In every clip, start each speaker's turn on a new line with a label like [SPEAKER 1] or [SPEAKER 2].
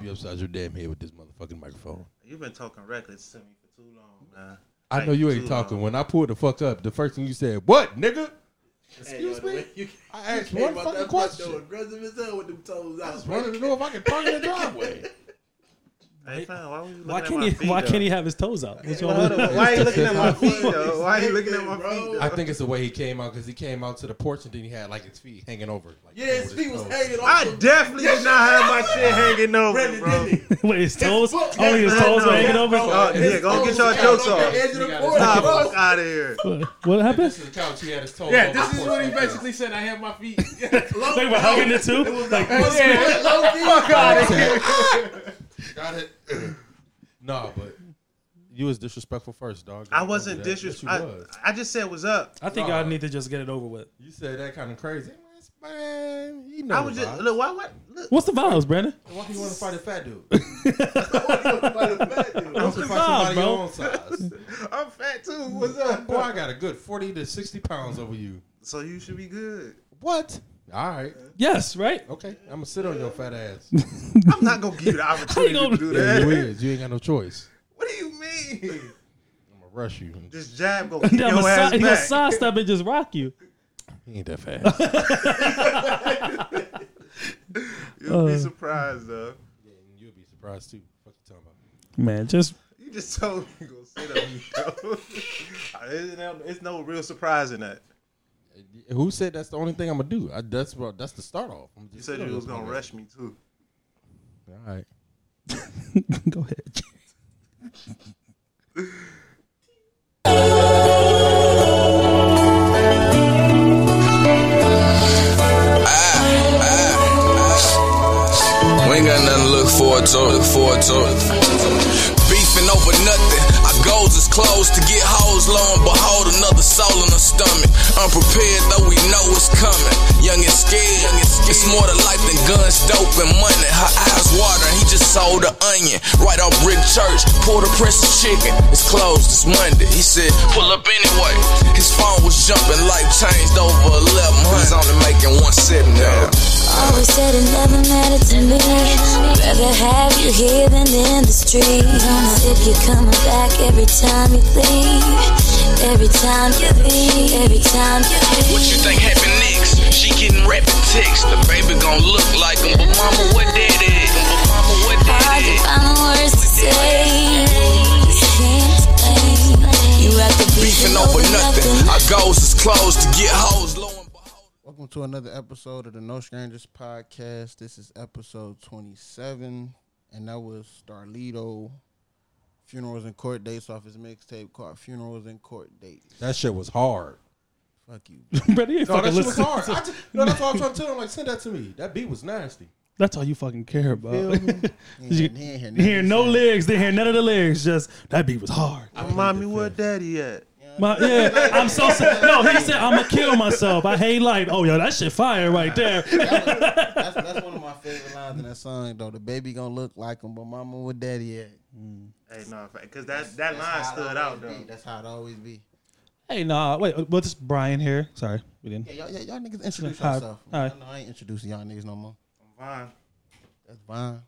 [SPEAKER 1] You upside your damn head with this motherfucking microphone.
[SPEAKER 2] You've been talking records to me for too long, man.
[SPEAKER 1] I know
[SPEAKER 2] Like,
[SPEAKER 1] you ain't
[SPEAKER 2] too
[SPEAKER 1] talking.
[SPEAKER 2] long.
[SPEAKER 1] When I pulled the fuck up, the first thing you said, "What,
[SPEAKER 3] Hey, yo,
[SPEAKER 1] nigga?" Excuse
[SPEAKER 3] the way
[SPEAKER 1] me.
[SPEAKER 3] you-
[SPEAKER 1] I asked
[SPEAKER 3] Came
[SPEAKER 1] one
[SPEAKER 3] out
[SPEAKER 1] fucking
[SPEAKER 3] that front
[SPEAKER 1] question.
[SPEAKER 3] door Aggressive as hell with them toes
[SPEAKER 1] I
[SPEAKER 3] out.
[SPEAKER 1] was running to know if I could park in the driveway.
[SPEAKER 2] Hey, fam, why, were you looking
[SPEAKER 4] Why
[SPEAKER 2] at
[SPEAKER 4] can't
[SPEAKER 2] my
[SPEAKER 4] he?
[SPEAKER 2] feet,
[SPEAKER 4] Why
[SPEAKER 2] though?
[SPEAKER 4] can't he have his toes out? What's wrong
[SPEAKER 2] Hold
[SPEAKER 4] with
[SPEAKER 2] on,
[SPEAKER 4] that?
[SPEAKER 2] Why are you looking at my feet, though? Why are you
[SPEAKER 3] Nigga,
[SPEAKER 2] looking at my
[SPEAKER 3] bro.
[SPEAKER 2] feet, though?
[SPEAKER 1] I think it's the way he came out because he came out to the porch and then he had like his feet hanging over. Like,
[SPEAKER 3] Yeah, his
[SPEAKER 1] with
[SPEAKER 3] feet was
[SPEAKER 1] toes.
[SPEAKER 3] hanging off.
[SPEAKER 2] I
[SPEAKER 3] the-
[SPEAKER 2] definitely did not have my shit hanging over,
[SPEAKER 3] Brandon,
[SPEAKER 2] bro.
[SPEAKER 3] didn't he?
[SPEAKER 4] Wait, his toes?
[SPEAKER 3] foot
[SPEAKER 4] Only his
[SPEAKER 2] hanging
[SPEAKER 4] toes
[SPEAKER 2] out.
[SPEAKER 4] are hanging over.
[SPEAKER 2] Oh, yeah,
[SPEAKER 3] His
[SPEAKER 2] go
[SPEAKER 3] toes
[SPEAKER 2] get your
[SPEAKER 3] was
[SPEAKER 2] jokes
[SPEAKER 3] out
[SPEAKER 2] off.
[SPEAKER 3] the edge of the
[SPEAKER 1] Nah,
[SPEAKER 3] porch,
[SPEAKER 2] Nah,
[SPEAKER 3] bro.
[SPEAKER 2] fuck out of here.
[SPEAKER 4] What, what happened?
[SPEAKER 1] This is the couch. He had his toes.
[SPEAKER 5] Yeah,
[SPEAKER 1] over
[SPEAKER 5] this
[SPEAKER 1] the
[SPEAKER 5] is
[SPEAKER 1] porch
[SPEAKER 5] what he
[SPEAKER 1] like that.
[SPEAKER 5] basically said. I have my feet.
[SPEAKER 3] Low-
[SPEAKER 4] They were hugging the two.
[SPEAKER 3] It was
[SPEAKER 4] Like,
[SPEAKER 3] like, fuck
[SPEAKER 1] I
[SPEAKER 3] out
[SPEAKER 1] said, Got it. nah, but you was disrespectful first, dog.
[SPEAKER 2] I wasn't
[SPEAKER 1] Yes, you
[SPEAKER 2] disrespectful.
[SPEAKER 1] was.
[SPEAKER 2] I, I just said what's up.
[SPEAKER 4] I think I need to just get it over with.
[SPEAKER 1] You said that kind of crazy. Man, it's- Man, you know
[SPEAKER 2] I was just look. Why? What? Look.
[SPEAKER 4] What's the vibes, Brandon?
[SPEAKER 1] Why do you want to fight a fat dude? You want to
[SPEAKER 4] the
[SPEAKER 1] fight somebody
[SPEAKER 4] vibe, bro?
[SPEAKER 1] your own size.
[SPEAKER 2] I'm fat too. What's up?
[SPEAKER 1] Boy, I got a good 40 to 60 pounds over you.
[SPEAKER 2] So you should be good.
[SPEAKER 1] What? All right.
[SPEAKER 4] Yes, right.
[SPEAKER 1] Okay. I'm going to sit on your fat ass.
[SPEAKER 2] I'm not gonna give you the opportunity
[SPEAKER 4] gonna-
[SPEAKER 2] to do
[SPEAKER 1] yeah,
[SPEAKER 2] that.
[SPEAKER 1] you is. You ain't got no choice.
[SPEAKER 2] What do you
[SPEAKER 1] I'm
[SPEAKER 2] mean?
[SPEAKER 1] going to rush you.
[SPEAKER 2] This jab gonna
[SPEAKER 4] And
[SPEAKER 2] keep
[SPEAKER 4] I'm
[SPEAKER 2] your ass
[SPEAKER 4] gonna
[SPEAKER 2] back.
[SPEAKER 4] sidestep and just rock you.
[SPEAKER 1] He ain't that fast.
[SPEAKER 2] You'll be
[SPEAKER 4] Uh.
[SPEAKER 2] surprised though.
[SPEAKER 1] yeah, and you'll be surprised too. What you talking about?
[SPEAKER 4] Man, just
[SPEAKER 2] You just told me you gonna sit up. You know? it's no real surprise in that.
[SPEAKER 1] Who said that's the only thing I'm gonna do? I, that's what. That's the start off. I'm just
[SPEAKER 2] You said
[SPEAKER 1] sitting on
[SPEAKER 2] you was
[SPEAKER 1] this
[SPEAKER 2] gonna
[SPEAKER 1] motherfucker.
[SPEAKER 2] rush me too.
[SPEAKER 1] All right.
[SPEAKER 4] go ahead.
[SPEAKER 6] We ain't got nothing to look forward to. Look forward to. Beefing over nothing. Our goals is closed to get hoes. Lo and behold, another soul in her stomach. Unprepared though we know it's coming. Young and scared. Young and scared. It's more to life than guns, dope, and money. Her eyes watering. He just sold an onion right on Brick Church. Pulled a press of chicken. It's closed. It's Monday. He said, pull up anyway. His phone was jumping. Life changed over 1100. He's only making 170 now.
[SPEAKER 7] Always said it never mattered to me. Rather have you here than in the street. Don't know if you're coming back every time you leave. Every time you leave. Every time you leave.
[SPEAKER 6] What you think happened next? She getting rapid texts. The baby gon' look like him, but mama, what that is? But mama, what that
[SPEAKER 7] Hard to
[SPEAKER 6] is?
[SPEAKER 7] find the words to say. Just can't explain. You rock the
[SPEAKER 6] Beefing over nothing. Our goals is closed to get hoes. Lo and behold.
[SPEAKER 8] Welcome to another episode of the No Strangers podcast. This is episode 27, and that was Starlito Funerals and Court Dates off his mixtape called Funerals and Court Dates.
[SPEAKER 1] That shit was hard.
[SPEAKER 8] Fuck you.
[SPEAKER 4] Brandon, you ain't
[SPEAKER 1] No, that
[SPEAKER 4] fucking
[SPEAKER 1] shit was
[SPEAKER 4] listening.
[SPEAKER 1] hard. I just, no, that's all I'm trying to tell him. Like, send that to me. That beat was nasty.
[SPEAKER 4] That's all you fucking care about.
[SPEAKER 8] Feel me? He
[SPEAKER 4] You
[SPEAKER 8] ain't- he ain't hear
[SPEAKER 4] you hear
[SPEAKER 8] nothing
[SPEAKER 4] no
[SPEAKER 8] he said.
[SPEAKER 4] lyrics. They hear none of the lyrics. Just that beat was hard.
[SPEAKER 2] Remind me where daddy at.
[SPEAKER 4] My, yeah, I'm so sad. No, he said I'm gonna kill myself. I hate life. Oh yo, that shit fire right there.
[SPEAKER 8] That's, that's one of my favorite lines in that song, though. The baby gonna look like him, but mama with daddy at.
[SPEAKER 2] Hey, no, because that that line
[SPEAKER 8] That's how it
[SPEAKER 2] stood out
[SPEAKER 8] always be.
[SPEAKER 2] though.
[SPEAKER 8] That's how it always be.
[SPEAKER 4] Hey, nah, wait. uh, What's Brian here? Sorry, we didn't.
[SPEAKER 8] Yeah, y'all, y'all- y'all niggas introduce
[SPEAKER 4] All right.
[SPEAKER 8] yourself.
[SPEAKER 4] All right.
[SPEAKER 8] No, I ain't introducing y'all niggas no more.
[SPEAKER 2] Vine.
[SPEAKER 8] That's fine.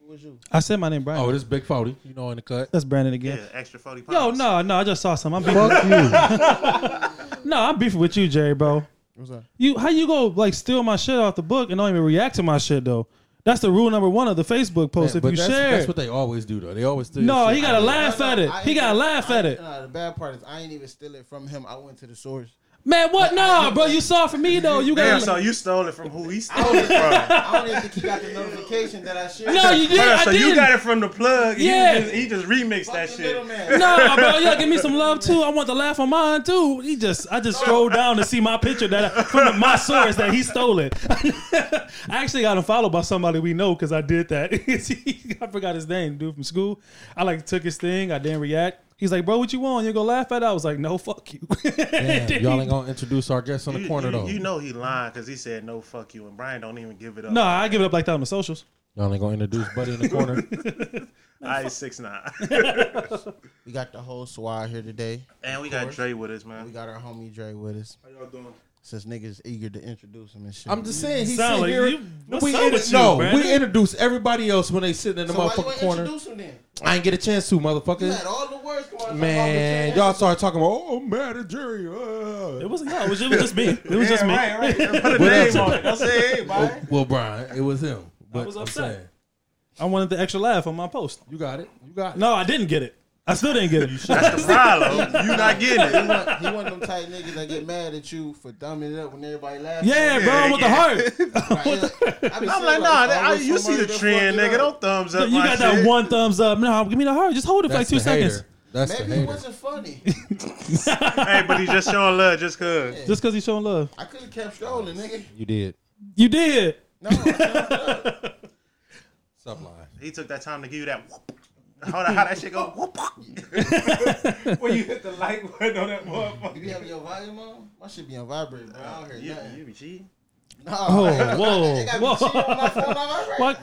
[SPEAKER 8] Who was you?
[SPEAKER 4] I said my name, Brian.
[SPEAKER 1] Oh, this Big Forty, you know, in the cut.
[SPEAKER 4] That's Brandon
[SPEAKER 2] Yeah,
[SPEAKER 4] again.
[SPEAKER 2] extra forty pounds.
[SPEAKER 4] Yo, no, no, I just saw some. I'm beefing.
[SPEAKER 1] you.
[SPEAKER 4] no, I'm beefing with you, Jerry, bro.
[SPEAKER 8] What's up?
[SPEAKER 4] You, how you go like steal my shit off the book and don't even react to my shit though? That's the rule number one of the Facebook post. if
[SPEAKER 1] but
[SPEAKER 4] you
[SPEAKER 1] that's,
[SPEAKER 4] share,
[SPEAKER 1] that's what they always do, though. They always do.
[SPEAKER 4] no,
[SPEAKER 1] shit.
[SPEAKER 4] he gotta laugh
[SPEAKER 8] No, no,
[SPEAKER 4] at it.
[SPEAKER 8] I
[SPEAKER 4] He
[SPEAKER 8] ain't
[SPEAKER 4] gotta
[SPEAKER 8] even-
[SPEAKER 4] laugh
[SPEAKER 8] I uh,
[SPEAKER 4] at
[SPEAKER 8] ain't-
[SPEAKER 4] it.
[SPEAKER 8] Nah, the bad part is I ain't even steal it from him. I went to the source.
[SPEAKER 4] Man, what? Nah, bro, you saw it from me though. You
[SPEAKER 2] Damn,
[SPEAKER 4] gotta.
[SPEAKER 2] so you stole it from who he stole it from.
[SPEAKER 8] I don't even think he got the notification that I shared.
[SPEAKER 4] no, you did.
[SPEAKER 2] Bruh,
[SPEAKER 4] I
[SPEAKER 2] so
[SPEAKER 4] did.
[SPEAKER 2] you got it from the plug.
[SPEAKER 4] Yeah.
[SPEAKER 2] He just, he just remixed that
[SPEAKER 8] Fucking
[SPEAKER 2] shit.
[SPEAKER 8] little man.
[SPEAKER 4] Nah, bro, y'all give me some love too. I want the laugh on mine too. He just, I just scrolled down to see my picture that I, from the, my source that he stole it. I actually got him followed by somebody we know because I did that. I forgot his name, dude from school. I like took his thing. I didn't react. He's like, bro, what you want? You gonna laugh at? It? I was like, no, fuck you.
[SPEAKER 1] Damn, y'all ain't gonna introduce our guests on the
[SPEAKER 2] You-
[SPEAKER 1] corner
[SPEAKER 2] you,
[SPEAKER 1] though.
[SPEAKER 2] you know he lying because he said no, fuck you, and Brian don't even give it up.
[SPEAKER 4] no, I give it up like that on the socials.
[SPEAKER 1] Y'all ain't gonna introduce Buddy in the corner.
[SPEAKER 2] I six nine,
[SPEAKER 8] We got the whole squad here today.
[SPEAKER 2] and we got Dre with us,
[SPEAKER 8] We
[SPEAKER 2] man.
[SPEAKER 8] got our homie Dre with us.
[SPEAKER 2] How y'all doing?
[SPEAKER 8] since niggas eager to introduce him and shit.
[SPEAKER 1] I'm just saying he
[SPEAKER 4] Sound
[SPEAKER 1] sit
[SPEAKER 4] like
[SPEAKER 1] here.
[SPEAKER 4] you- what's
[SPEAKER 1] we
[SPEAKER 4] up
[SPEAKER 1] inter-
[SPEAKER 4] with you,
[SPEAKER 1] no,
[SPEAKER 4] Brandon?
[SPEAKER 1] we introduce everybody else when they sitting in the
[SPEAKER 8] so why you
[SPEAKER 1] motherfucking
[SPEAKER 8] ain't
[SPEAKER 1] corner.
[SPEAKER 8] introduce him then?
[SPEAKER 1] I ain't get a chance to,
[SPEAKER 8] You
[SPEAKER 1] motherfucker.
[SPEAKER 8] had all the words come out.
[SPEAKER 1] Man, y'all started talking about oh, I'm mad at Jerry.
[SPEAKER 4] It
[SPEAKER 1] Uh.
[SPEAKER 4] wasn't y'all. It was, it was just me. It was just me.
[SPEAKER 2] Right, right. Put a
[SPEAKER 1] What
[SPEAKER 2] name
[SPEAKER 1] else?
[SPEAKER 2] on it. Don't say everybody.
[SPEAKER 1] Uh. Well, Brian, it was him. But
[SPEAKER 4] was
[SPEAKER 1] I'm
[SPEAKER 4] upset.
[SPEAKER 1] saying,
[SPEAKER 4] I wanted the extra laugh on my post.
[SPEAKER 1] you got it. You got it.
[SPEAKER 4] No, I didn't get it. I still didn't get it.
[SPEAKER 2] That's the problem. You not getting it.
[SPEAKER 8] he one of them tight niggas that get mad at you for dumbing it up when everybody laughs.
[SPEAKER 4] yeah, bro, I'm with the
[SPEAKER 2] Yeah.
[SPEAKER 4] heart.
[SPEAKER 2] I'm like, nah, that, I, you see the trend, nigga. Don't thumbs up.
[SPEAKER 4] you
[SPEAKER 2] my
[SPEAKER 4] got that
[SPEAKER 2] shit.
[SPEAKER 4] one thumbs up. No, give me the heart. Just hold it for like two
[SPEAKER 1] the
[SPEAKER 4] seconds.
[SPEAKER 1] Hater. That's the
[SPEAKER 8] Maybe it
[SPEAKER 1] hater.
[SPEAKER 8] wasn't funny.
[SPEAKER 2] Hey, but he's just showing love just cause.
[SPEAKER 4] Just because he's showing love.
[SPEAKER 8] I could have kept scrolling, nigga.
[SPEAKER 1] You did.
[SPEAKER 4] You did.
[SPEAKER 8] No, I kept it up.
[SPEAKER 1] Subline.
[SPEAKER 2] He took that time to give you that whoop. How that, how that shit go whoop.
[SPEAKER 3] When you hit the like button on that motherfucker.
[SPEAKER 8] you have your volume on? My shit be on vibrate, bro. I don't hear
[SPEAKER 2] You,
[SPEAKER 8] nothing.
[SPEAKER 2] you be cheating.
[SPEAKER 8] Nah,
[SPEAKER 4] Oh,
[SPEAKER 8] it got me
[SPEAKER 4] whoa,
[SPEAKER 8] cheating on my
[SPEAKER 4] whoa.
[SPEAKER 8] phone on vibrate.
[SPEAKER 4] What?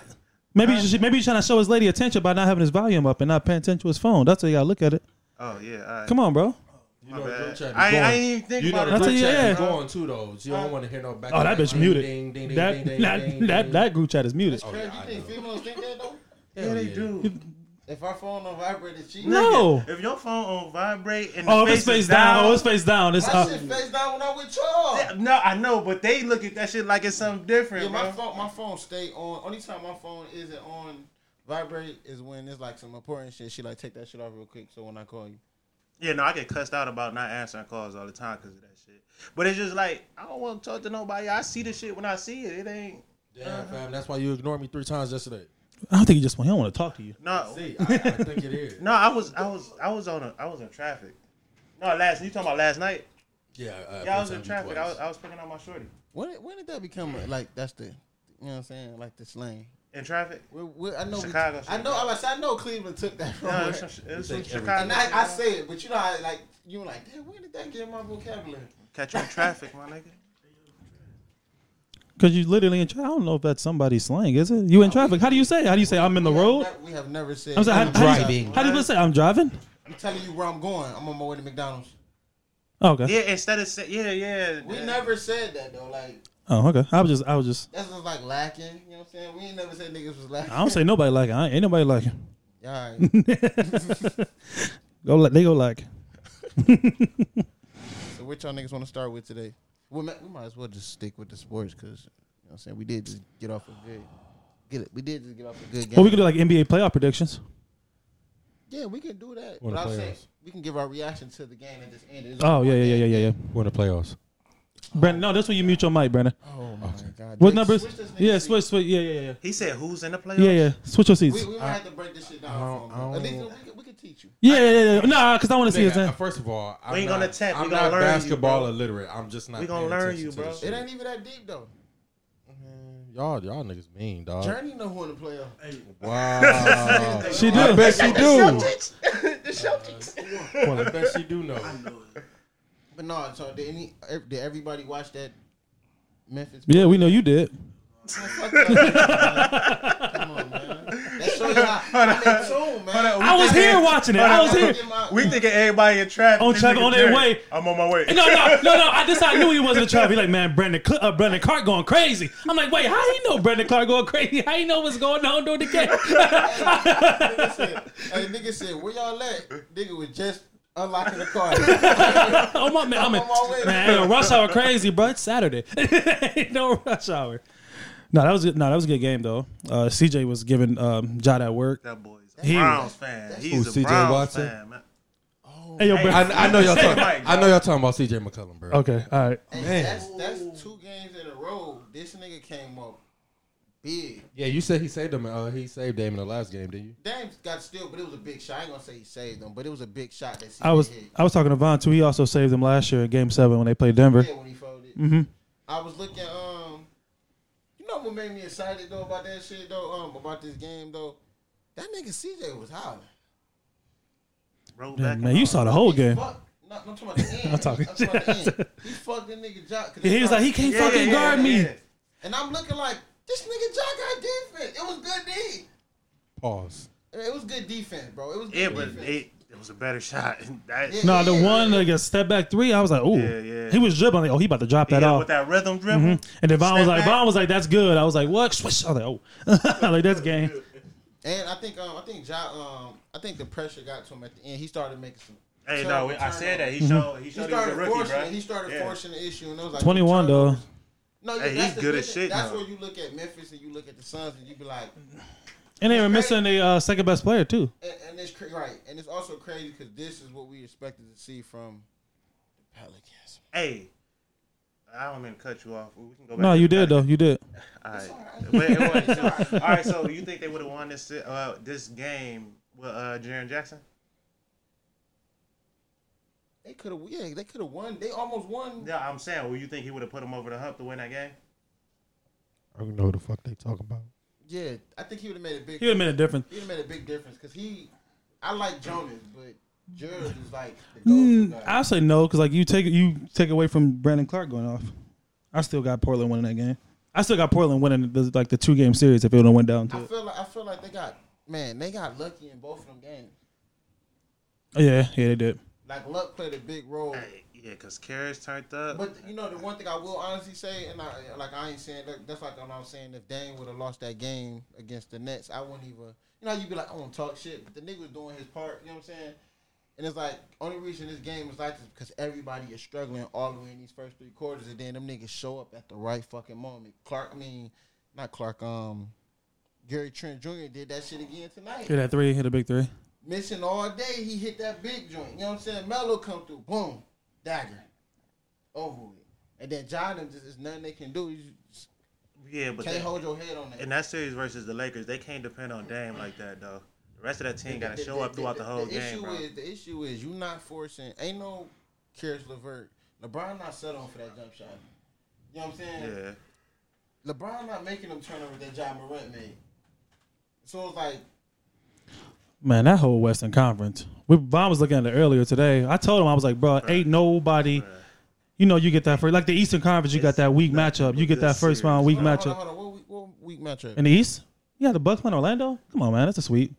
[SPEAKER 4] Maybe you should, maybe he's trying to show his lady attention by not having his volume up and not paying attention to his phone. That's how you gotta look at it.
[SPEAKER 2] Oh yeah. All right.
[SPEAKER 4] Come on, bro.
[SPEAKER 1] You know, the
[SPEAKER 2] bad.
[SPEAKER 1] group chat be
[SPEAKER 2] I- I
[SPEAKER 1] going.
[SPEAKER 2] ain't even think
[SPEAKER 1] you know
[SPEAKER 2] about
[SPEAKER 1] the
[SPEAKER 4] it.
[SPEAKER 1] group
[SPEAKER 4] That's a-
[SPEAKER 1] chat be
[SPEAKER 4] yeah.
[SPEAKER 1] going too though. You
[SPEAKER 2] Uh,
[SPEAKER 1] don't want to hear no back.
[SPEAKER 4] Oh,
[SPEAKER 1] like,
[SPEAKER 4] that bitch
[SPEAKER 1] ding,
[SPEAKER 4] muted.
[SPEAKER 1] Ding, ding, ding,
[SPEAKER 4] that
[SPEAKER 1] ding, ding,
[SPEAKER 4] that,
[SPEAKER 1] ding,
[SPEAKER 4] that,
[SPEAKER 1] ding.
[SPEAKER 4] that group chat is muted.
[SPEAKER 1] Oh,
[SPEAKER 8] Craig,
[SPEAKER 1] yeah, I
[SPEAKER 8] you think
[SPEAKER 1] know.
[SPEAKER 8] females think that though?
[SPEAKER 1] Hell
[SPEAKER 2] They do.
[SPEAKER 8] If our phone on vibrate, it's cheating.
[SPEAKER 4] no.
[SPEAKER 2] If your phone on vibrate and the
[SPEAKER 4] Oh, if
[SPEAKER 2] face
[SPEAKER 4] it's face
[SPEAKER 2] is down,
[SPEAKER 4] down. Oh, it's face down. It's
[SPEAKER 8] My
[SPEAKER 4] up.
[SPEAKER 8] shit face down when I'm with y'all.
[SPEAKER 2] Yeah, no, I know, but they look at that shit like it's something different,
[SPEAKER 8] Yeah, my
[SPEAKER 2] bro.
[SPEAKER 8] phone, my phone stay on. Only time my phone isn't on vibrate is when it's like some important shit. She like take that shit off real quick. So when I call you,
[SPEAKER 2] Yeah, no, I get cussed out about not answering calls all the time because of that shit. But it's just like I don't want to talk to nobody. I see the shit when I see it. It ain't
[SPEAKER 1] Damn, fam. That's why you ignored me three times yesterday.
[SPEAKER 4] I don't think he just want. He don't want to talk to you.
[SPEAKER 2] no.
[SPEAKER 1] See, I, I think it is.
[SPEAKER 2] No, I was, I was, I was on, a, I was in traffic. No, last you talking about last night?
[SPEAKER 1] Yeah, uh,
[SPEAKER 2] Yeah, I was in
[SPEAKER 1] FaceTimed you
[SPEAKER 2] traffic.
[SPEAKER 1] twice.
[SPEAKER 2] I was, I was picking up my shorty
[SPEAKER 8] when did- when did that become a- like that's the you know what I'm saying like the slang?
[SPEAKER 2] in traffic.
[SPEAKER 8] We're, we're, I know we-
[SPEAKER 2] Chicago
[SPEAKER 8] I
[SPEAKER 2] shit.
[SPEAKER 8] know. I, was, I know Cleveland took that from.
[SPEAKER 2] No, it
[SPEAKER 8] her.
[SPEAKER 2] was from, it was
[SPEAKER 1] You
[SPEAKER 2] from
[SPEAKER 1] think
[SPEAKER 2] Chicago.
[SPEAKER 8] and I, I say it, but you know, I like you were like, damn, when did that get in my vocabulary?
[SPEAKER 2] Catch you in traffic, my nigga.
[SPEAKER 4] Cause you literally in traffic. I don't know if that's somebody's slang, is it? You in traffic? How do you say? How do you say I'm in the road?
[SPEAKER 8] We have never said.
[SPEAKER 4] I'm sorry, how, how do you-
[SPEAKER 1] driving.
[SPEAKER 4] How do you say I'm driving?
[SPEAKER 8] I'm telling you where I'm going. I'm on my way to McDonald's.
[SPEAKER 4] Oh, okay.
[SPEAKER 2] Yeah, instead of say, yeah, yeah.
[SPEAKER 8] We
[SPEAKER 2] yeah.
[SPEAKER 8] never said that though. Like
[SPEAKER 4] Oh, okay. I was just, I was just.
[SPEAKER 8] that's just like lacking. You know what I'm saying? We ain't never said niggas was lacking.
[SPEAKER 4] I don't say nobody like it. I ain't, ain't nobody like it.
[SPEAKER 8] All right.
[SPEAKER 4] Go like they go like.
[SPEAKER 8] So what y'all niggas want to start with today? We might, we might as well just stick with the sports because you know what I'm saying we did just get off a good get it. We did just get off a good game.
[SPEAKER 4] Well, we could do like NBA playoff predictions.
[SPEAKER 8] yeah, we can do that.
[SPEAKER 1] Or the
[SPEAKER 8] But I'm saying
[SPEAKER 1] playoffs.
[SPEAKER 8] we can give our reaction to the game that just ended. It's
[SPEAKER 4] Oh
[SPEAKER 8] only
[SPEAKER 4] yeah,
[SPEAKER 8] one
[SPEAKER 4] yeah, yeah,
[SPEAKER 8] game.
[SPEAKER 4] yeah, yeah.
[SPEAKER 1] We're in the playoffs.
[SPEAKER 4] Brandon, no, that's when you mute your mic, Brandon.
[SPEAKER 8] Oh my god.
[SPEAKER 4] What
[SPEAKER 8] Jake,
[SPEAKER 4] numbers?
[SPEAKER 8] switch this nigga
[SPEAKER 4] Yeah,
[SPEAKER 8] seat.
[SPEAKER 4] switch, switch. Yeah, yeah, yeah,
[SPEAKER 2] He said, "Who's in the playoffs?"
[SPEAKER 4] yeah, yeah, yeah. Switch your
[SPEAKER 8] We,
[SPEAKER 4] seats.
[SPEAKER 8] we might have to break this shit down.
[SPEAKER 1] don't-
[SPEAKER 8] for him.
[SPEAKER 1] I
[SPEAKER 8] At least
[SPEAKER 1] don't-
[SPEAKER 8] we, can, we can teach you.
[SPEAKER 4] Yeah, yeah, yeah. yeah. Nah, because I want to see his
[SPEAKER 1] Nigga,
[SPEAKER 4] name.
[SPEAKER 1] first of all, I'm
[SPEAKER 2] We ain't
[SPEAKER 1] not,
[SPEAKER 2] gonna tap. We
[SPEAKER 1] I'm
[SPEAKER 2] gonna
[SPEAKER 1] not
[SPEAKER 2] learn you,
[SPEAKER 1] basketball
[SPEAKER 2] bro.
[SPEAKER 1] illiterate. I'm just not.
[SPEAKER 2] We gonna
[SPEAKER 1] paying
[SPEAKER 2] learn
[SPEAKER 1] attention
[SPEAKER 2] you,
[SPEAKER 1] to this
[SPEAKER 2] bro.
[SPEAKER 1] shit.
[SPEAKER 8] It ain't even that deep though.
[SPEAKER 1] Y'all, y'all niggas mean, dog.
[SPEAKER 8] Journey know who in the playoff.
[SPEAKER 1] Wow.
[SPEAKER 4] She
[SPEAKER 1] I
[SPEAKER 4] do.
[SPEAKER 1] bet she do.
[SPEAKER 2] the Celtics.
[SPEAKER 1] I bet she do know.
[SPEAKER 8] But no, so did any ev- did everybody watch that Memphis?
[SPEAKER 4] Yeah, we know you did.
[SPEAKER 8] Fuck that. Come on, man. That show you how I'm in tune, man.
[SPEAKER 4] I was here watching it. I was here.
[SPEAKER 2] We thinking everybody in traffic.
[SPEAKER 4] On
[SPEAKER 2] This
[SPEAKER 4] traffic,
[SPEAKER 2] nigga
[SPEAKER 4] on their
[SPEAKER 2] Jerry.
[SPEAKER 4] way.
[SPEAKER 2] I'm on my way.
[SPEAKER 4] No, no, no, no. I just I knew he wasn't a traffic. He like, man, Brandon, Cl- uh, Brandon Clark going crazy. I'm like, wait, how you know Brandon Clark going crazy? How you know what's going on during the game?
[SPEAKER 8] nigga said, hey, nigga said, where y'all at? Nigga was just unlocking the car. Nigga
[SPEAKER 4] oh my man, I'm in,
[SPEAKER 8] I'm on my way.
[SPEAKER 4] man, ain't no rush hour crazy, bro. It's Saturday, Ain't no rush hour. No, that was good. no, that was a good game though. Uh, CJ was giving um, Jot at work.
[SPEAKER 2] That boy's a
[SPEAKER 4] He-
[SPEAKER 2] Browns fan. He's
[SPEAKER 1] Who,
[SPEAKER 2] a
[SPEAKER 1] CJ
[SPEAKER 2] Browns
[SPEAKER 1] Watson?
[SPEAKER 2] fan, man.
[SPEAKER 4] Hey, yo, bro.
[SPEAKER 1] I, I know y'all
[SPEAKER 2] Hey,
[SPEAKER 1] talking.
[SPEAKER 2] Mike,
[SPEAKER 1] I know y'all talking about CJ McCollum, bro.
[SPEAKER 4] okay, all right.
[SPEAKER 1] Man.
[SPEAKER 8] that's, that's two games in a row. This nigga came up big.
[SPEAKER 1] Yeah, you said he saved him. Uh, he saved Dame in the last game, didn't you?
[SPEAKER 8] Dame got still, but it was a big shot. I ain't gonna say he saved them, but it was a big shot that CJ
[SPEAKER 4] I was
[SPEAKER 8] hit.
[SPEAKER 4] I was talking to Von too. He also saved them last year in Game Seven when they played Denver.
[SPEAKER 8] Yeah, when he folded.
[SPEAKER 4] Mhm.
[SPEAKER 8] I was looking. Um, you know what made me excited though about that shit though. Um, about this game though, that nigga CJ was howling.
[SPEAKER 2] Roll
[SPEAKER 4] Oh, Yeah,
[SPEAKER 2] back
[SPEAKER 4] man, you saw the whole
[SPEAKER 8] He
[SPEAKER 4] game.
[SPEAKER 8] fucked- No, I'm talking about the end.
[SPEAKER 4] I'm talking
[SPEAKER 8] I'm talking about
[SPEAKER 4] shit.
[SPEAKER 8] the end. He fucked the nigga Jock. 'cause
[SPEAKER 4] Yeah, he was like, he can't
[SPEAKER 2] Yeah,
[SPEAKER 4] fucking
[SPEAKER 2] yeah,
[SPEAKER 4] guard
[SPEAKER 2] yeah,
[SPEAKER 4] me.
[SPEAKER 2] yeah.
[SPEAKER 8] And I'm looking like this nigga Jock got defense. It was good D.
[SPEAKER 1] Pause.
[SPEAKER 8] It was good defense, bro. It was good
[SPEAKER 2] Yeah, but
[SPEAKER 8] defense.
[SPEAKER 2] it, It was a better shot. That,
[SPEAKER 8] Yeah.
[SPEAKER 4] No, the one like a step back three, I was like, oh,
[SPEAKER 2] Yeah, yeah.
[SPEAKER 4] he was dribbling. Like, oh, he about to drop that Mm-hmm.
[SPEAKER 2] yeah,
[SPEAKER 4] off.
[SPEAKER 2] with that rhythm dribble.
[SPEAKER 4] And then Von was
[SPEAKER 2] Step
[SPEAKER 4] like,
[SPEAKER 2] back.
[SPEAKER 4] Von was like, that's good. I was like, what? Swish. I was like, oh, like that's game.
[SPEAKER 8] And I think um I think ja, um I think the pressure got to him at the end. He started making some.
[SPEAKER 2] Hey,
[SPEAKER 8] terrible
[SPEAKER 2] no, I said that
[SPEAKER 8] turnovers.
[SPEAKER 2] he
[SPEAKER 4] Mm-hmm.
[SPEAKER 2] showed he
[SPEAKER 8] He
[SPEAKER 2] showed he, was
[SPEAKER 8] started
[SPEAKER 2] a rookie,
[SPEAKER 8] forcing.
[SPEAKER 2] bro.
[SPEAKER 8] He started
[SPEAKER 2] Yeah.
[SPEAKER 8] forcing the issue, and it was like
[SPEAKER 4] Twenty one though.
[SPEAKER 8] turnovers. No,
[SPEAKER 2] Hey,
[SPEAKER 8] that's
[SPEAKER 2] he's
[SPEAKER 8] the
[SPEAKER 2] good as
[SPEAKER 8] thing.
[SPEAKER 2] shit
[SPEAKER 8] That's
[SPEAKER 2] now.
[SPEAKER 8] where you look at Memphis and you look at the Suns and you be like,
[SPEAKER 4] And they were missing the uh, second best player too.
[SPEAKER 8] and, and it's cra- right, and it's also crazy because this is what we expected to see from the Pelicans.
[SPEAKER 2] Hey, I don't mean to cut you off. We can go back.
[SPEAKER 4] No,
[SPEAKER 2] to
[SPEAKER 4] you
[SPEAKER 2] the
[SPEAKER 4] did though.
[SPEAKER 2] Pelicans.
[SPEAKER 4] You did.
[SPEAKER 2] All right. But it was- all right. So you think they would have won this uh, this game with uh, Jaron Jackson?
[SPEAKER 8] They could have, yeah, they could have won. They almost won.
[SPEAKER 2] Yeah, I'm saying. Well, you think he would have put him over the hump to win that game?
[SPEAKER 1] I don't know who the fuck they talking about.
[SPEAKER 8] Yeah, I think he would have made a big.
[SPEAKER 4] He would have made a difference.
[SPEAKER 8] He made a big difference because he, I like Jonas, but Jared is like the go-to guy.
[SPEAKER 4] Mm, I say no because like you take you take away from Brandon Clark going off. I still got Portland winning that game. I still got Portland winning the, like the two game series if it would have went down to
[SPEAKER 8] I
[SPEAKER 4] it.
[SPEAKER 8] feel like I feel like they got man, they got lucky in both of them games.
[SPEAKER 4] Oh, Yeah, yeah, they did.
[SPEAKER 8] Like luck played a big role.
[SPEAKER 2] Hey, yeah, because Karras turned up.
[SPEAKER 8] But you know the one thing I will honestly say, and I like I ain't saying that, that's like what I'm saying. If Dane would have lost that game against the Nets, I wouldn't even. You know, you'd be like, I want to talk shit, but the nigga was doing his part. You know what I'm saying? And it's like only reason this game is like this is because everybody is struggling all the way in these first three quarters, and then them niggas show up at the right fucking moment. Clark, I mean, not Clark. Um, Gary Trent Jr. did that shit again tonight.
[SPEAKER 4] Hit that three. Hit a big three.
[SPEAKER 8] missing all day. He hit that big joint. You know what I'm saying? Melo come through, boom, dagger, over with. And then Jordan just is nothing they can do. You just
[SPEAKER 2] yeah, but
[SPEAKER 8] can't
[SPEAKER 2] they-
[SPEAKER 8] hold your head on that.
[SPEAKER 2] in that series versus the Lakers, they can't depend on Dame like that though. The rest of that team got to show up throughout the whole game,
[SPEAKER 8] issue
[SPEAKER 2] bro.
[SPEAKER 8] Is, the issue is you not forcing. Ain't no Karis LeVert. LeBron not settling for that jump shot. You know what I'm saying?
[SPEAKER 2] Yeah.
[SPEAKER 8] LeBron not making them turnovers that John Morant made. So it's like
[SPEAKER 4] Man, that whole Western Conference. We Von was looking at it earlier today. I told him I was like, bro, ain't nobody. You know, you get that first like the Eastern Conference. You got that weak matchup. You get that first round weak
[SPEAKER 8] hold on,
[SPEAKER 4] matchup
[SPEAKER 8] hold on, hold on. What, week, what week matchup?
[SPEAKER 4] in the East. Yeah, the Bucks playing Orlando. Come on, man, that's a sweep.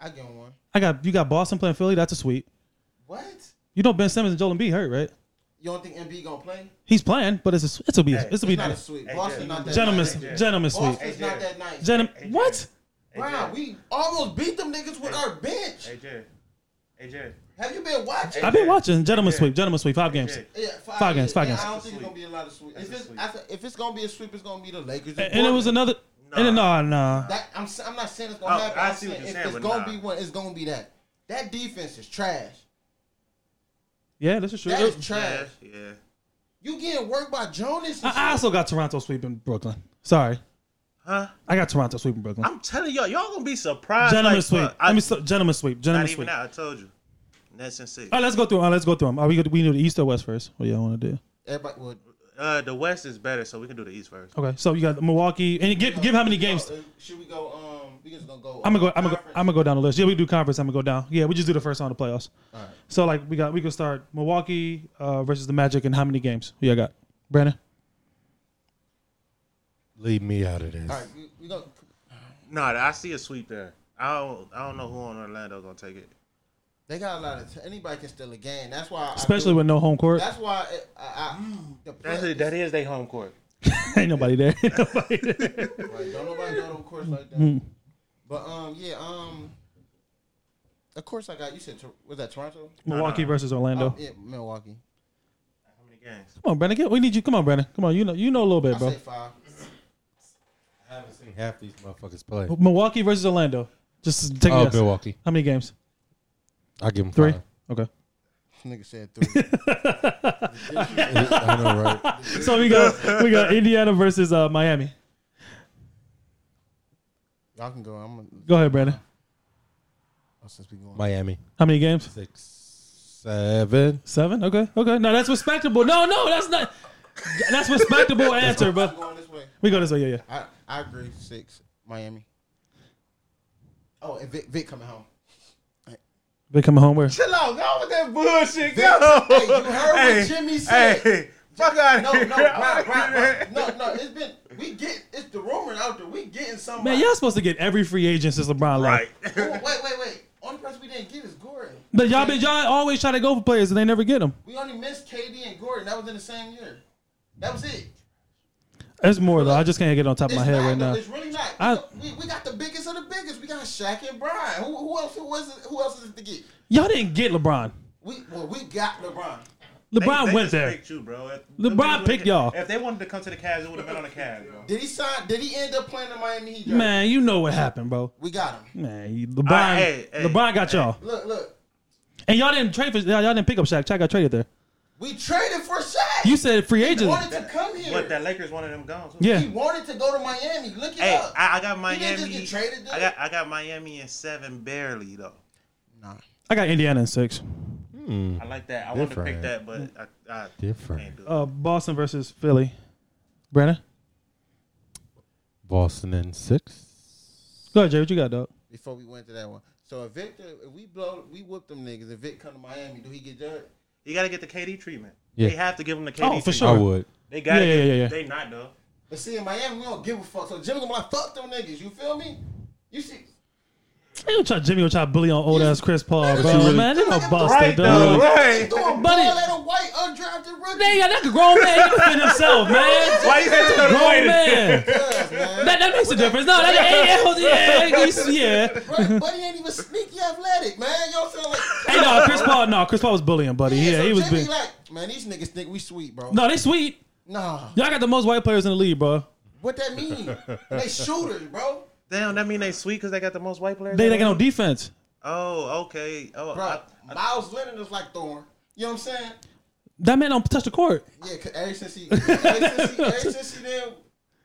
[SPEAKER 8] I get one.
[SPEAKER 4] I got you got Boston playing Philly. That's a sweep.
[SPEAKER 8] What?
[SPEAKER 4] You know Ben Simmons and Joel Embiid hurt, right?
[SPEAKER 8] You don't think MB gonna play?
[SPEAKER 4] He's playing, but it's a it's a be it's a be
[SPEAKER 8] It's not a sweep.
[SPEAKER 2] Hey,
[SPEAKER 8] Boston
[SPEAKER 2] Jay.
[SPEAKER 8] not that
[SPEAKER 4] gentleman's
[SPEAKER 8] nice.
[SPEAKER 4] gentleman's sweep.
[SPEAKER 8] Boston's not that nice.
[SPEAKER 4] Gentlemen, what?
[SPEAKER 8] Wow, we almost beat them niggas with our bench.
[SPEAKER 2] AJ, AJ,
[SPEAKER 8] Have you been watching?
[SPEAKER 4] I've been watching gentleman's sweep, gentleman's sweep, five games.
[SPEAKER 8] Yeah,
[SPEAKER 4] Five games, five
[SPEAKER 8] Yeah,
[SPEAKER 4] games.
[SPEAKER 8] I don't think it's gonna be a lot of sweep.
[SPEAKER 2] a
[SPEAKER 8] If it's,
[SPEAKER 2] sweep.
[SPEAKER 8] I said- if it's gonna be a sweep, it's gonna be the Lakers.
[SPEAKER 4] And it was
[SPEAKER 8] Portland.
[SPEAKER 4] another. And no, no.
[SPEAKER 8] That, I'm, s- I'm not saying it's gonna
[SPEAKER 2] Oh,
[SPEAKER 8] happen.
[SPEAKER 2] I
[SPEAKER 8] I'm
[SPEAKER 2] see what you're
[SPEAKER 8] saying if
[SPEAKER 2] saying,
[SPEAKER 8] it's
[SPEAKER 2] but
[SPEAKER 8] gonna
[SPEAKER 2] nah.
[SPEAKER 8] be one, it's gonna be that. That defense is trash.
[SPEAKER 4] Yeah, this is true.
[SPEAKER 8] That
[SPEAKER 4] It-
[SPEAKER 8] is trash.
[SPEAKER 2] yeah.
[SPEAKER 8] You getting worked by Jonas? and
[SPEAKER 4] I I
[SPEAKER 8] shit.
[SPEAKER 4] also got Toronto sweeping Brooklyn. Sorry,
[SPEAKER 2] Huh?
[SPEAKER 4] I got Toronto sweeping Brooklyn.
[SPEAKER 2] I'm telling y'all, y'all gonna be surprised.
[SPEAKER 4] Gentlemen
[SPEAKER 2] like,
[SPEAKER 4] sweep.
[SPEAKER 2] fuck. I,
[SPEAKER 4] Let me st- gentlemen sweep. Gentlemen
[SPEAKER 2] not
[SPEAKER 4] Uh,
[SPEAKER 2] even
[SPEAKER 4] sweep.
[SPEAKER 2] that. I told you. Nets and six.
[SPEAKER 4] All right, let's go through. All right, let's go through them. Are we good? We do the East or West first? What do y'all want to do?
[SPEAKER 8] Everybody, well,
[SPEAKER 2] Uh, the West is better, so we can do the East first.
[SPEAKER 4] Okay, so you got Milwaukee, and you give give how many games?
[SPEAKER 8] uh, Should we go? Um, we just gonna go.
[SPEAKER 4] I'm gonna
[SPEAKER 8] uh,
[SPEAKER 4] go. I'm gonna. Go,
[SPEAKER 8] conference?
[SPEAKER 4] I'm gonna go down the list. Yeah, we do conference. I'm gonna go down. Yeah, we just do the first round of playoffs.
[SPEAKER 8] Alright.
[SPEAKER 4] So like we got we can start Milwaukee uh, versus the Magic and how many games? Who y'all got? Brandon.
[SPEAKER 1] Leave me out of this.
[SPEAKER 8] All right, we, we go.
[SPEAKER 2] No, I see a sweep there. I don't. I don't know who on Orlando gonna take it.
[SPEAKER 8] They got a lot of. T- anybody can steal a game. That's why. I
[SPEAKER 4] Especially
[SPEAKER 8] do-
[SPEAKER 4] with no home court,
[SPEAKER 8] That's why. It, I, I, the
[SPEAKER 2] Mm. That's,
[SPEAKER 8] play-
[SPEAKER 2] that is their home court.
[SPEAKER 4] ain't nobody there. Ain't nobody there.
[SPEAKER 8] Right, don't nobody go to a course like that. But um, yeah, um, of course I got. You said Tor- was that Toronto?
[SPEAKER 4] Milwaukee versus Orlando.
[SPEAKER 8] Oh, yeah, Milwaukee.
[SPEAKER 2] How many games?
[SPEAKER 4] Come on, Brandon. Get, we need you. Come on, Brandon. Come on. You know you know a little bit,
[SPEAKER 8] I
[SPEAKER 4] bro.
[SPEAKER 8] say five.
[SPEAKER 1] I haven't seen half these motherfuckers play.
[SPEAKER 8] Oh,
[SPEAKER 4] Milwaukee versus Orlando. Just take a
[SPEAKER 1] Oh,
[SPEAKER 4] guess.
[SPEAKER 1] Milwaukee. Uh-huh.
[SPEAKER 4] How many games?
[SPEAKER 1] I give them
[SPEAKER 4] Three.
[SPEAKER 1] Five.
[SPEAKER 4] Okay.
[SPEAKER 8] This nigga said three.
[SPEAKER 1] I know, right?
[SPEAKER 4] So we got we got Indiana versus uh, Miami.
[SPEAKER 8] Y'all can go. I'm gonna,
[SPEAKER 4] Go ahead, Brandon.
[SPEAKER 8] oh, since we going.
[SPEAKER 1] Miami
[SPEAKER 4] How many games?
[SPEAKER 1] six seven.
[SPEAKER 4] Seven. Okay. Okay. No, that's respectable. No, no, that's not. That's respectable answer, bro.
[SPEAKER 8] I'm going this way.
[SPEAKER 4] We go this way. Yeah, yeah.
[SPEAKER 8] I I agree. Six Miami. Oh, and Vic, Vic coming home.
[SPEAKER 4] They coming home where?
[SPEAKER 8] Chill out. Go with that bullshit.
[SPEAKER 2] Yo!
[SPEAKER 8] Hey, you heard what Jimmy said.
[SPEAKER 2] Hey, fuck out
[SPEAKER 8] No, no,
[SPEAKER 2] here.
[SPEAKER 8] right, right, right. no, no. It's been we get it's the rumor out there. We getting somebody.
[SPEAKER 4] Man, y'all supposed to get every free agent since LeBron left.
[SPEAKER 2] Right.
[SPEAKER 8] Oh, wait, wait, wait. Only person we didn't get is
[SPEAKER 4] But y'all, been y'all always try to go for players and they never get them.
[SPEAKER 8] We only missed KD and Gordon. That was in the same year. That was it.
[SPEAKER 4] There's more though. I just can't get on top of my
[SPEAKER 8] It's
[SPEAKER 4] head
[SPEAKER 8] not,
[SPEAKER 4] right
[SPEAKER 8] though.
[SPEAKER 4] now.
[SPEAKER 8] It's really not.
[SPEAKER 4] I-
[SPEAKER 8] we, we got the biggest of the biggest. We got Shaq and Brian. Who, who else? Who was? it- Who else is it to get?
[SPEAKER 4] Y'all didn't get LeBron.
[SPEAKER 8] We well, we got LeBron.
[SPEAKER 4] LeBron
[SPEAKER 2] they
[SPEAKER 4] went
[SPEAKER 2] just
[SPEAKER 4] there.
[SPEAKER 2] Picked you, bro. If-
[SPEAKER 4] LeBron
[SPEAKER 2] if-
[SPEAKER 4] picked y'all.
[SPEAKER 2] If they wanted to come to the Cavs, it would have been on the Cavs, bro.
[SPEAKER 8] Did he sign? Did he end up playing in Miami Heat? Jordan?
[SPEAKER 4] Man, you know what happened, bro.
[SPEAKER 8] we got him.
[SPEAKER 4] Man, you- LeBron,
[SPEAKER 2] right, hey, hey,
[SPEAKER 4] LeBron got y'all,
[SPEAKER 8] Look, look.
[SPEAKER 4] and y'all didn't trade for y'all, y'all didn't pick up Shaq. Shaq got traded there.
[SPEAKER 8] We traded for Shaq.
[SPEAKER 4] You said free
[SPEAKER 8] he
[SPEAKER 4] agent.
[SPEAKER 8] wanted to come here.
[SPEAKER 2] But that Lakers wanted them gone. too.
[SPEAKER 4] Yeah,
[SPEAKER 8] He wanted to go to Miami. Look it
[SPEAKER 2] Hey,
[SPEAKER 8] up.
[SPEAKER 2] I, I got
[SPEAKER 8] He
[SPEAKER 2] Miami.
[SPEAKER 8] didn't just get traded. Dude.
[SPEAKER 2] I got I got Miami in seven barely though.
[SPEAKER 8] nah.
[SPEAKER 4] I got Indiana in six.
[SPEAKER 2] I like that. I wanted to pick
[SPEAKER 1] Mm. Different.
[SPEAKER 2] that, but I, I
[SPEAKER 1] Different.
[SPEAKER 2] can't do it.
[SPEAKER 4] Uh, Boston versus Philly. Brennan,
[SPEAKER 1] Boston in six.
[SPEAKER 4] go ahead, Jay. What you got, dog?
[SPEAKER 8] Before we went to that one. So if Victor, if we blow, we whoop them niggas. If Vic come to Miami, do he get hurt?
[SPEAKER 2] You gotta get the KD treatment.
[SPEAKER 1] Yeah.
[SPEAKER 2] They have to give him the KD.
[SPEAKER 4] Oh, for
[SPEAKER 1] I
[SPEAKER 2] treatment.
[SPEAKER 4] sure.
[SPEAKER 1] would.
[SPEAKER 2] They got
[SPEAKER 4] Yeah,
[SPEAKER 2] it.
[SPEAKER 4] yeah, yeah, yeah.
[SPEAKER 2] They not though.
[SPEAKER 8] But see, in Miami, we don't give a fuck. So Jimmy gonna be like, fuck them niggas. You feel me? You see?
[SPEAKER 4] They gonna try Jimmy gonna try to bully on old ass Chris Paul, bro.
[SPEAKER 8] really-
[SPEAKER 4] man, they gonna
[SPEAKER 8] Right,
[SPEAKER 4] bust that,
[SPEAKER 2] though,
[SPEAKER 4] dog.
[SPEAKER 2] right.
[SPEAKER 8] Throwing ball
[SPEAKER 4] Buddy.
[SPEAKER 8] at a white undrafted rookie.
[SPEAKER 4] They got that grown man. He can defend himself, man.
[SPEAKER 2] Why you had to throw
[SPEAKER 4] Grown
[SPEAKER 2] away?
[SPEAKER 4] man.
[SPEAKER 8] Yes, man.
[SPEAKER 4] That, that makes a difference. No, that, yeah, yeah, yeah, yeah.
[SPEAKER 8] Right, Buddy ain't even sneaky athletic, man. You know what I'm saying? Like,
[SPEAKER 4] Hey, no, Chris Paul, no, Chris Paul was bullying, buddy. Yeah,
[SPEAKER 8] so
[SPEAKER 4] he was
[SPEAKER 8] Jimmy
[SPEAKER 4] big.
[SPEAKER 8] like, man, these niggas think we sweet, bro.
[SPEAKER 4] No, they sweet.
[SPEAKER 8] Nah,
[SPEAKER 4] Y'all got the most white players in the league, bro.
[SPEAKER 8] what that mean? they shooters, bro.
[SPEAKER 2] Damn, that mean they sweet because they got the most white players.
[SPEAKER 4] They
[SPEAKER 2] in
[SPEAKER 4] they
[SPEAKER 2] the
[SPEAKER 4] got no
[SPEAKER 2] league?
[SPEAKER 4] defense.
[SPEAKER 2] Oh, okay. Oh,
[SPEAKER 8] Bro,
[SPEAKER 2] I,
[SPEAKER 8] Miles Leonard is like Thorn. You know what I'm saying?
[SPEAKER 4] That man don't touch the court.
[SPEAKER 8] Yeah, 'cause ever since he, ever since he, ever since he then,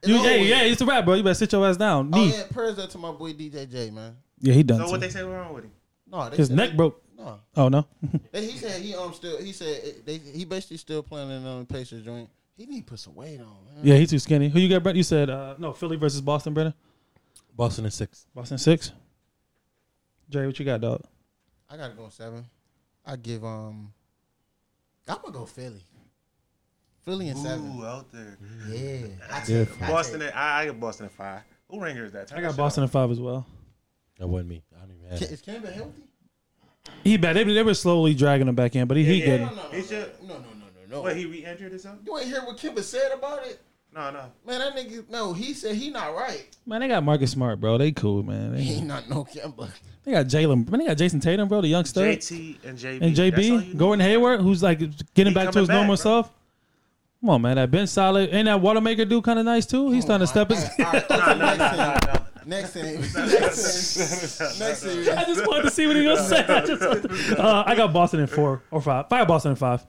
[SPEAKER 4] You, yeah, yeah, it's a wrap, bro. You better sit your ass down.
[SPEAKER 8] Oh
[SPEAKER 4] Knee. yeah.
[SPEAKER 8] yeah, prayers up to my boy DJJ, man.
[SPEAKER 4] he done.
[SPEAKER 2] so what
[SPEAKER 4] too.
[SPEAKER 2] they say wrong with him?
[SPEAKER 8] No, they
[SPEAKER 4] His
[SPEAKER 8] said
[SPEAKER 4] neck
[SPEAKER 8] they-
[SPEAKER 4] broke.
[SPEAKER 8] No,
[SPEAKER 4] Oh no.
[SPEAKER 8] they, he said he um still he said it- they he basically still playing in um Pacers joint. He need to put some weight on. Man.
[SPEAKER 4] yeah, he too skinny. Who you got, Brett? You said uh, no Philly versus Boston, Brennan.
[SPEAKER 1] Boston in six.
[SPEAKER 4] Boston six. Jay, what you got, dog?
[SPEAKER 8] I gotta go seven. I give um. I'm gonna go Philly. Philly and seven.
[SPEAKER 2] Ooh, out there.
[SPEAKER 8] Yeah, I
[SPEAKER 1] Yeah,
[SPEAKER 8] take, I
[SPEAKER 2] Boston. At, I, I got Boston at five. Who ringers that? Turn
[SPEAKER 4] I
[SPEAKER 2] that
[SPEAKER 4] got
[SPEAKER 2] shit
[SPEAKER 4] Boston
[SPEAKER 2] off.
[SPEAKER 4] at five as well.
[SPEAKER 1] That wasn't me. I don't even have
[SPEAKER 8] Take,
[SPEAKER 1] it.
[SPEAKER 8] is Kimba healthy?
[SPEAKER 4] He bad. They, they were slowly dragging him back in, but he, he
[SPEAKER 2] yeah.
[SPEAKER 4] good.
[SPEAKER 8] No, no,
[SPEAKER 2] He should-
[SPEAKER 8] no, no, no, no, no.
[SPEAKER 2] Wait, he re-injured or something?
[SPEAKER 8] you ain't hear what Kimba said about it.
[SPEAKER 2] No, no.
[SPEAKER 8] Man, that nigga, no, he said he not right.
[SPEAKER 4] Man, they got Marcus Smart, bro. They cool, man. They,
[SPEAKER 8] He not no Kimba.
[SPEAKER 4] they got Jalen. Man, they got Jason Tatum, bro, the youngster.
[SPEAKER 2] JT and JB.
[SPEAKER 4] and
[SPEAKER 2] That's all you
[SPEAKER 4] JB
[SPEAKER 2] need.
[SPEAKER 4] Gordon Hayward, who's like
[SPEAKER 2] He
[SPEAKER 4] getting back to
[SPEAKER 2] coming
[SPEAKER 4] his normal
[SPEAKER 2] back, bro.
[SPEAKER 4] self. Come on, man. That Ben solid. Ain't that Watermaker dude kind of nice too?
[SPEAKER 2] Oh,
[SPEAKER 4] He's trying to step his.
[SPEAKER 8] All right,
[SPEAKER 2] No, no, no, no, no.
[SPEAKER 8] next thing. Next thing. Next thing. Next thing.
[SPEAKER 4] I just wanted to see what he gonna say. I just wanted to- uh, I got Boston in four or five. Five Boston in five.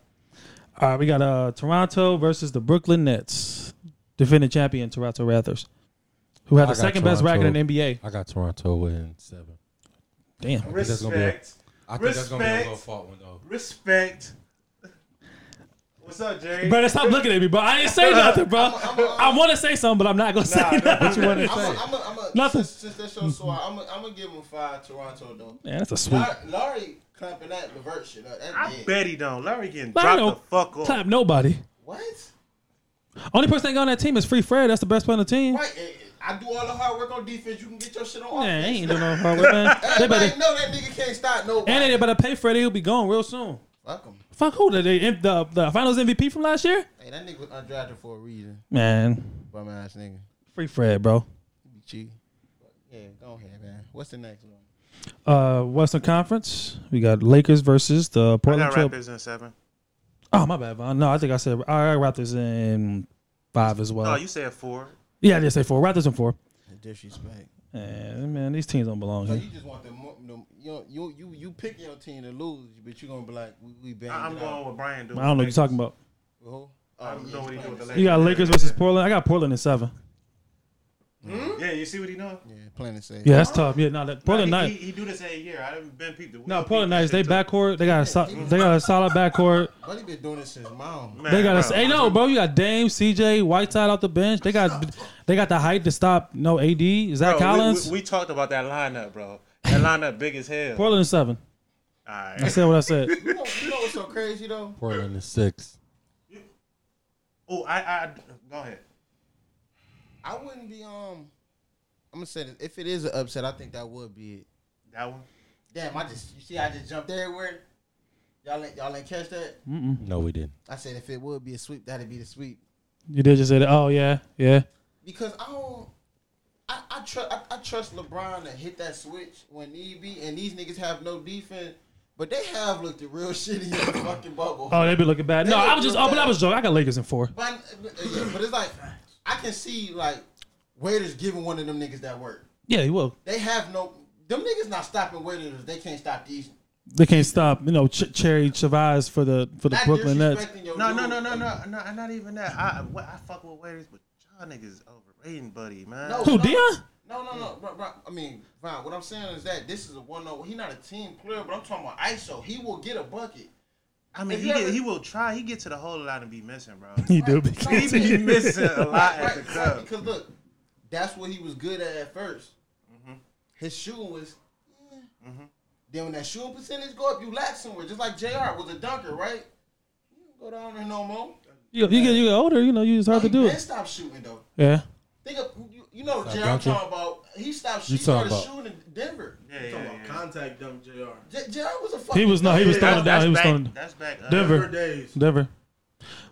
[SPEAKER 4] All right, we got uh Toronto versus the Brooklyn Nets, defending champion Toronto Raptors, who had
[SPEAKER 1] I
[SPEAKER 4] the
[SPEAKER 1] got
[SPEAKER 4] second best
[SPEAKER 1] Toronto.
[SPEAKER 4] record in the NBA.
[SPEAKER 1] I got Toronto in seven.
[SPEAKER 4] Damn.
[SPEAKER 1] think that's gonna be a-
[SPEAKER 2] Respect.
[SPEAKER 1] I think that's gonna be a
[SPEAKER 2] Respect.
[SPEAKER 1] little fault one though.
[SPEAKER 2] Respect. What's up, Jerry?
[SPEAKER 4] Brother, stop looking at me, bro. I ain't say nothing, bro.
[SPEAKER 8] I'm a-
[SPEAKER 4] I want to say something, but I'm not gonna say nothing.
[SPEAKER 1] What you want to
[SPEAKER 8] I'm
[SPEAKER 1] say?
[SPEAKER 8] a, I'm a, I'm a,
[SPEAKER 4] Nothing.
[SPEAKER 8] Since, since that show so I'm gonna I'm give him five Toronto though.
[SPEAKER 4] Man, that's a sweep.
[SPEAKER 8] Lar- Larry clamping that Levert shit up. That
[SPEAKER 2] I
[SPEAKER 8] dead.
[SPEAKER 2] bet he don't. Larry getting dropped the
[SPEAKER 4] Larry don't
[SPEAKER 2] fuck off.
[SPEAKER 4] Clap nobody.
[SPEAKER 8] What?
[SPEAKER 4] Only person that got on that team is Free Fred. That's the best player on the team.
[SPEAKER 8] Right. eh, eh, I do all the hard work on defense. You can get your shit on
[SPEAKER 4] Yeah,
[SPEAKER 8] offense.
[SPEAKER 4] they ain't doing no hard work, man. They
[SPEAKER 8] Everybody
[SPEAKER 4] better,
[SPEAKER 8] know that nigga can't stop nobody.
[SPEAKER 4] and they better pay Freddie. He'll be gone real soon.
[SPEAKER 8] Fuck him.
[SPEAKER 4] Fuck who? The, the, the, the finals MVP from last year?
[SPEAKER 8] Hey, that nigga was undrafted for a reason.
[SPEAKER 4] Man,
[SPEAKER 8] Bum ass nigga.
[SPEAKER 4] Free Fred, bro.
[SPEAKER 8] He be cheating. But, Yeah, go ahead, man. What's the next one?
[SPEAKER 4] Uh, Western Conference. We got Lakers versus the
[SPEAKER 2] I
[SPEAKER 4] Portland
[SPEAKER 2] got
[SPEAKER 4] Trail.
[SPEAKER 2] Raptors in seven.
[SPEAKER 4] Oh, my bad, Von. No, I think I said I got Raptors in five as well.
[SPEAKER 2] No, you said four.
[SPEAKER 4] yeah, I did say four. Raptors in four.
[SPEAKER 8] The disrespect.
[SPEAKER 4] Man, man, these teams don't belong
[SPEAKER 8] So
[SPEAKER 4] here.
[SPEAKER 8] you just want the, mo- the you you you you pick your team to lose, but you gonna be like we, we banged
[SPEAKER 2] I- I'm
[SPEAKER 8] it
[SPEAKER 2] going
[SPEAKER 8] out.
[SPEAKER 2] with Brian. Dude,
[SPEAKER 4] I don't know what you're talking about.
[SPEAKER 8] With who?
[SPEAKER 2] I don't know what he
[SPEAKER 8] yeah,
[SPEAKER 2] do with the
[SPEAKER 4] You
[SPEAKER 2] Lakers.
[SPEAKER 4] got Lakers versus Portland. I got Portland in seven.
[SPEAKER 2] Yeah, you see what he doing?
[SPEAKER 8] Yeah, plenty safe.
[SPEAKER 4] Yeah, that's tough. Yeah, no, that Portland
[SPEAKER 2] Nah, he-
[SPEAKER 4] Knights.
[SPEAKER 2] He, he do this every year. I haven't been peeped. We
[SPEAKER 4] No,
[SPEAKER 2] don't
[SPEAKER 4] Portland
[SPEAKER 2] peep that
[SPEAKER 4] Knights. They
[SPEAKER 2] shit till-
[SPEAKER 4] backcourt. They got a so, they got a solid backcourt.
[SPEAKER 8] But he been doing this since mom.
[SPEAKER 2] Man,
[SPEAKER 4] They got a
[SPEAKER 2] bro.
[SPEAKER 4] hey no, bro. You got Dame, CJ, Whiteside off the bench. They got they got the height to stop no AD. Is that
[SPEAKER 2] Bro, we-
[SPEAKER 4] Collins?
[SPEAKER 2] We, we talked about that lineup, bro. That lineup big as hell. All
[SPEAKER 4] Portland in seven. I
[SPEAKER 2] right.
[SPEAKER 4] said what I said.
[SPEAKER 8] You know, you know what's so crazy though?
[SPEAKER 1] Portland in six.
[SPEAKER 2] Oh, I, I go ahead.
[SPEAKER 8] I wouldn't be um. I'm gonna say this. If it is an upset, I think that would be it.
[SPEAKER 2] That one.
[SPEAKER 8] Damn, I just you see, I just jumped everywhere. Y'all ain't y'all ain't catch that.
[SPEAKER 1] No, we didn't.
[SPEAKER 8] I said if it would be a sweep, that'd be the sweep
[SPEAKER 4] You did just say that. Oh yeah, yeah.
[SPEAKER 8] because I don't. I I, tru- I I trust LeBron to hit that switch when need be, and these niggas have no defense, but they have looked real shitty in the fucking bubble.
[SPEAKER 4] Oh, they be looking bad. No,
[SPEAKER 8] They
[SPEAKER 4] I was just.
[SPEAKER 8] look
[SPEAKER 4] Oh, but I
[SPEAKER 8] bad.
[SPEAKER 4] was joking. I got Lakers in four.
[SPEAKER 8] But, but it's like I can see like waiters giving one of them niggas that work.
[SPEAKER 4] Yeah, he will.
[SPEAKER 8] They have no them niggas not stopping waiters. They can't stop these.
[SPEAKER 4] They can't stop. You know, Ch- Cherry Chavez for the for the
[SPEAKER 8] Not
[SPEAKER 4] Brooklyn Nets.
[SPEAKER 8] disrespecting your
[SPEAKER 2] No,
[SPEAKER 8] dude.
[SPEAKER 2] no, no, no, no, no. Not even that. I, I, I fuck with waiters, but y'all niggas overrating, buddy, man.
[SPEAKER 8] No,
[SPEAKER 4] Who
[SPEAKER 8] no.
[SPEAKER 4] Dion?
[SPEAKER 8] No, no,
[SPEAKER 2] Mm.
[SPEAKER 8] no. Bro, bro, I mean, Von, what I'm saying is that this is a one zero. He not a team player, but I'm talking about ISO. He will get a bucket.
[SPEAKER 2] I mean,
[SPEAKER 8] If
[SPEAKER 2] he
[SPEAKER 8] you
[SPEAKER 2] get,
[SPEAKER 8] ever-
[SPEAKER 2] he will try. He get to the whole lot and be missing, bro.
[SPEAKER 4] He do.
[SPEAKER 2] he be missing a lot at
[SPEAKER 8] Right,
[SPEAKER 2] the
[SPEAKER 8] right,
[SPEAKER 2] cup.
[SPEAKER 8] because look, that's what he was good at at 1st
[SPEAKER 2] Mm-hmm.
[SPEAKER 8] His shooting was. eh. Then when that shooting percentage go up, you lack somewhere. Just like Jr. was a dunker, right? You don't go down there no more.
[SPEAKER 4] You, you get you get older. You know, you just hard to do
[SPEAKER 8] Then
[SPEAKER 4] it.
[SPEAKER 8] stop shooting though.
[SPEAKER 4] Yeah.
[SPEAKER 8] Think of you, you know Jr. I'm
[SPEAKER 1] dunking.
[SPEAKER 8] talking about. He stopped.
[SPEAKER 1] You
[SPEAKER 8] He started
[SPEAKER 1] talking
[SPEAKER 8] shooting in Denver.
[SPEAKER 2] Yeah, yeah,
[SPEAKER 5] Talking about
[SPEAKER 2] yeah.
[SPEAKER 5] contact dunk Jr.
[SPEAKER 8] J- Jr. was a fucking.
[SPEAKER 4] He was no. He was throwing
[SPEAKER 2] That's,
[SPEAKER 4] it down.
[SPEAKER 2] that's
[SPEAKER 4] He was
[SPEAKER 2] back.
[SPEAKER 4] throwing
[SPEAKER 2] That's back. Uh,
[SPEAKER 4] Denver.
[SPEAKER 5] Four days.
[SPEAKER 4] Denver.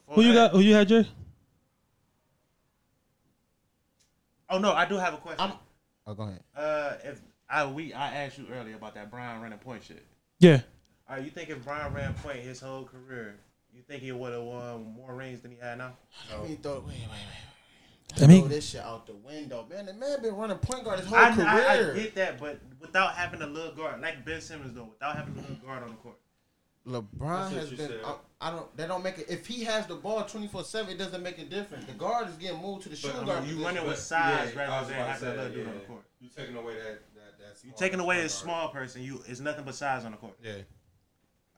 [SPEAKER 4] Who you got? Who you had, Jay?
[SPEAKER 2] Oh no, I do have a question.
[SPEAKER 8] I'm- Oh, go ahead.
[SPEAKER 2] uh, if I we I asked you earlier about that Brian running point shit.
[SPEAKER 4] Yeah.
[SPEAKER 2] All right, you think if Brian ran point his whole career, you think he would have won more rings than he had now?
[SPEAKER 8] Let me throw. Wait, wait, wait.
[SPEAKER 4] I
[SPEAKER 8] Throw
[SPEAKER 4] mean,
[SPEAKER 8] this shit out the window, man. The man been running point guard his whole
[SPEAKER 2] I,
[SPEAKER 8] career.
[SPEAKER 2] I, I get that, but without having a little guard, like Ben Simmons though, without having a little guard on the court.
[SPEAKER 8] LeBron
[SPEAKER 5] That's what
[SPEAKER 8] has
[SPEAKER 5] you
[SPEAKER 8] been.
[SPEAKER 5] said.
[SPEAKER 8] I, I don't. They don't make it. If he has the ball twenty four seven, it doesn't make a difference. The guard is getting moved to the
[SPEAKER 2] But,
[SPEAKER 8] shooting
[SPEAKER 2] I
[SPEAKER 8] guard.
[SPEAKER 2] mean, you
[SPEAKER 8] position.
[SPEAKER 2] running with
[SPEAKER 5] But,
[SPEAKER 2] size
[SPEAKER 5] yeah, I was
[SPEAKER 2] rather than
[SPEAKER 5] about to
[SPEAKER 2] having a
[SPEAKER 5] say
[SPEAKER 2] little
[SPEAKER 5] that,
[SPEAKER 2] dude
[SPEAKER 5] yeah.
[SPEAKER 2] on the court.
[SPEAKER 5] You taking away that that that's
[SPEAKER 2] You taking away a small person, you it's nothing but size on the court.
[SPEAKER 1] Yeah.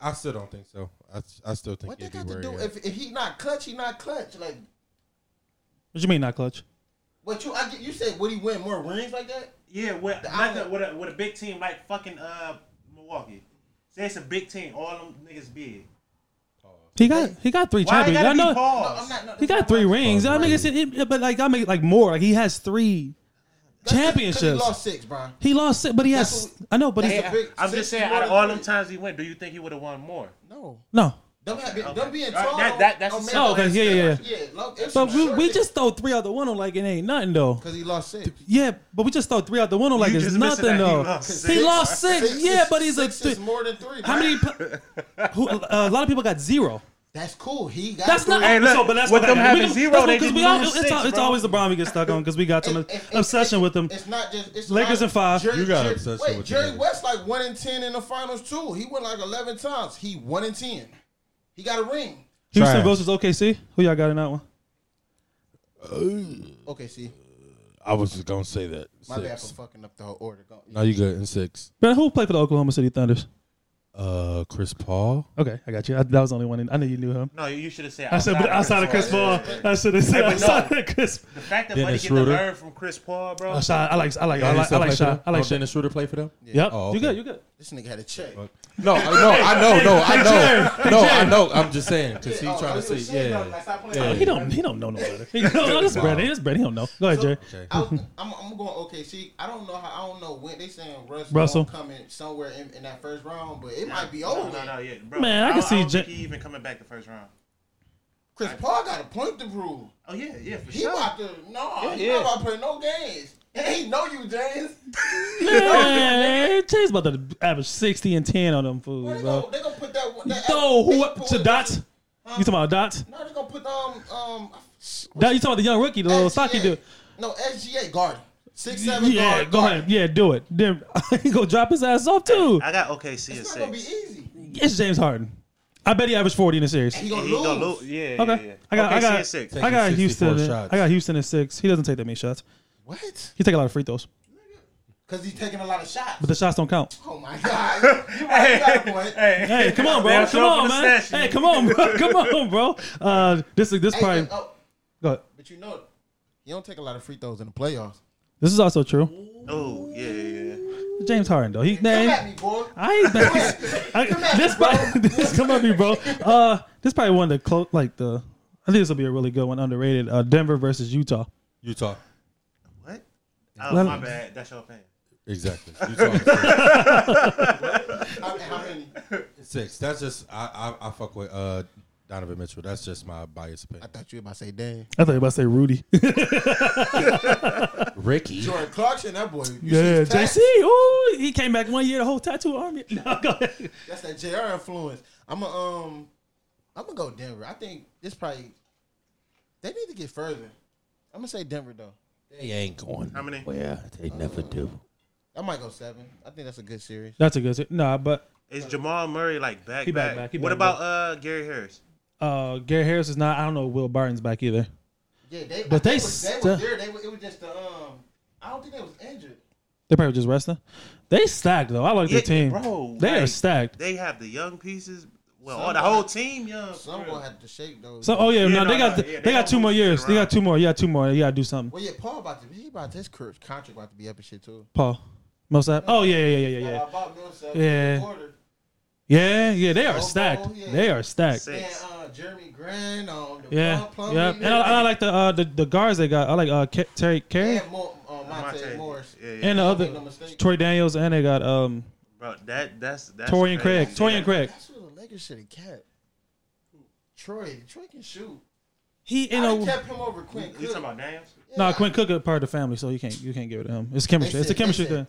[SPEAKER 1] I still don't think so. I, I still think
[SPEAKER 8] What they
[SPEAKER 1] it'd be
[SPEAKER 8] got to do?
[SPEAKER 1] where he at.
[SPEAKER 8] If, if he not clutch, he not clutch. Like,
[SPEAKER 4] what you mean not clutch?
[SPEAKER 8] what you? I get. You said would he win more rings like that?
[SPEAKER 2] Yeah, with
[SPEAKER 8] I don't-
[SPEAKER 2] nothing with a, with a big team like fucking uh Milwaukee. Say it's a big team, all them niggas big.
[SPEAKER 4] He got he got three
[SPEAKER 2] Why it
[SPEAKER 4] champions. I
[SPEAKER 2] gotta be
[SPEAKER 4] know
[SPEAKER 8] No,
[SPEAKER 2] Paul?
[SPEAKER 8] I'm not. No,
[SPEAKER 4] he got three rings. Y'all niggas, said it, but like I make it like more. Like he has three
[SPEAKER 8] That's 'cause He
[SPEAKER 4] championships.
[SPEAKER 8] lost six, Brian.
[SPEAKER 4] He lost, it, but he
[SPEAKER 8] That's
[SPEAKER 4] has.
[SPEAKER 8] what-
[SPEAKER 4] I know, but he's
[SPEAKER 8] That's a big-
[SPEAKER 2] I'm
[SPEAKER 8] six
[SPEAKER 2] just saying,
[SPEAKER 8] more
[SPEAKER 2] out of
[SPEAKER 8] than
[SPEAKER 2] all them
[SPEAKER 8] three.
[SPEAKER 2] times he went, do you think he would have won more?
[SPEAKER 8] No.
[SPEAKER 4] no.
[SPEAKER 8] Them, have been,
[SPEAKER 2] okay.
[SPEAKER 8] them being
[SPEAKER 2] All right,
[SPEAKER 8] tall.
[SPEAKER 2] that- that- that's
[SPEAKER 8] oh,
[SPEAKER 2] the
[SPEAKER 8] man,
[SPEAKER 2] same.
[SPEAKER 4] Oh, okay, yeah, yeah, yeah.
[SPEAKER 8] Yeah, look, it's
[SPEAKER 4] But
[SPEAKER 8] some
[SPEAKER 4] we,
[SPEAKER 8] short
[SPEAKER 4] we
[SPEAKER 8] niggas.
[SPEAKER 4] just throw three out the window like it ain't nothing though.
[SPEAKER 8] Cause he lost six.
[SPEAKER 4] Yeah, but we just throw three out the window like
[SPEAKER 2] You
[SPEAKER 4] it's
[SPEAKER 2] just missing that he
[SPEAKER 4] nothing though.
[SPEAKER 2] lost
[SPEAKER 4] He
[SPEAKER 2] six.
[SPEAKER 4] lost six.
[SPEAKER 8] Six
[SPEAKER 4] yeah,
[SPEAKER 8] is-
[SPEAKER 4] but he's a.
[SPEAKER 8] six is
[SPEAKER 4] Th-
[SPEAKER 8] more than three.
[SPEAKER 4] how
[SPEAKER 8] Brian.
[SPEAKER 4] many? pla- who, uh, a lot of people got zero.
[SPEAKER 8] That's cool. He got.
[SPEAKER 4] That's
[SPEAKER 8] three.
[SPEAKER 4] not.
[SPEAKER 2] Hey, look,
[SPEAKER 4] so, but that's
[SPEAKER 2] with
[SPEAKER 4] what
[SPEAKER 2] them
[SPEAKER 4] happened.
[SPEAKER 2] having
[SPEAKER 4] We-
[SPEAKER 2] zero,
[SPEAKER 4] that's
[SPEAKER 2] they
[SPEAKER 4] because we
[SPEAKER 2] didn't
[SPEAKER 4] all,
[SPEAKER 2] lose
[SPEAKER 4] it's,
[SPEAKER 2] six,
[SPEAKER 4] al- it's
[SPEAKER 2] bro.
[SPEAKER 4] always LeBron we get stuck on because we got some
[SPEAKER 8] It- it- it-
[SPEAKER 4] obsession
[SPEAKER 8] it-
[SPEAKER 4] with him.
[SPEAKER 8] It's not just it's
[SPEAKER 4] Lakers
[SPEAKER 8] not-
[SPEAKER 4] in five.
[SPEAKER 8] Jerry,
[SPEAKER 1] You got
[SPEAKER 8] Jerry-
[SPEAKER 1] obsession
[SPEAKER 8] wait,
[SPEAKER 1] with the
[SPEAKER 8] Jerry
[SPEAKER 1] Lakers.
[SPEAKER 8] West like one in ten in the finals too. He went like eleven times. He one in ten. He got a ring.
[SPEAKER 4] Houston
[SPEAKER 1] Trash.
[SPEAKER 4] versus OKC. Who y'all got in that one?
[SPEAKER 8] Okay, see,
[SPEAKER 1] I was just gonna say that.
[SPEAKER 8] my bad for
[SPEAKER 1] Six.
[SPEAKER 8] fucking up the whole order. Go-
[SPEAKER 1] Now you good in six.
[SPEAKER 4] Man, who played for the Oklahoma City Thunders?
[SPEAKER 1] Uh, Chris Paul.
[SPEAKER 4] Okay, I got you. I, that was the only one. In, I knew you knew him.
[SPEAKER 2] No, you, you should have said
[SPEAKER 4] I said, but outside of Chris Paul, I should have said
[SPEAKER 2] but no.
[SPEAKER 4] outside of Chris.
[SPEAKER 2] The fact that
[SPEAKER 1] Dennis
[SPEAKER 2] Buddy get to
[SPEAKER 1] Schroeder.
[SPEAKER 2] learn from Chris Paul, bro.
[SPEAKER 4] Outside, Oh, I like, I like, I like, I like Shy. I
[SPEAKER 2] Oh,
[SPEAKER 4] like Shy.
[SPEAKER 1] Dennis Schroeder play for them.
[SPEAKER 4] Yep.
[SPEAKER 1] Oh,
[SPEAKER 4] You
[SPEAKER 1] okay.
[SPEAKER 4] good? You good?
[SPEAKER 8] This nigga had a check.
[SPEAKER 1] No, I- no, I know, no, I know, no, I know. I'm just saying because he's
[SPEAKER 8] oh,
[SPEAKER 1] trying
[SPEAKER 8] oh,
[SPEAKER 1] to
[SPEAKER 8] he was
[SPEAKER 1] say,
[SPEAKER 8] saying, no,
[SPEAKER 1] yeah,
[SPEAKER 8] like, stop playing.
[SPEAKER 1] Yeah.
[SPEAKER 8] Oh,
[SPEAKER 4] Uh, He don't, he don't know no better. He don't know this bread. This bread. He don't know. Go ahead, Jerry.
[SPEAKER 1] Okay.
[SPEAKER 8] I was, I'm, I'm going OKC. I don't know how. I don't know when they saying Russell,
[SPEAKER 4] Russell.
[SPEAKER 8] coming somewhere in, in that first round, but it might be
[SPEAKER 2] No,
[SPEAKER 8] over.
[SPEAKER 2] no, no, yeah, bro.
[SPEAKER 4] Man, I can
[SPEAKER 2] don't-
[SPEAKER 4] see
[SPEAKER 2] don't think
[SPEAKER 4] Jen-
[SPEAKER 2] he even coming back the first round.
[SPEAKER 8] Chris Paul got a point to prove.
[SPEAKER 2] Oh yeah, yeah, for
[SPEAKER 8] He
[SPEAKER 2] sure.
[SPEAKER 8] about to no. he
[SPEAKER 2] yeah.
[SPEAKER 8] not about to play no games. And he know you, James.
[SPEAKER 4] Man, Jay's about to average sixty and ten on them
[SPEAKER 8] They
[SPEAKER 4] fools,
[SPEAKER 8] gonna,
[SPEAKER 4] bro.
[SPEAKER 8] they gonna put that one. that-
[SPEAKER 4] So
[SPEAKER 8] they
[SPEAKER 4] who
[SPEAKER 8] gonna put
[SPEAKER 4] to
[SPEAKER 8] it-
[SPEAKER 4] dots? You talking about dots?
[SPEAKER 8] No, they're gonna put um um.
[SPEAKER 4] Dot, you talking about the young rookie, the little
[SPEAKER 8] SGA.
[SPEAKER 4] stocky dude?
[SPEAKER 8] No, SGA guard. Six seven
[SPEAKER 4] Yeah,
[SPEAKER 8] guard.
[SPEAKER 4] go
[SPEAKER 8] guard.
[SPEAKER 4] ahead. Yeah, do it. Then he go drop his ass off too.
[SPEAKER 2] I got OKC at
[SPEAKER 8] It's not gonna be
[SPEAKER 2] six.
[SPEAKER 8] easy.
[SPEAKER 4] It's James Harden. I bet he averaged forty in the series.
[SPEAKER 8] He gonna
[SPEAKER 2] He
[SPEAKER 8] lose.
[SPEAKER 2] gonna lose. Yeah, yeah,
[SPEAKER 4] Okay.
[SPEAKER 2] yeah.
[SPEAKER 4] I got- I
[SPEAKER 2] OKC
[SPEAKER 4] got-
[SPEAKER 2] at six.
[SPEAKER 4] I got
[SPEAKER 1] Taking 64
[SPEAKER 4] Houston. In,
[SPEAKER 1] shots.
[SPEAKER 4] I got Houston in six. He doesn't take that many shots.
[SPEAKER 8] What?
[SPEAKER 4] He take a lot of free throws,
[SPEAKER 8] Because he's taking a lot of shots.
[SPEAKER 4] but the shots don't count.
[SPEAKER 8] oh my god. You right, you got a point.
[SPEAKER 2] Hey,
[SPEAKER 4] Hey, come
[SPEAKER 2] They'll
[SPEAKER 4] on, bro. Come
[SPEAKER 2] show up
[SPEAKER 4] on,
[SPEAKER 2] in the
[SPEAKER 4] man.
[SPEAKER 2] session.
[SPEAKER 4] Hey, come on, bro. Come on, bro. Uh, this is this
[SPEAKER 8] Hey,
[SPEAKER 4] probably.
[SPEAKER 8] oh,
[SPEAKER 4] Go ahead.
[SPEAKER 8] but you know, you don't take a lot of free throws in the playoffs.
[SPEAKER 4] This is also true.
[SPEAKER 2] Oh yeah, yeah, yeah.
[SPEAKER 4] James Harden though. He
[SPEAKER 8] Come
[SPEAKER 4] man.
[SPEAKER 8] at me, boy.
[SPEAKER 4] I ain't back. I, this, probably, this come at me, bro. Uh, this probably one of the close, like the. I think this will be a really good one, underrated. Uh, Denver versus Utah.
[SPEAKER 1] Utah.
[SPEAKER 2] What? Oh,
[SPEAKER 4] Let-
[SPEAKER 2] my bad. That's your opinion.
[SPEAKER 1] Exactly. You saw it.
[SPEAKER 8] How, how many?
[SPEAKER 1] Six. That's just I, I I fuck with uh Donovan Mitchell. That's just my biased
[SPEAKER 8] I
[SPEAKER 1] opinion.
[SPEAKER 8] thought you were about to say Dan.
[SPEAKER 4] I thought you were about to say Rudy.
[SPEAKER 1] Ricky.
[SPEAKER 8] Jordan Clarkson, that boy. you see
[SPEAKER 4] yeah,
[SPEAKER 8] his
[SPEAKER 4] JC.
[SPEAKER 8] tats?
[SPEAKER 4] Ooh, he came back one year, the whole tattoo army. No, go ahead.
[SPEAKER 8] That's that JR influence. I'm a um, I'm gonna go Denver. I think this probably they need to get further. I'm gonna say Denver though.
[SPEAKER 1] They ain't going.
[SPEAKER 2] How many?
[SPEAKER 1] Yeah, they never do.
[SPEAKER 8] I might go seven. I think that's a good series.
[SPEAKER 4] That's a good. se- Nah, but
[SPEAKER 2] Is Jamal Murray like back
[SPEAKER 4] He back,
[SPEAKER 2] back?
[SPEAKER 4] back, he
[SPEAKER 2] What
[SPEAKER 4] back,
[SPEAKER 2] about uh Gary Harris?
[SPEAKER 4] uh, Gary Harris is not. I don't know. Will Barton's back either.
[SPEAKER 8] Yeah, they.
[SPEAKER 4] But they
[SPEAKER 8] they, was, they
[SPEAKER 4] stu-
[SPEAKER 8] was there. They was, it was just the um. I don't think they was injured.
[SPEAKER 4] They probably just resting. They stacked though. I like
[SPEAKER 2] Yeah,
[SPEAKER 4] their team.
[SPEAKER 2] bro,
[SPEAKER 4] they are
[SPEAKER 2] like-
[SPEAKER 4] stacked.
[SPEAKER 2] They have the young pieces. Well, all
[SPEAKER 8] Some
[SPEAKER 2] the
[SPEAKER 8] guy-
[SPEAKER 2] whole team young.
[SPEAKER 8] Some gonna have to shake those.
[SPEAKER 4] So, oh yeah,
[SPEAKER 2] Yeah,
[SPEAKER 4] no,
[SPEAKER 2] no,
[SPEAKER 4] they got
[SPEAKER 2] no,
[SPEAKER 4] th-
[SPEAKER 2] yeah,
[SPEAKER 4] they,
[SPEAKER 2] they
[SPEAKER 4] got
[SPEAKER 2] gonna
[SPEAKER 4] two
[SPEAKER 2] move
[SPEAKER 4] more
[SPEAKER 2] shit
[SPEAKER 4] years. They
[SPEAKER 2] around.
[SPEAKER 4] got two more. Yeah, two more. You gotta do something.
[SPEAKER 8] Well, yeah, Paul about to. He about his cur- contract about to be up and shit too.
[SPEAKER 4] Paul, Millsap. Oh yeah, yeah, yeah, yeah, yeah,
[SPEAKER 8] Uh, Bob Millsap,
[SPEAKER 4] Yeah.
[SPEAKER 8] Porter,
[SPEAKER 4] yeah, yeah. They are
[SPEAKER 8] Bobo,
[SPEAKER 4] stacked.
[SPEAKER 8] yeah.
[SPEAKER 4] They are stacked.
[SPEAKER 2] Six.
[SPEAKER 8] and uh, Jeremy Grant, um, the
[SPEAKER 4] Yeah,
[SPEAKER 8] Paul Plumlee,
[SPEAKER 4] yeah. And I, and I
[SPEAKER 8] everybody.
[SPEAKER 4] like the uh, the the guards they got. I like uh Ke- Terry Carey
[SPEAKER 8] and Mo- uh, Monte,
[SPEAKER 2] Monte.
[SPEAKER 8] Morris.
[SPEAKER 2] Yeah, yeah.
[SPEAKER 4] and the
[SPEAKER 8] Make no
[SPEAKER 4] other
[SPEAKER 8] mistake.
[SPEAKER 4] Troy Daniels, and they got um
[SPEAKER 2] Bro, that that's that's
[SPEAKER 4] Torian Craig.
[SPEAKER 2] crazy.
[SPEAKER 4] Torian Craig.
[SPEAKER 8] That's what the Lakers should have kept. Troy, Troy can shoot.
[SPEAKER 4] He you
[SPEAKER 8] I
[SPEAKER 4] know.
[SPEAKER 8] kept him over Quinn
[SPEAKER 2] You
[SPEAKER 8] Cook.
[SPEAKER 2] talking about Daniels?
[SPEAKER 4] No, nah, Quinn Cook is part of the family, so you can't you can't give it to him. It's chemistry. it's a chemistry thing.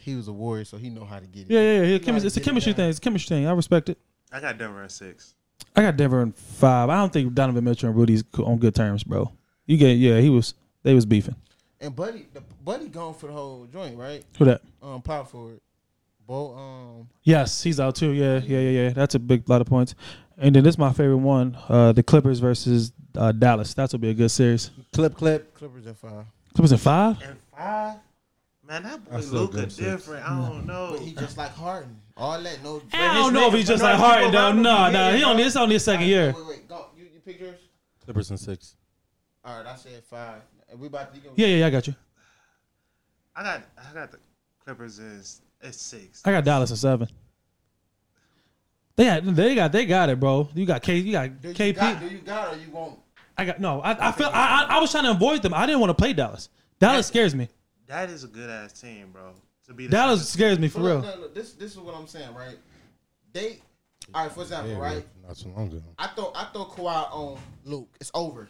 [SPEAKER 8] He was a warrior, so he know how to get it.
[SPEAKER 4] Yeah, yeah, yeah. It's,
[SPEAKER 8] how
[SPEAKER 4] chemi-
[SPEAKER 8] to
[SPEAKER 4] it's a
[SPEAKER 8] get it
[SPEAKER 4] chemistry
[SPEAKER 8] done.
[SPEAKER 4] thing. It's a chemistry thing. I respect it.
[SPEAKER 2] I got Denver at six.
[SPEAKER 4] I got Denver in five. I don't think Donovan Mitchell and Rudy's co- on good terms, bro. You get yeah. He was they was beefing.
[SPEAKER 8] And Buddy, the, Buddy gone for the whole joint, right?
[SPEAKER 4] Who that?
[SPEAKER 8] Um, power forward. Bo, um,
[SPEAKER 4] Yes, he's out too. Yeah, yeah, yeah, yeah. That's a big lot of points. And then this is my favorite one: uh, the Clippers versus uh, Dallas. That'll be a good series.
[SPEAKER 1] Clip clip.
[SPEAKER 8] Clippers at five.
[SPEAKER 4] Clippers in five.
[SPEAKER 2] And five? Man, that boy
[SPEAKER 1] I still
[SPEAKER 2] Luca
[SPEAKER 1] give him six.
[SPEAKER 2] different. I don't know.
[SPEAKER 8] But he just like Harden. All that no.
[SPEAKER 4] I don't know if he's just like
[SPEAKER 2] Bernard,
[SPEAKER 4] hard
[SPEAKER 2] you go
[SPEAKER 4] though.
[SPEAKER 2] around
[SPEAKER 4] No,
[SPEAKER 2] him,
[SPEAKER 4] no,
[SPEAKER 2] yeah,
[SPEAKER 4] he
[SPEAKER 2] bro.
[SPEAKER 4] only this only his second year.
[SPEAKER 8] Wait, wait, go. You, you pick yours?
[SPEAKER 1] Clippers and six.
[SPEAKER 8] All right, I said five. We about to. You
[SPEAKER 4] Yeah, yeah, yeah. I got you.
[SPEAKER 2] I got I got the Clippers is at six.
[SPEAKER 4] I got Dallas in seven. They got, they got, they got it, bro. You got K, you got
[SPEAKER 8] Do you
[SPEAKER 4] KP.
[SPEAKER 8] got? Do you got or you won't?
[SPEAKER 4] I got no. I, I feel I, I, I was trying to avoid them. I didn't want to play Dallas. Dallas scares me.
[SPEAKER 2] That is a good ass team, bro. To be the
[SPEAKER 4] Dallas scares me for
[SPEAKER 8] Look,
[SPEAKER 4] real.
[SPEAKER 8] look, look, this this is what I'm saying, right? They, all right. For example, right?
[SPEAKER 1] Not so long ago.
[SPEAKER 8] I throw I throw Kawhi on Luke. It's over.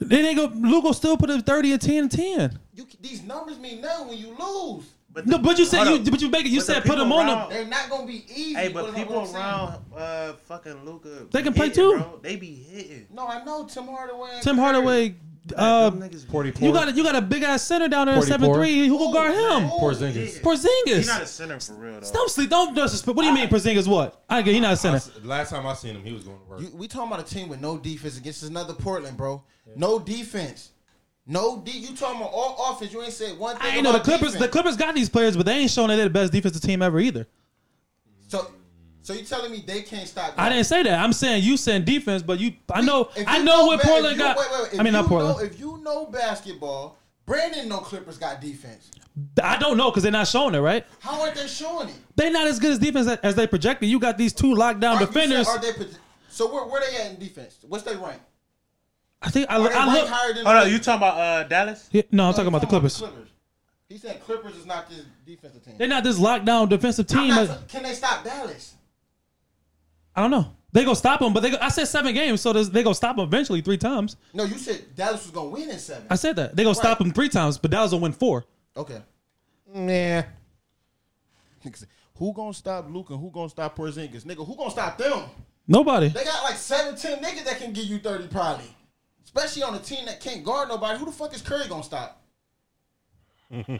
[SPEAKER 4] Then they go. Lugo still put up thirty and ten and ten.
[SPEAKER 8] You c- these numbers mean nothing when you lose.
[SPEAKER 2] but
[SPEAKER 4] No,
[SPEAKER 2] the-
[SPEAKER 4] but you said
[SPEAKER 2] hold
[SPEAKER 4] you,
[SPEAKER 2] up.
[SPEAKER 4] but you make it. You
[SPEAKER 2] But the
[SPEAKER 4] said put
[SPEAKER 2] people
[SPEAKER 4] them on
[SPEAKER 2] around-
[SPEAKER 4] them.
[SPEAKER 8] They're not gonna be easy.
[SPEAKER 2] Hey,
[SPEAKER 8] is
[SPEAKER 2] but
[SPEAKER 8] what
[SPEAKER 2] people
[SPEAKER 8] I'm saying.
[SPEAKER 2] around uh fucking Luca
[SPEAKER 4] They can play too.
[SPEAKER 2] Bro. They be hitting.
[SPEAKER 8] No, I know Tim Hardaway. and
[SPEAKER 4] Tim
[SPEAKER 8] Curry.
[SPEAKER 4] Hardaway.
[SPEAKER 2] Like,
[SPEAKER 4] Uh,
[SPEAKER 2] them niggas be-
[SPEAKER 4] you got a, you got a big ass center down there at
[SPEAKER 1] Forty
[SPEAKER 4] seven
[SPEAKER 1] four.
[SPEAKER 4] three. Who will
[SPEAKER 8] Ooh,
[SPEAKER 4] guard him?
[SPEAKER 8] man.
[SPEAKER 1] Porzingis.
[SPEAKER 2] He's not a
[SPEAKER 4] Porzingis.
[SPEAKER 2] center for real though.
[SPEAKER 4] Don't sleep. Don't disrespect. What do you mean Porzingis? What? I get. He's not a
[SPEAKER 1] I
[SPEAKER 4] center.
[SPEAKER 1] s- Last time I seen him, he was going to work.
[SPEAKER 8] You, we talking about a team with no defense against another Portland, bro. No defense. No D. You talking about all offense? You ain't said one thing.
[SPEAKER 4] I ain't know the
[SPEAKER 8] about
[SPEAKER 4] Clippers. The
[SPEAKER 8] defense.
[SPEAKER 4] Clippers got these players, but they ain't showing that they're the best defensive team ever either.
[SPEAKER 8] so, so you telling me they can't stop?
[SPEAKER 4] I didn't say that. I'm saying you saying defense, but you. I know.
[SPEAKER 8] If
[SPEAKER 4] I
[SPEAKER 8] you
[SPEAKER 4] know what
[SPEAKER 8] ba- if
[SPEAKER 4] Portland
[SPEAKER 8] you-
[SPEAKER 4] got.
[SPEAKER 8] wait, wait, wait. If
[SPEAKER 4] I mean, not
[SPEAKER 8] you
[SPEAKER 4] Portland.
[SPEAKER 8] Know, if you know basketball, Brandon no Clippers got defense.
[SPEAKER 4] I don't know because they're not showing it, right?
[SPEAKER 8] How are they showing it?
[SPEAKER 4] They're not as good as defense as they projected. You got these two lockdown
[SPEAKER 8] Are you
[SPEAKER 4] defenders.
[SPEAKER 8] saying- are they pro- so where where they at in defense? What's their rank?
[SPEAKER 4] I think I,
[SPEAKER 8] Are they
[SPEAKER 4] I
[SPEAKER 8] ranked
[SPEAKER 4] look.
[SPEAKER 8] higher than?
[SPEAKER 2] Hold
[SPEAKER 8] the
[SPEAKER 2] on, you
[SPEAKER 8] Clippers?
[SPEAKER 2] talking about uh Dallas?
[SPEAKER 4] Yeah, no, I'm
[SPEAKER 8] No,
[SPEAKER 4] talking
[SPEAKER 8] you
[SPEAKER 4] about the Clippers.
[SPEAKER 8] He said Clippers is not this defensive team.
[SPEAKER 4] They're not this lockdown defensive
[SPEAKER 8] I'm
[SPEAKER 4] team.
[SPEAKER 8] not
[SPEAKER 4] as-
[SPEAKER 8] t- can they stop Dallas?
[SPEAKER 4] I don't know. They gonna stop them, but they. Go, I said seven games, so there's- they gonna stop them eventually three times.
[SPEAKER 8] No, you said Dallas was gonna win in seven.
[SPEAKER 4] I said that they gonna stop
[SPEAKER 8] Right.
[SPEAKER 4] them three times, but Dallas will win four.
[SPEAKER 8] okay. Nah. Nigga said, Who gonna stop Luke and who gonna stop Porzingis? Nigga, who gonna stop them?
[SPEAKER 4] Nobody.
[SPEAKER 8] They got like 17 niggas that can give you 30 probably. Especially on a team that can't guard nobody. Who the fuck is Curry gonna stop? I'm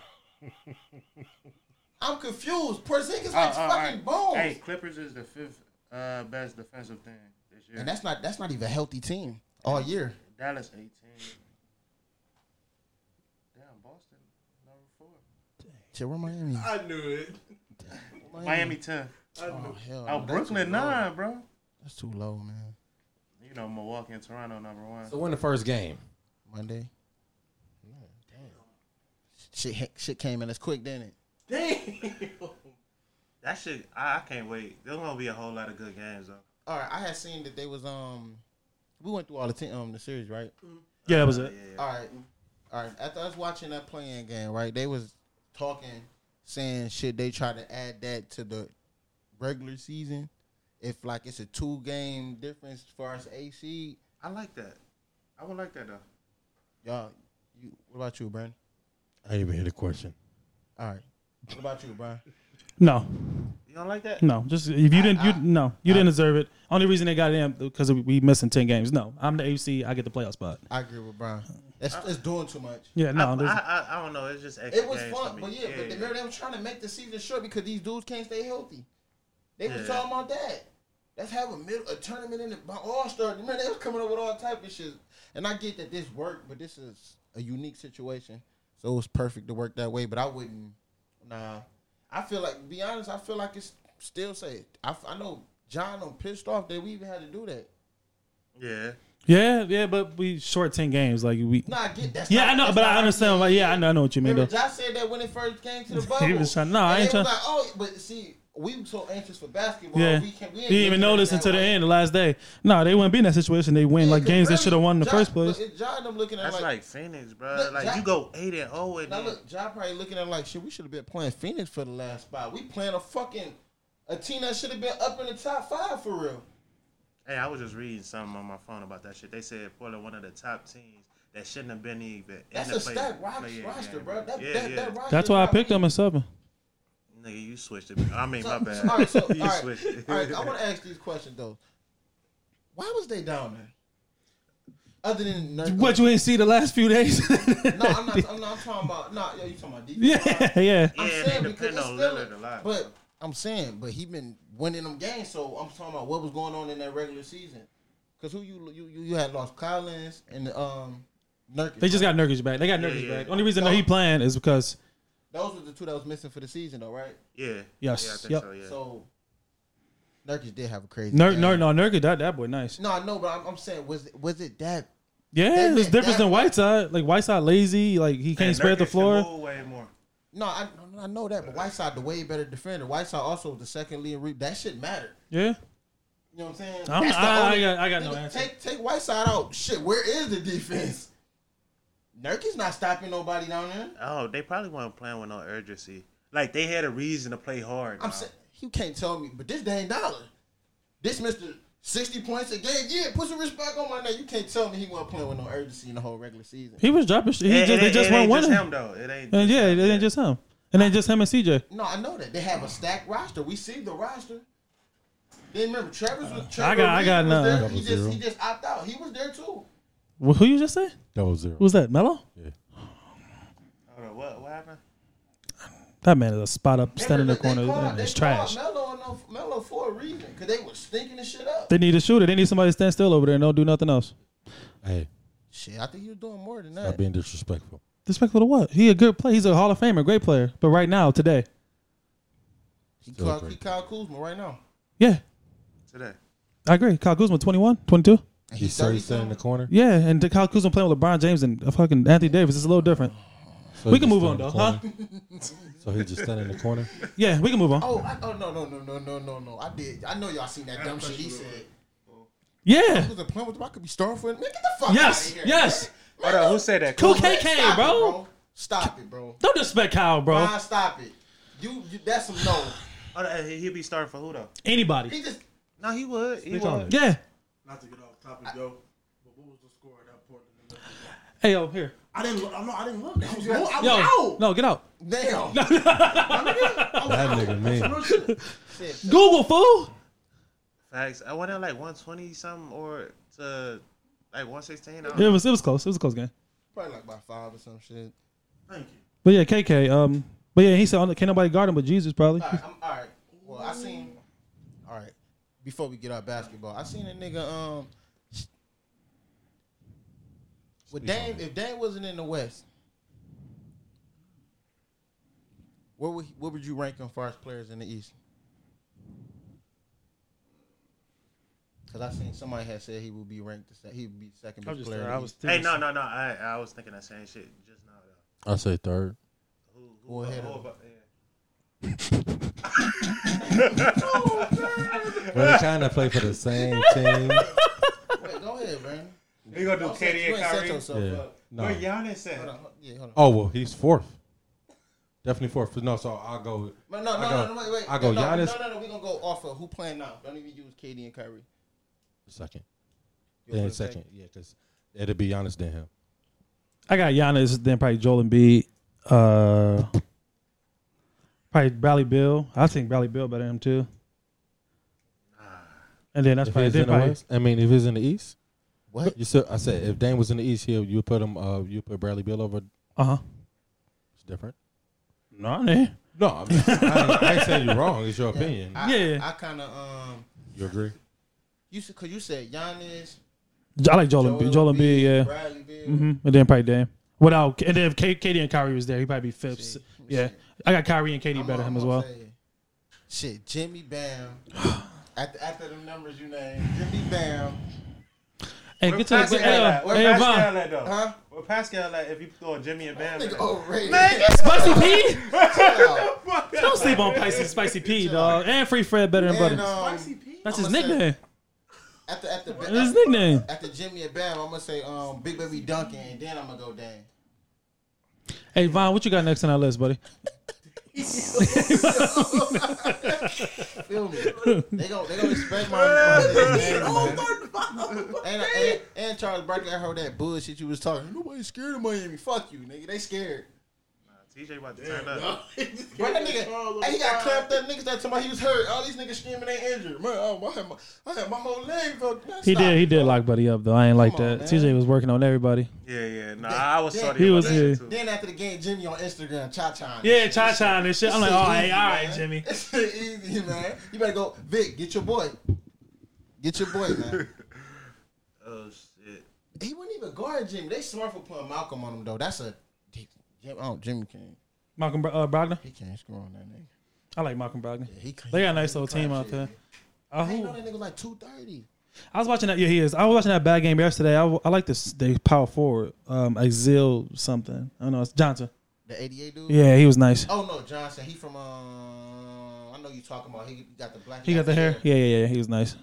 [SPEAKER 8] confused. Porzingis
[SPEAKER 2] Uh,
[SPEAKER 8] makes
[SPEAKER 2] uh,
[SPEAKER 8] fucking
[SPEAKER 2] all
[SPEAKER 8] bones.
[SPEAKER 2] right. Hey, Clippers is the fifth uh best defensive thing this year.
[SPEAKER 8] And that's not that's not even a healthy team all year.
[SPEAKER 2] Dallas 18. Damn, Boston number four.
[SPEAKER 8] Shit, where Miami?
[SPEAKER 5] I knew it.
[SPEAKER 2] Miami 10.
[SPEAKER 8] Oh, hell,
[SPEAKER 2] Oh,
[SPEAKER 8] that's
[SPEAKER 2] Brooklyn
[SPEAKER 8] too low.
[SPEAKER 2] 9, bro.
[SPEAKER 8] That's too low, man.
[SPEAKER 2] You know, Milwaukee and Toronto number one.
[SPEAKER 1] So win the first game.
[SPEAKER 8] Monday. Shit, he- shit came in as quick, didn't it?
[SPEAKER 2] That shit, I, I can't wait. There's gonna be a whole lot of good games though.
[SPEAKER 8] All right, I had seen that they was um, we went through all the team um the series, right?
[SPEAKER 4] Yeah, that was it.
[SPEAKER 8] All right, all right. After us watching that playing game, right? They was talking saying shit they try to add that to the regular season. If like it's a two game difference as far as A seed,
[SPEAKER 2] I like that. I would like that though.
[SPEAKER 8] y'all you what about you, Brandon?
[SPEAKER 1] I didn't even hear the question.
[SPEAKER 8] All right. What about you, Brian?
[SPEAKER 4] No,
[SPEAKER 2] You don't like that?
[SPEAKER 4] no. Just if you didn't, you no, you didn't deserve it. Only reason they got in because we missing ten games. No, I'm the AC. I get the playoff spot.
[SPEAKER 8] I agree with Brian. That's it's doing too much.
[SPEAKER 4] Yeah, no.
[SPEAKER 2] I,
[SPEAKER 4] there's-
[SPEAKER 2] I, I, I don't know. It's just extra
[SPEAKER 8] It was
[SPEAKER 2] games
[SPEAKER 8] fun,
[SPEAKER 2] for me.
[SPEAKER 8] but yeah, but they, remember they were trying to make the season short because these dudes can't stay healthy. They
[SPEAKER 2] Yeah.
[SPEAKER 8] was talking about that. Let's have a middle, a tournament in the All Star. Remember they was coming up with all type of shit. And I get that this worked, but this is a unique situation, so it was perfect to work that way. But I wouldn't. Nah, I feel like be honest. I feel like it's still safe. I, f- I know John, I'm pissed off that we even had to do that.
[SPEAKER 2] yeah.
[SPEAKER 4] yeah, yeah, but we short ten games. Like we.
[SPEAKER 8] Nah, I get that's
[SPEAKER 4] Yeah,
[SPEAKER 8] not-
[SPEAKER 4] I know,
[SPEAKER 8] that's
[SPEAKER 4] but
[SPEAKER 8] not
[SPEAKER 4] I
[SPEAKER 8] our
[SPEAKER 4] understand.
[SPEAKER 8] team.
[SPEAKER 4] Like, yeah, I know, I know what you mean.
[SPEAKER 8] Remember,
[SPEAKER 4] Though.
[SPEAKER 8] Josh said that when it first came to the bubble.
[SPEAKER 4] was trying- no, I
[SPEAKER 8] And
[SPEAKER 4] ain't
[SPEAKER 8] they was
[SPEAKER 4] trying-
[SPEAKER 8] Like, oh, but see, we were so anxious for basketball.
[SPEAKER 4] Yeah,
[SPEAKER 8] we can't. We
[SPEAKER 4] you
[SPEAKER 8] ain't
[SPEAKER 4] didn't even
[SPEAKER 8] looking
[SPEAKER 4] notice
[SPEAKER 8] at it
[SPEAKER 4] until the
[SPEAKER 8] that way.
[SPEAKER 4] end, the last day. No, they wouldn't be in that situation. They win
[SPEAKER 8] Yeah,
[SPEAKER 4] like
[SPEAKER 8] 'cause
[SPEAKER 4] games
[SPEAKER 8] really,
[SPEAKER 4] they should have won in the
[SPEAKER 8] Ja-
[SPEAKER 4] first place.
[SPEAKER 8] Look, John, I'm looking at it
[SPEAKER 2] That's
[SPEAKER 8] like,
[SPEAKER 2] like, Phoenix, bro.
[SPEAKER 8] Look,
[SPEAKER 2] like
[SPEAKER 8] Jack-
[SPEAKER 2] you go eight and zero, and
[SPEAKER 8] now
[SPEAKER 2] then
[SPEAKER 8] look, John probably looking at it like, shit, we should have been playing Phoenix for the last spot. We playing a fucking a team that should have been up in the top five for real.
[SPEAKER 2] hey, I was just reading something on my phone about that shit. They said Portland, one of the top teams that shouldn't have been even.
[SPEAKER 8] That's
[SPEAKER 2] in the
[SPEAKER 8] a
[SPEAKER 2] play-
[SPEAKER 8] stacked ro-
[SPEAKER 2] play-in
[SPEAKER 8] roster,
[SPEAKER 2] game,
[SPEAKER 8] bro. That,
[SPEAKER 2] yeah,
[SPEAKER 8] that,
[SPEAKER 2] yeah.
[SPEAKER 8] that roster
[SPEAKER 4] That's why I
[SPEAKER 8] probably-
[SPEAKER 4] picked them in seven.
[SPEAKER 2] Nigga, you switched it. I mean, my bad.
[SPEAKER 8] All right, so, all
[SPEAKER 2] you
[SPEAKER 8] right,
[SPEAKER 2] switched it.
[SPEAKER 8] all right, I want to ask these questions though. Why was they down there? Other than Nurkic.
[SPEAKER 4] What you ain't see the last few days?
[SPEAKER 8] No, I'm not. I'm not talking about. No, yo, you talking about defense?
[SPEAKER 4] yeah, yeah.
[SPEAKER 8] I'm
[SPEAKER 2] Yeah,
[SPEAKER 8] saying
[SPEAKER 2] they
[SPEAKER 8] because
[SPEAKER 2] depend
[SPEAKER 8] it's
[SPEAKER 2] on
[SPEAKER 8] still,
[SPEAKER 2] Lillard a lot.
[SPEAKER 8] but I'm saying, but he been winning them games. So I'm talking about what was going on in that regular season. Because who you you you you had lost Collins and um Nurkic.
[SPEAKER 4] They just got Nurkic back. They got
[SPEAKER 2] Yeah,
[SPEAKER 4] Nurkic
[SPEAKER 2] yeah.
[SPEAKER 4] back. Only reason that he playing is because
[SPEAKER 8] those were the two that was missing for the season though, right?
[SPEAKER 2] yeah.
[SPEAKER 4] Yes,
[SPEAKER 2] Yeah, I think
[SPEAKER 4] yep.
[SPEAKER 2] so, yeah.
[SPEAKER 8] So Nurkic did have a crazy.
[SPEAKER 4] Nur-
[SPEAKER 8] game.
[SPEAKER 4] Nur- no, Nurkic, that, that boy nice.
[SPEAKER 8] no, I know, but I'm, I'm saying was it, was it that?
[SPEAKER 4] Yeah,
[SPEAKER 8] That-
[SPEAKER 4] it was
[SPEAKER 8] that-
[SPEAKER 4] different
[SPEAKER 8] that-
[SPEAKER 4] than Whiteside. Like Whiteside lazy, like he can't
[SPEAKER 2] And
[SPEAKER 4] spread the
[SPEAKER 2] Nurkic can
[SPEAKER 4] floor.
[SPEAKER 2] move way more.
[SPEAKER 8] No, I I know that, but Whiteside the way better defender. Whiteside also was the second lead. in Re- that shit mattered.
[SPEAKER 4] Yeah,
[SPEAKER 8] You know what I'm saying?
[SPEAKER 4] I'm-
[SPEAKER 8] That's the
[SPEAKER 4] I- I got- I got no
[SPEAKER 8] Nigga,
[SPEAKER 4] answer.
[SPEAKER 8] Take take Whiteside out. Shit, where is the defense? Nurkic's not stopping nobody down there.
[SPEAKER 2] Oh, they probably weren't playing with no urgency. Like they had a reason to play hard.
[SPEAKER 8] I'm
[SPEAKER 2] dog.
[SPEAKER 8] saying you can't tell me, but this dang dollar, this Mister sixty points a game. Yeah, put some respect on my name. You can't tell me he wasn't playing with no urgency in the whole regular season.
[SPEAKER 4] he was dropping. Shit. He
[SPEAKER 2] It-
[SPEAKER 4] just,
[SPEAKER 2] it
[SPEAKER 4] they
[SPEAKER 2] ain't-
[SPEAKER 4] just
[SPEAKER 2] it
[SPEAKER 4] weren't
[SPEAKER 2] ain't
[SPEAKER 4] winning.
[SPEAKER 2] Just him though. It ain't.
[SPEAKER 4] And
[SPEAKER 2] just
[SPEAKER 4] yeah, it
[SPEAKER 2] him,
[SPEAKER 4] ain't just him. And then just him and CJ.
[SPEAKER 8] No, I know that they have a stacked roster. We see the roster. Then remember, Trevor's was. Trevor
[SPEAKER 4] I got- I
[SPEAKER 8] Reed
[SPEAKER 4] got
[SPEAKER 8] was
[SPEAKER 4] nothing.
[SPEAKER 8] there.
[SPEAKER 4] Double
[SPEAKER 8] He just he
[SPEAKER 1] zero.
[SPEAKER 8] just opt out. He was there too.
[SPEAKER 4] Wh- Who you just say?
[SPEAKER 1] Double zero.
[SPEAKER 4] Who's that? Mello?
[SPEAKER 2] Hold on, what what happened?
[SPEAKER 4] That man is a spot up, standing in the
[SPEAKER 8] Remember, they
[SPEAKER 4] corner. That
[SPEAKER 8] called-
[SPEAKER 4] man is
[SPEAKER 8] they called
[SPEAKER 4] trash.
[SPEAKER 8] Melo, and them- Melo for a reason because they was stinking the shit up.
[SPEAKER 4] They need a shooter. They need somebody to stand still over there and don't do nothing else.
[SPEAKER 1] Hey,
[SPEAKER 8] Shit, I think he was doing more than
[SPEAKER 1] stop
[SPEAKER 8] that.
[SPEAKER 1] being disrespectful.
[SPEAKER 4] Disrespectful to what? He a good player. He's a Hall of Famer, great player. But right now, today,
[SPEAKER 8] He
[SPEAKER 1] Still
[SPEAKER 8] called
[SPEAKER 1] great.
[SPEAKER 8] he Kyle Kuzma right now.
[SPEAKER 4] yeah,
[SPEAKER 2] Today.
[SPEAKER 4] I agree. Kyle Kuzma, 21, 22.
[SPEAKER 8] And
[SPEAKER 1] He's
[SPEAKER 8] he's
[SPEAKER 1] so he's
[SPEAKER 8] 37.
[SPEAKER 1] standing in the corner.
[SPEAKER 4] Yeah, and the Kyle Kuzma playing with LeBron James and fucking Anthony Davis. It's a little different.
[SPEAKER 1] So
[SPEAKER 4] We
[SPEAKER 1] he
[SPEAKER 4] can
[SPEAKER 1] just
[SPEAKER 4] move
[SPEAKER 1] stand
[SPEAKER 4] on,
[SPEAKER 1] in the corner? so he just standing in the corner.
[SPEAKER 4] Yeah, we can move on.
[SPEAKER 8] Oh, I, oh no no no no no no no! I did. I know y'all seen that dumb shit he said.
[SPEAKER 4] Yeah.
[SPEAKER 8] He was a playing with him. I could be starting for him. Man, get the fuck
[SPEAKER 4] Yes.
[SPEAKER 8] out of here.
[SPEAKER 4] Yes.
[SPEAKER 2] Hold on, who said that?
[SPEAKER 4] Cool
[SPEAKER 8] Man,
[SPEAKER 4] KK,
[SPEAKER 8] stop It,
[SPEAKER 4] bro.
[SPEAKER 8] bro. Stop it, bro.
[SPEAKER 4] Don't disrespect Kyle, bro.
[SPEAKER 8] Brian, stop it. You, you that's some no.
[SPEAKER 2] Hold on, he- he'd be starting for who though?
[SPEAKER 4] Anybody.
[SPEAKER 8] He just
[SPEAKER 2] No, he would. He
[SPEAKER 1] Speak on
[SPEAKER 2] would.
[SPEAKER 1] it.
[SPEAKER 4] Yeah.
[SPEAKER 5] Not to get off topic, yo, but what was the score of that Portland?
[SPEAKER 4] Hey, yo, here.
[SPEAKER 5] I didn't. look- I'm not. I didn't look. I was going. I was
[SPEAKER 4] Yo.
[SPEAKER 5] out.
[SPEAKER 4] No, get out.
[SPEAKER 8] damn.
[SPEAKER 1] That nigga man.
[SPEAKER 4] Google, fool.
[SPEAKER 2] Facts. I went out like one twenty something or to like one sixteen.
[SPEAKER 4] It was, it was close. It was a close game.
[SPEAKER 8] Probably like by five or some shit.
[SPEAKER 5] Thank you.
[SPEAKER 4] But yeah, KK. Um, but yeah, he said, "Can't nobody guard him but Jesus, probably."
[SPEAKER 8] All right, I'm all right. Well, I seen. All right. Before we get our basketball, I seen a nigga. Um. With Dame, if Dame wasn't in the West, where would what would you rank him far as players in the East? Because I seen somebody had said he would be ranked. The sec- he would be second best player. in the East.
[SPEAKER 2] Hey, no, no, no. I I was thinking that same shit just now. Though.
[SPEAKER 1] I say third.
[SPEAKER 2] Who, who,
[SPEAKER 8] Go ahead.
[SPEAKER 2] who about- yeah.
[SPEAKER 1] But they trying to play for the same team.
[SPEAKER 8] Wait, go ahead, man.
[SPEAKER 3] They gonna do KD
[SPEAKER 8] Oh, You
[SPEAKER 3] and
[SPEAKER 8] ain't set
[SPEAKER 3] Kyrie.
[SPEAKER 8] yourself
[SPEAKER 1] Yeah.
[SPEAKER 8] up.
[SPEAKER 1] No.
[SPEAKER 3] Giannis said.
[SPEAKER 8] Hold on, hold- yeah, hold on.
[SPEAKER 1] Oh well, he's fourth. Definitely fourth. No, so I'll go.
[SPEAKER 8] But no,
[SPEAKER 1] I
[SPEAKER 8] no,
[SPEAKER 1] go-
[SPEAKER 8] no, no, wait, wait.
[SPEAKER 1] I go
[SPEAKER 8] no,
[SPEAKER 1] Giannis.
[SPEAKER 8] No, no, no, we're gonna go off of who playing now. Don't even use Katie and Kyrie.
[SPEAKER 1] Second.
[SPEAKER 8] You'll
[SPEAKER 1] Then
[SPEAKER 8] put
[SPEAKER 1] second. Yeah, because it'll be Giannis than him.
[SPEAKER 4] I got Giannis, then probably Joel Embiid, uh, probably Bally Bill. I think Bally Bill better than him too. And then that's
[SPEAKER 1] If
[SPEAKER 4] probably,
[SPEAKER 1] he's in
[SPEAKER 4] then
[SPEAKER 1] the
[SPEAKER 4] probably
[SPEAKER 1] West, I mean, if he's in the East,
[SPEAKER 8] What?
[SPEAKER 1] you said? I said if Dame was in the East, here you put him. Uh, you put Bradley Bill over.
[SPEAKER 4] uh huh.
[SPEAKER 1] It's different.
[SPEAKER 4] No, I mean,
[SPEAKER 1] No, I, mean, I, ain't, I ain't saying you're wrong. It's your opinion.
[SPEAKER 8] I,
[SPEAKER 4] Yeah.
[SPEAKER 8] I kind of um,
[SPEAKER 1] you agree?
[SPEAKER 8] you said because you said Giannis,
[SPEAKER 4] I like Joel, Embiid. Joel Embiid, yeah.
[SPEAKER 8] Bradley Beal.
[SPEAKER 4] hmm And then probably Dame. Without and then if K- Katie and Kyrie was there, he would probably be fifth.
[SPEAKER 8] See,
[SPEAKER 4] yeah,
[SPEAKER 8] see.
[SPEAKER 4] I got Kyrie and Katie
[SPEAKER 8] I'm
[SPEAKER 4] better
[SPEAKER 8] gonna-
[SPEAKER 4] him
[SPEAKER 8] I'm
[SPEAKER 4] as
[SPEAKER 8] gonna
[SPEAKER 4] well.
[SPEAKER 8] tell you. Shit, Jimmy Bam. after after the numbers you named, Jimmy Bam,
[SPEAKER 4] Hey,
[SPEAKER 2] Where
[SPEAKER 4] get to the
[SPEAKER 2] Pascal
[SPEAKER 4] hey,
[SPEAKER 2] at?
[SPEAKER 4] uh,
[SPEAKER 2] Where
[SPEAKER 4] hey, Von.
[SPEAKER 2] Pascal at though?
[SPEAKER 8] huh?
[SPEAKER 2] Where Pascal at if you throw Jimmy and Bam? in
[SPEAKER 8] Nigga
[SPEAKER 2] there?
[SPEAKER 8] overrated.
[SPEAKER 4] Spicy P.
[SPEAKER 8] Chill
[SPEAKER 4] Don't sleep on Spicy Spicy P, dog. And Free Fred better than
[SPEAKER 8] out. And,
[SPEAKER 4] Butter.
[SPEAKER 8] um,
[SPEAKER 4] That's his
[SPEAKER 8] I'ma say-
[SPEAKER 4] nickname.
[SPEAKER 8] After after
[SPEAKER 4] That's his nickname.
[SPEAKER 8] after Jimmy and Bam, I'm gonna say um Big Baby Duncan, and then I'm gonna go Dame.
[SPEAKER 4] Hey Von, what you got next on our list, buddy?
[SPEAKER 8] Feel me? They gon' they gonna expect my, my nigga Miami, man. and, and, and Charles Barkley. I heard that bullshit you was talking. Nobody scared of Miami. Fuck you, nigga. They scared.
[SPEAKER 2] TJ about to turn up.
[SPEAKER 8] Bro, that nigga, hey, he got clapped up. Niggas that somebody he was hurt. All these niggas screaming they injured. Man, I, I, had my, I had my whole leg. felt- Man,
[SPEAKER 4] He
[SPEAKER 8] stop.
[SPEAKER 4] did. He did lock Buddy up though. I ain't like
[SPEAKER 8] Come on,
[SPEAKER 4] that.
[SPEAKER 8] man.
[SPEAKER 4] TJ was working on everybody.
[SPEAKER 2] Yeah, yeah. Nah, I was
[SPEAKER 8] Then-
[SPEAKER 2] sorry.
[SPEAKER 4] He
[SPEAKER 2] about
[SPEAKER 4] was-
[SPEAKER 2] that
[SPEAKER 4] yeah.
[SPEAKER 2] too.
[SPEAKER 8] Then after the game, Jimmy on Instagram, cha cha.
[SPEAKER 4] Yeah, cha cha and shit. I'm like,
[SPEAKER 8] It's
[SPEAKER 4] all right,
[SPEAKER 8] easy,
[SPEAKER 4] all right,
[SPEAKER 8] man.
[SPEAKER 4] Jimmy.
[SPEAKER 8] It's easy, man. You better go, Vic. Get your boy. Get your boy, man.
[SPEAKER 2] Oh shit.
[SPEAKER 8] he wouldn't even guard Jimmy. They smart for putting Malcolm on him though. That's a Jim, oh Jimmy can't.
[SPEAKER 4] Malcolm Bro- uh, Brogdon.
[SPEAKER 8] He can't score on that nigga.
[SPEAKER 4] I like Malcolm Brogdon.
[SPEAKER 8] He can't.
[SPEAKER 4] They got a nice little team out there. Uh,
[SPEAKER 8] I didn't
[SPEAKER 4] who-
[SPEAKER 8] know that nigga was like two thirty.
[SPEAKER 4] I was watching that. Yeah, he is. I was watching that bad game yesterday. I, w- I like this. They power forward, um, Exil something. I don't know. It's Johnson.
[SPEAKER 8] The eighty eight dude.
[SPEAKER 4] Yeah, he was nice.
[SPEAKER 8] Oh no, Johnson. He from um. I know you talking about. He, got the black.
[SPEAKER 4] He got the hair. Yeah, yeah, yeah. He was nice.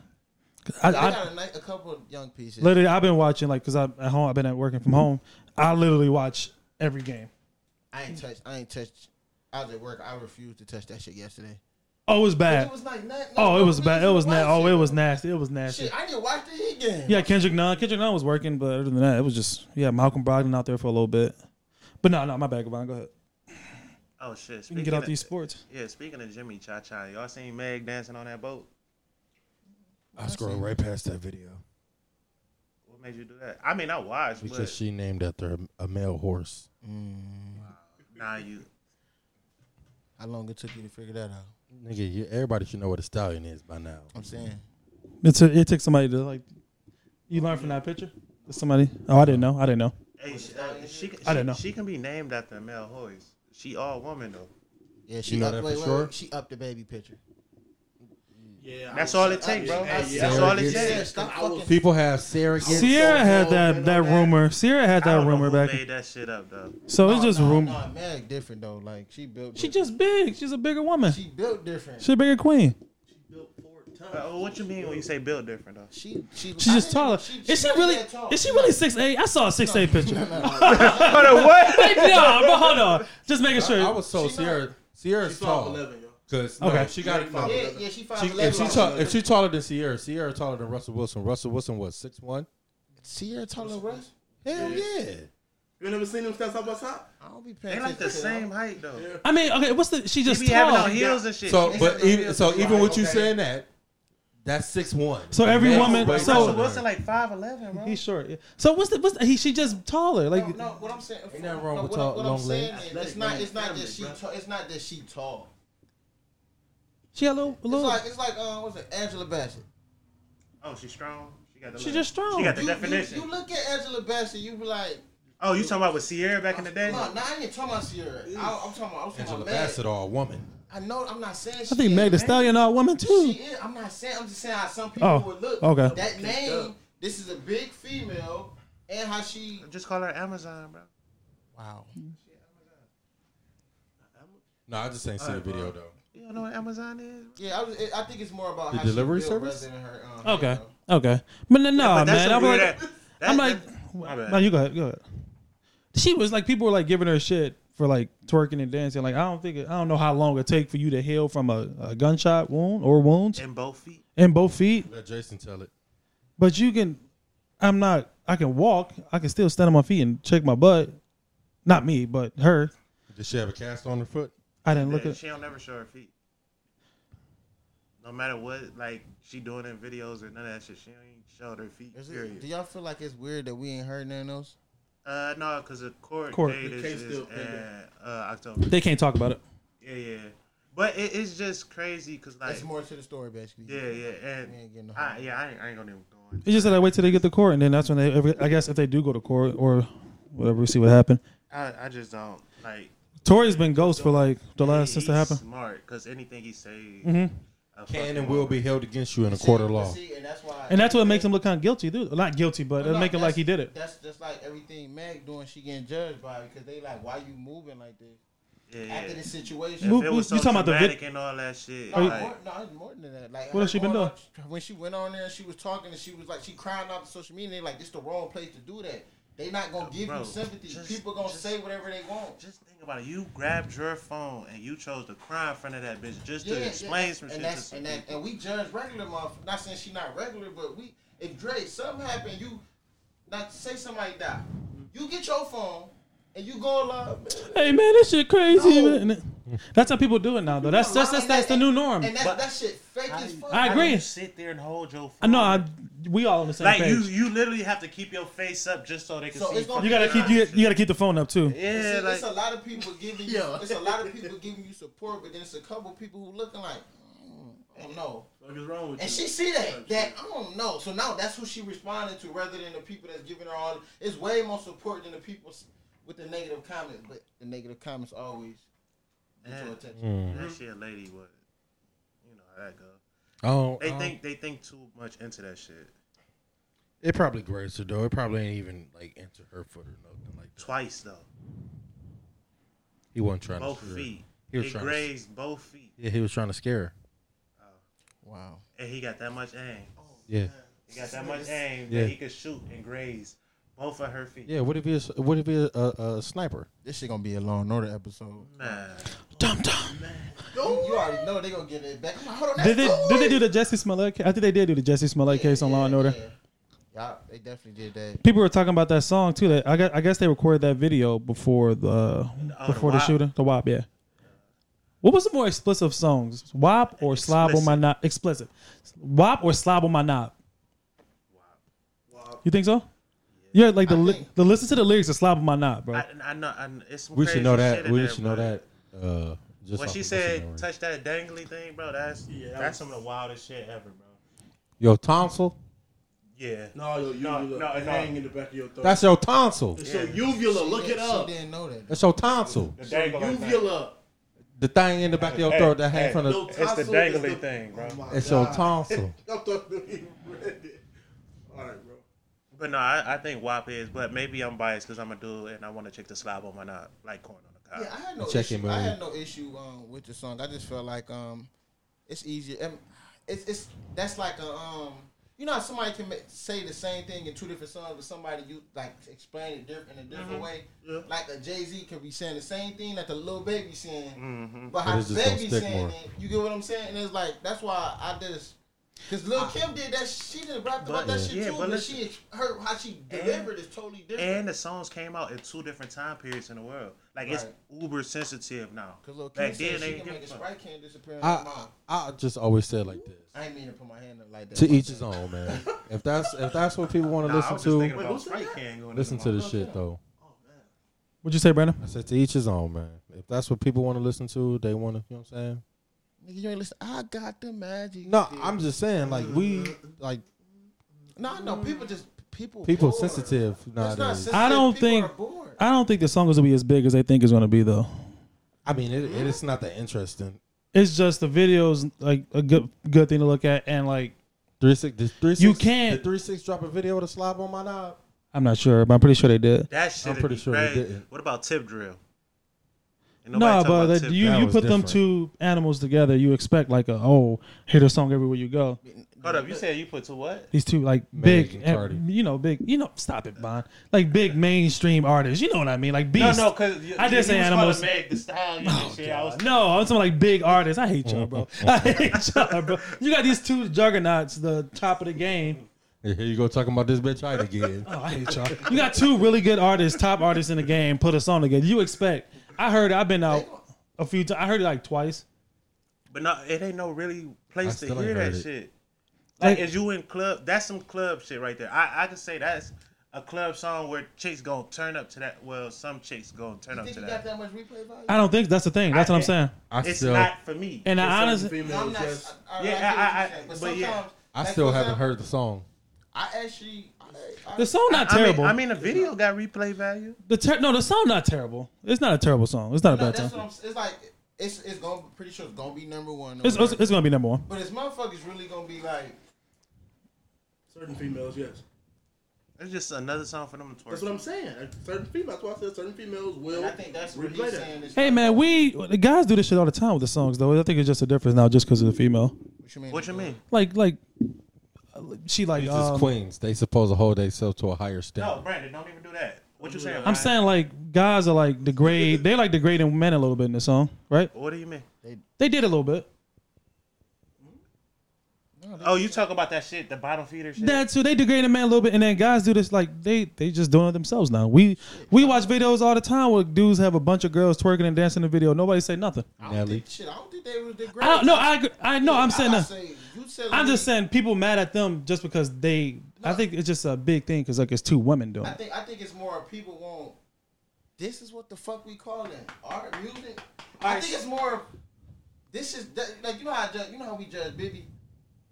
[SPEAKER 4] 'Cause I,
[SPEAKER 8] I,
[SPEAKER 4] I-
[SPEAKER 8] got a, nice, a couple of young pieces.
[SPEAKER 4] literally, I've been watching like because I'm at home. I've been at working from home. I literally watch every game.
[SPEAKER 8] I ain't touched. I ain't touched. I was at work. I refused to touch that shit yesterday.
[SPEAKER 4] Oh, it was
[SPEAKER 8] It
[SPEAKER 4] bad.
[SPEAKER 8] was like nah, nah,
[SPEAKER 4] Oh, it was
[SPEAKER 8] nah,
[SPEAKER 4] bad. It
[SPEAKER 8] nah,
[SPEAKER 4] was
[SPEAKER 8] nah,
[SPEAKER 4] nasty. Oh,
[SPEAKER 8] shit.
[SPEAKER 4] it was nasty. It was nasty.
[SPEAKER 8] Shit, I didn't watch the heat game.
[SPEAKER 4] Yeah, Kendrick Nunn. Kendrick Nunn was working, but other than that, it was just yeah Malcolm Brogdon out there for a little bit. But no, no, my bad, Gavon. Go ahead.
[SPEAKER 2] Oh shit.
[SPEAKER 4] You can
[SPEAKER 2] Speaking
[SPEAKER 4] get out
[SPEAKER 2] of-
[SPEAKER 4] these sports.
[SPEAKER 2] Yeah, speaking of Jimmy Cha Cha, y'all seen Meg dancing on that boat?
[SPEAKER 1] I scrolled right past that video
[SPEAKER 2] What made you do that? I mean, I watched,
[SPEAKER 1] because
[SPEAKER 2] but
[SPEAKER 1] she named after a, a male horse.
[SPEAKER 2] nah, you.
[SPEAKER 8] How long it took you to figure that out?
[SPEAKER 1] Nigga, you, everybody should know what a stallion is by now.
[SPEAKER 8] I'm saying.
[SPEAKER 4] It's a, it took somebody to like. You learn from that picture. Somebody. Oh, I didn't know. I didn't know.
[SPEAKER 2] Hey, she, uh, she, she,
[SPEAKER 4] I don't know.
[SPEAKER 2] She can be named after a male horse. She all woman though.
[SPEAKER 8] Yeah, she
[SPEAKER 1] know
[SPEAKER 8] up,
[SPEAKER 1] that for
[SPEAKER 8] wait, wait,
[SPEAKER 1] sure?
[SPEAKER 8] wait, she upped the baby picture.
[SPEAKER 5] Yeah, I
[SPEAKER 2] That's
[SPEAKER 5] was-
[SPEAKER 2] all it takes, bro.
[SPEAKER 5] Hey, yeah,
[SPEAKER 2] That's
[SPEAKER 5] I
[SPEAKER 2] all
[SPEAKER 5] was-
[SPEAKER 2] it
[SPEAKER 1] Yeah.
[SPEAKER 2] takes.
[SPEAKER 8] stop
[SPEAKER 5] I was-
[SPEAKER 8] fucking.
[SPEAKER 1] People have surrogates.
[SPEAKER 4] Sierra had
[SPEAKER 5] so
[SPEAKER 4] that
[SPEAKER 5] open
[SPEAKER 4] that
[SPEAKER 5] on that.
[SPEAKER 4] rumor. Sierra had
[SPEAKER 2] I
[SPEAKER 4] that
[SPEAKER 2] don't know
[SPEAKER 4] rumor
[SPEAKER 2] who
[SPEAKER 4] back.
[SPEAKER 2] made that shit up though.
[SPEAKER 4] So it's
[SPEAKER 8] No,
[SPEAKER 4] just
[SPEAKER 8] no,
[SPEAKER 4] rumor.
[SPEAKER 8] No, Meg different though. Like she built.
[SPEAKER 4] She just big. She's a bigger woman.
[SPEAKER 8] she built different.
[SPEAKER 4] She's a bigger queen.
[SPEAKER 2] Uh, what you mean when you say build different though?
[SPEAKER 8] She she.
[SPEAKER 4] She's
[SPEAKER 8] I
[SPEAKER 4] just
[SPEAKER 8] didn't-
[SPEAKER 4] taller. Is she
[SPEAKER 8] not
[SPEAKER 4] really?
[SPEAKER 8] that tall.
[SPEAKER 4] Is she really six eight? I saw a six eight picture.
[SPEAKER 2] what?
[SPEAKER 4] Wait, no, but hold on. Just making sure.
[SPEAKER 1] I was told
[SPEAKER 8] She
[SPEAKER 1] Sierra. Sierra's
[SPEAKER 5] She's tall.
[SPEAKER 1] tall
[SPEAKER 5] 11, yo.
[SPEAKER 1] because
[SPEAKER 4] Okay.
[SPEAKER 1] she got it.
[SPEAKER 5] Yeah,
[SPEAKER 8] Yeah, yeah. She five
[SPEAKER 1] She,
[SPEAKER 8] eleven.
[SPEAKER 1] if she tall, if she taller than Sierra, Sierra taller than Russell Wilson. Russell Wilson was six one.
[SPEAKER 8] Sierra taller than Russ.
[SPEAKER 1] Hell
[SPEAKER 5] Yeah.
[SPEAKER 1] yeah.
[SPEAKER 5] You never seen them stand side by side?
[SPEAKER 8] I don't be paying.
[SPEAKER 2] They like the
[SPEAKER 8] attention to
[SPEAKER 2] same
[SPEAKER 8] them.
[SPEAKER 2] height though. She
[SPEAKER 4] I mean, okay. What's the? She just
[SPEAKER 2] be having
[SPEAKER 4] tall.
[SPEAKER 2] on heels and shit.
[SPEAKER 1] So,
[SPEAKER 8] They
[SPEAKER 1] but
[SPEAKER 8] said they
[SPEAKER 1] even
[SPEAKER 8] built
[SPEAKER 1] so,
[SPEAKER 8] it
[SPEAKER 1] even
[SPEAKER 8] like,
[SPEAKER 1] with you
[SPEAKER 8] okay.
[SPEAKER 1] saying that, that's six one.
[SPEAKER 4] So every woman-
[SPEAKER 2] Russell
[SPEAKER 4] so-
[SPEAKER 2] Wilson like five eleven, bro.
[SPEAKER 4] He's short. yeah. So what's the? What's the, he? She just taller. Like
[SPEAKER 8] No, no, what I'm saying.
[SPEAKER 1] Ain't nothing wrong
[SPEAKER 8] no,
[SPEAKER 1] with
[SPEAKER 8] what I'm-
[SPEAKER 1] tall-
[SPEAKER 8] what
[SPEAKER 1] long
[SPEAKER 8] I'm saying
[SPEAKER 1] legs.
[SPEAKER 8] is, it's not. It's not that she. Tall, it's not that she tall.
[SPEAKER 4] she had a little. A
[SPEAKER 8] It's
[SPEAKER 4] little
[SPEAKER 8] like it's like um, what's it? Angela Bassett.
[SPEAKER 2] Oh, she's strong. She got the.
[SPEAKER 4] She
[SPEAKER 2] look.
[SPEAKER 4] just strong.
[SPEAKER 2] She got the
[SPEAKER 8] You, you,
[SPEAKER 2] definition.
[SPEAKER 8] you look at Angela Bassett, you be like,
[SPEAKER 2] oh, you talking about with Sierra back in the day?
[SPEAKER 8] no, no, I ain't talking about Sierra. I, I'm talking about, I'm talking
[SPEAKER 1] Angela
[SPEAKER 8] about Meg.
[SPEAKER 1] Bassett or a woman.
[SPEAKER 8] I know I'm not saying she
[SPEAKER 4] I think
[SPEAKER 8] is,
[SPEAKER 4] Meg the
[SPEAKER 8] man.
[SPEAKER 4] Stallion are women
[SPEAKER 8] She
[SPEAKER 4] too.
[SPEAKER 8] is. I'm not saying. I'm just saying how some people
[SPEAKER 4] Oh,
[SPEAKER 8] would look.
[SPEAKER 4] okay.
[SPEAKER 8] That name. This is a big female, and how she.
[SPEAKER 2] Just call her Amazon, bro.
[SPEAKER 8] Wow.
[SPEAKER 1] No, I just ain't seen the video though.
[SPEAKER 2] You don't know what Amazon is?
[SPEAKER 8] Yeah, I, was, I think it's more about
[SPEAKER 1] The
[SPEAKER 8] how she
[SPEAKER 1] delivery
[SPEAKER 8] built
[SPEAKER 1] service?
[SPEAKER 8] rather than her, um,
[SPEAKER 4] Okay.
[SPEAKER 8] you know.
[SPEAKER 4] Okay. But no, no,
[SPEAKER 2] But
[SPEAKER 4] man.
[SPEAKER 2] a
[SPEAKER 4] I'm
[SPEAKER 2] weird
[SPEAKER 4] like,
[SPEAKER 2] ass- that-
[SPEAKER 4] I'm like,
[SPEAKER 2] that- my bad.
[SPEAKER 4] no, you go ahead. Go ahead. She was like, people were like giving her shit for like twerking and dancing. Like I don't think it, I don't know how long it take for you to heal from a, a gunshot wound or wounds
[SPEAKER 2] in both feet.
[SPEAKER 4] in both feet.
[SPEAKER 1] Let Jason tell it.
[SPEAKER 4] But you can. I'm not. I can walk. I can still stand on my feet and check my butt. Not me, but her.
[SPEAKER 1] Did she have a cast on her foot?
[SPEAKER 4] I didn't look
[SPEAKER 2] Yeah,
[SPEAKER 4] at.
[SPEAKER 2] she don't never show her feet. No matter what, like she doing in videos or none of that shit, she ain't showed her feet.
[SPEAKER 8] Is it, do
[SPEAKER 2] Period.
[SPEAKER 8] y'all feel like it's weird that we ain't heard nothing else?
[SPEAKER 2] Uh, no, because the court,
[SPEAKER 4] Court.
[SPEAKER 2] date
[SPEAKER 5] The
[SPEAKER 2] is,
[SPEAKER 5] case
[SPEAKER 2] is
[SPEAKER 5] still pending.
[SPEAKER 2] in, uh, October.
[SPEAKER 4] They can't talk about it.
[SPEAKER 2] Yeah, yeah. But it, it's just crazy because like,
[SPEAKER 8] That's more to the story, basically.
[SPEAKER 2] yeah, yeah,
[SPEAKER 8] We ain't getting
[SPEAKER 2] and
[SPEAKER 8] no
[SPEAKER 2] I, yeah, I ain't, I ain't gonna even go on.
[SPEAKER 4] It's just that I wait till they get to court, and then that's when they. Every, I guess if they do go to court or whatever, we see what happened.
[SPEAKER 2] I, I just don't like.
[SPEAKER 4] Tori's been ghost for like the last
[SPEAKER 2] He's
[SPEAKER 4] since that happened. Mm-hmm.
[SPEAKER 2] Smart, because anything he say, a
[SPEAKER 1] Can
[SPEAKER 2] fucking
[SPEAKER 1] and will
[SPEAKER 2] woman.
[SPEAKER 1] be held against you in a court of law.
[SPEAKER 8] See, and that's why.
[SPEAKER 4] And that's what makes him look kind of guilty, dude. Not guilty, but it
[SPEAKER 8] No,
[SPEAKER 4] make it
[SPEAKER 8] that's-
[SPEAKER 4] like he did it.
[SPEAKER 8] That's just like everything Meg doing. She getting judged by because they like, why you moving like this
[SPEAKER 2] Yeah,
[SPEAKER 8] after
[SPEAKER 2] yeah.
[SPEAKER 8] this
[SPEAKER 2] If
[SPEAKER 8] situation?
[SPEAKER 4] Who-
[SPEAKER 2] it
[SPEAKER 4] who-
[SPEAKER 2] was so
[SPEAKER 4] you talking about the Oh, vid-
[SPEAKER 2] traumatic and all that shit.
[SPEAKER 8] No,
[SPEAKER 2] like,
[SPEAKER 8] more, no, it's more than that. Like,
[SPEAKER 4] What has
[SPEAKER 8] her
[SPEAKER 4] she been
[SPEAKER 8] going on- when she went on there, she was talking and she was like, she crying out to social media. They like, this the wrong place to do that. They not gonna give
[SPEAKER 2] Bro,
[SPEAKER 8] you sympathy.
[SPEAKER 2] just-
[SPEAKER 8] People gonna
[SPEAKER 2] just-
[SPEAKER 8] say whatever they want.
[SPEAKER 2] Just think about it. You grabbed your phone and you chose to cry in front of that bitch just to explain some shit
[SPEAKER 8] and
[SPEAKER 2] to
[SPEAKER 8] that's,
[SPEAKER 2] some
[SPEAKER 8] and, that,
[SPEAKER 2] people.
[SPEAKER 8] and we judge regular motherfuckers. Not saying she not regular, but we if Dre something happened, you not say somebody die, you get your phone and you go live.
[SPEAKER 4] Hey man, this shit crazy.
[SPEAKER 8] No.
[SPEAKER 4] Man. And That's how people do it now, though. That's that's that's,
[SPEAKER 8] And
[SPEAKER 4] that's
[SPEAKER 8] that-
[SPEAKER 4] the new norm.
[SPEAKER 8] And that,
[SPEAKER 2] But-
[SPEAKER 8] that shit fake
[SPEAKER 2] How
[SPEAKER 8] as
[SPEAKER 2] you-
[SPEAKER 8] fuck.
[SPEAKER 4] I
[SPEAKER 2] how
[SPEAKER 4] agree.
[SPEAKER 2] do you sit there and hold your phone.
[SPEAKER 4] I know. I we all on the same
[SPEAKER 2] like you,
[SPEAKER 4] page. You,
[SPEAKER 2] you literally have to keep your face up just so they can
[SPEAKER 8] So
[SPEAKER 2] see.
[SPEAKER 8] it's gonna
[SPEAKER 2] fucking
[SPEAKER 4] gotta keep you, you gotta keep the phone up too.
[SPEAKER 8] See,
[SPEAKER 2] Yeah,
[SPEAKER 8] it's a
[SPEAKER 2] like
[SPEAKER 8] lot of people giving you. It's a lot of people giving you support, but then it's a couple people who looking like, mm, I don't know.
[SPEAKER 5] What is wrong with
[SPEAKER 8] And
[SPEAKER 5] you?
[SPEAKER 8] she see that that I don't know. So now that's who she responded to, rather than the people that's giving her all. It's way more support than the people s- with the negative comments. But the negative comments always get your
[SPEAKER 4] Mm.
[SPEAKER 8] attention.
[SPEAKER 4] Mm-hmm.
[SPEAKER 2] that shit, lady. What? You know how that go.
[SPEAKER 1] Oh,
[SPEAKER 4] Uh-huh.
[SPEAKER 2] They think they think too much into that shit.
[SPEAKER 1] it probably grazed her though. It probably ain't even like into her foot or nothing like that.
[SPEAKER 2] Twice though,
[SPEAKER 1] He wasn't trying
[SPEAKER 2] both
[SPEAKER 1] to. scare her.
[SPEAKER 2] feet.
[SPEAKER 1] He was
[SPEAKER 2] It
[SPEAKER 1] trying to-
[SPEAKER 2] grazed both feet,
[SPEAKER 1] Yeah, he was trying to scare her.
[SPEAKER 8] Wow.
[SPEAKER 2] and he got that much aim.
[SPEAKER 1] Yeah.
[SPEAKER 2] He got
[SPEAKER 8] Oh,
[SPEAKER 2] that much aim
[SPEAKER 1] Yeah.
[SPEAKER 2] that he could shoot and graze both of her feet.
[SPEAKER 1] Yeah. What if he? Was, what if he a, a, a sniper?
[SPEAKER 8] This shit gonna be a Law and Order episode.
[SPEAKER 2] Nah.
[SPEAKER 4] Dum dum.
[SPEAKER 8] You, you already know they gonna get it back. I'm like, hold on.
[SPEAKER 4] Did they
[SPEAKER 8] that's
[SPEAKER 4] did they
[SPEAKER 8] Floyd.
[SPEAKER 4] do the Jesse Smollett? Case? I think they did do the Jesse Smollett case on Law and
[SPEAKER 8] Yeah,
[SPEAKER 4] Order.
[SPEAKER 8] Yeah, Yup, they definitely did that.
[SPEAKER 4] People were talking about that song too. That I, got, I guess they recorded that video before the
[SPEAKER 2] the
[SPEAKER 4] before the,
[SPEAKER 2] WAP.
[SPEAKER 4] shooting. The WAP, yeah. What was the more explicit songs, WAP or Slob on my knob? Explicit, WAP or Slob on my knob? You think so? Yeah, like the
[SPEAKER 8] I
[SPEAKER 4] li-
[SPEAKER 8] think-
[SPEAKER 4] the listen to the lyrics of Slob on my knob, bro.
[SPEAKER 2] I, I know. I, kn- it's some
[SPEAKER 1] We
[SPEAKER 2] crazy
[SPEAKER 1] should know
[SPEAKER 2] shit
[SPEAKER 1] that.
[SPEAKER 2] in
[SPEAKER 1] We
[SPEAKER 2] there,
[SPEAKER 1] should know
[SPEAKER 2] but
[SPEAKER 1] that. Uh, just
[SPEAKER 2] When
[SPEAKER 1] off
[SPEAKER 2] she
[SPEAKER 1] of
[SPEAKER 2] said
[SPEAKER 1] listening
[SPEAKER 2] touch that dangly thing, bro, that's
[SPEAKER 5] Yeah, that
[SPEAKER 2] that's
[SPEAKER 5] was-
[SPEAKER 2] some of the wildest shit ever, bro.
[SPEAKER 1] already. your tonsil.
[SPEAKER 2] Yeah.
[SPEAKER 5] No, your
[SPEAKER 2] No,
[SPEAKER 5] uvula
[SPEAKER 2] no, no.
[SPEAKER 5] hang in the back of your throat.
[SPEAKER 1] That's your tonsil.
[SPEAKER 5] it's your uvula. Look
[SPEAKER 8] She
[SPEAKER 5] it up.
[SPEAKER 8] didn't know that.
[SPEAKER 1] That's your tonsil.
[SPEAKER 2] The dangly thing.
[SPEAKER 5] Uvula.
[SPEAKER 1] The thing in the back of your
[SPEAKER 2] Hey,
[SPEAKER 1] throat that
[SPEAKER 2] hey,
[SPEAKER 1] hangs from
[SPEAKER 5] No
[SPEAKER 1] the.
[SPEAKER 2] It's the
[SPEAKER 5] tonsil,
[SPEAKER 2] dangly
[SPEAKER 5] it's the-
[SPEAKER 2] thing, bro.
[SPEAKER 5] Oh my
[SPEAKER 1] It's your
[SPEAKER 5] God.
[SPEAKER 1] tonsil.
[SPEAKER 5] I thought you even read it. All right, bro.
[SPEAKER 2] But no, I, I think WAP is, but maybe I'm biased because I'm a dude and I want to check the slob on my knob, like corn on the cob.
[SPEAKER 8] Yeah, I had no
[SPEAKER 1] Check
[SPEAKER 8] issue.
[SPEAKER 1] him
[SPEAKER 8] I
[SPEAKER 1] out.
[SPEAKER 8] had no issue um, with the song. I just felt like um, it's easier. and It's it's that's like a um, you know, how somebody can ma- say the same thing in two different songs, but somebody you like explain it different in a different
[SPEAKER 2] Mm-hmm.
[SPEAKER 8] way. Like a Jay Z could be saying the same thing that the little baby saying,
[SPEAKER 2] Mm-hmm.
[SPEAKER 8] but how
[SPEAKER 1] it's just gonna
[SPEAKER 8] baby
[SPEAKER 1] stick
[SPEAKER 8] saying
[SPEAKER 1] more.
[SPEAKER 8] it. You get what I'm saying? And it's like that's why I just. Cause Lil Kim did that. She did rap
[SPEAKER 2] But-
[SPEAKER 8] about that shit
[SPEAKER 2] yeah,
[SPEAKER 8] too,
[SPEAKER 2] but
[SPEAKER 8] but,
[SPEAKER 2] listen.
[SPEAKER 8] she ex- her how she delivered is totally different.
[SPEAKER 2] And the songs came out in two different time periods in the world. Like it's uber sensitive now.
[SPEAKER 8] Cause Lil Kim
[SPEAKER 2] Back
[SPEAKER 8] said
[SPEAKER 2] then they
[SPEAKER 8] she
[SPEAKER 2] didn't give
[SPEAKER 8] can make
[SPEAKER 2] a
[SPEAKER 8] a
[SPEAKER 2] fuck.
[SPEAKER 8] sprite can disappear in her
[SPEAKER 1] I,
[SPEAKER 8] mouth.
[SPEAKER 1] I I just always said like this.
[SPEAKER 8] I ain't mean to put my hand up like that.
[SPEAKER 1] To
[SPEAKER 8] my
[SPEAKER 1] each
[SPEAKER 8] bad.
[SPEAKER 1] his own, man. If that's if that's what people want to
[SPEAKER 2] Nah, I was just
[SPEAKER 1] listen
[SPEAKER 2] thinking
[SPEAKER 1] to,
[SPEAKER 2] about
[SPEAKER 5] who said
[SPEAKER 2] Sprite
[SPEAKER 5] that?
[SPEAKER 2] can going in
[SPEAKER 1] listen
[SPEAKER 2] the
[SPEAKER 1] to
[SPEAKER 2] mouth.
[SPEAKER 1] the shit though.
[SPEAKER 4] What'd you say, Brandon?
[SPEAKER 1] I said to each his own, man. If that's what people want to listen to, they want to. You know what I'm saying?
[SPEAKER 8] Nigga, you ain't listen. I got the magic.
[SPEAKER 1] No, I'm just saying like we like
[SPEAKER 8] No, no. People just people.
[SPEAKER 1] people
[SPEAKER 8] bored.
[SPEAKER 1] sensitive
[SPEAKER 8] It's not
[SPEAKER 1] nowadays.
[SPEAKER 8] sensitive.
[SPEAKER 4] I don't
[SPEAKER 8] people
[SPEAKER 4] think-
[SPEAKER 8] Are bored.
[SPEAKER 4] I don't think the song is gonna be as big as they think it's gonna be, though.
[SPEAKER 1] I mean, it, it is not that interesting.
[SPEAKER 4] It's just the videos like a good good thing to look at, and like
[SPEAKER 1] Three six, the three six,
[SPEAKER 4] You can't-
[SPEAKER 1] the three six drop a video with a slob on my knob.
[SPEAKER 4] I'm not sure, but I'm pretty sure they did.
[SPEAKER 2] That shit.
[SPEAKER 1] I'm pretty
[SPEAKER 2] be
[SPEAKER 1] sure they
[SPEAKER 2] crazy.
[SPEAKER 1] didn't.
[SPEAKER 2] What about Tip Drill? And
[SPEAKER 4] No,
[SPEAKER 2] nobody talk
[SPEAKER 4] but
[SPEAKER 2] about
[SPEAKER 4] that-
[SPEAKER 2] Tip
[SPEAKER 4] you
[SPEAKER 1] That
[SPEAKER 4] you
[SPEAKER 1] was
[SPEAKER 4] put them
[SPEAKER 1] different.
[SPEAKER 4] two animals together, you expect like a oh hit a song everywhere you go.
[SPEAKER 2] Hold up, you said you put to what?
[SPEAKER 4] These two like
[SPEAKER 1] Meg
[SPEAKER 4] big, eh,
[SPEAKER 1] and Cardi.
[SPEAKER 4] you know, big, you know, stop it, Bond. Like big mainstream artists, you know what I mean? Like beast.
[SPEAKER 2] No, no, because
[SPEAKER 4] I did say animals. Oh,
[SPEAKER 2] Meg the style, you and shit. I was
[SPEAKER 4] No, I'm talking like big artists. I hate y'all, bro. I hate y'all, bro. You got these two juggernauts, the top of the game.
[SPEAKER 1] Here you go talking about this bitch right again.
[SPEAKER 4] Oh, I hate y'all. You got two really good artists, top artists in the game. Put a song together. You expect? I heard. I've been out a few times. I heard it like twice.
[SPEAKER 2] But no, it ain't no really place to
[SPEAKER 1] still ain't
[SPEAKER 2] hear
[SPEAKER 1] heard
[SPEAKER 2] that
[SPEAKER 1] it.
[SPEAKER 2] shit. Like,
[SPEAKER 4] Like-
[SPEAKER 2] is you in club? That's some club shit right there. I, I can say that's a club song where chicks gonna turn up to that. Well, some chicks gonna turn up
[SPEAKER 8] Think
[SPEAKER 2] to
[SPEAKER 8] you got
[SPEAKER 2] that.
[SPEAKER 8] that much replay value?
[SPEAKER 4] I don't think that's the thing. That's what I'm saying.
[SPEAKER 1] I
[SPEAKER 2] It's
[SPEAKER 1] still,
[SPEAKER 2] not for me.
[SPEAKER 4] And I
[SPEAKER 5] Certain
[SPEAKER 4] honestly,
[SPEAKER 5] females,
[SPEAKER 8] not-
[SPEAKER 5] yes.
[SPEAKER 8] I- I-
[SPEAKER 2] Yeah,
[SPEAKER 8] get what
[SPEAKER 2] I-
[SPEAKER 8] you're
[SPEAKER 2] I-
[SPEAKER 8] saying,
[SPEAKER 2] but yeah.
[SPEAKER 8] sometimes,
[SPEAKER 1] I
[SPEAKER 8] like,
[SPEAKER 1] still
[SPEAKER 8] for
[SPEAKER 1] haven't
[SPEAKER 8] example,
[SPEAKER 1] heard the song.
[SPEAKER 8] I actually, I, I,
[SPEAKER 4] the song not
[SPEAKER 2] I mean-
[SPEAKER 4] terrible.
[SPEAKER 2] I mean, the video got replay value.
[SPEAKER 4] the ter- no, the song not terrible. It's not a terrible song. It's not a
[SPEAKER 8] no,
[SPEAKER 4] bad
[SPEAKER 8] that's what
[SPEAKER 4] song.
[SPEAKER 8] I'm. It's like it's it's gonna pretty sure it's gonna be number one.
[SPEAKER 4] It's, it's, it's gonna be number one.
[SPEAKER 8] but it's motherfuckers really gonna be like.
[SPEAKER 5] Certain females, yes.
[SPEAKER 2] It's just another song for them to
[SPEAKER 5] That's what I'm
[SPEAKER 2] twerk.
[SPEAKER 5] saying. Certain females. That's why I said certain females will.
[SPEAKER 8] I think that's what
[SPEAKER 5] replay
[SPEAKER 8] he's
[SPEAKER 5] that.
[SPEAKER 8] saying. Is
[SPEAKER 4] Hey man, we the guys do this shit all the time with the songs though. I think it's just a difference now, just because of the female.
[SPEAKER 8] what you mean?
[SPEAKER 2] What you mean?
[SPEAKER 4] Like like she like
[SPEAKER 1] These
[SPEAKER 4] um,
[SPEAKER 1] is queens. They supposed to hold themselves to a higher
[SPEAKER 2] No,
[SPEAKER 1] standard.
[SPEAKER 2] Brandon, don't even do that. What you saying?
[SPEAKER 4] I'm
[SPEAKER 2] Brian?
[SPEAKER 4] saying like guys are like degrade. They like degrading men a little bit in the song, right?
[SPEAKER 2] What do you mean?
[SPEAKER 4] They did a little bit.
[SPEAKER 2] Oh, you talk about that shit, the bottom feeder shit.
[SPEAKER 4] That too. They degrading men a little bit, and then guys do this like they they just doing it themselves now. We we watch videos all the time where dudes have a bunch of girls twerking and dancing in the video. Nobody say nothing.
[SPEAKER 8] I don't
[SPEAKER 1] Nelly.
[SPEAKER 8] think, shit, I don't think they was the
[SPEAKER 4] I don't, no, I agree- I know. I'm saying
[SPEAKER 8] I,
[SPEAKER 4] that.
[SPEAKER 8] say, you said
[SPEAKER 4] I'm just
[SPEAKER 8] we-
[SPEAKER 4] saying people mad at them just because they. I think it's just a big thing because like it's two women doing.
[SPEAKER 8] I
[SPEAKER 4] it.
[SPEAKER 8] think I think it's more people won't. This is what the fuck we call it art music. I think it's more. This is that- like you know how I judge, you know how we judge Bibby.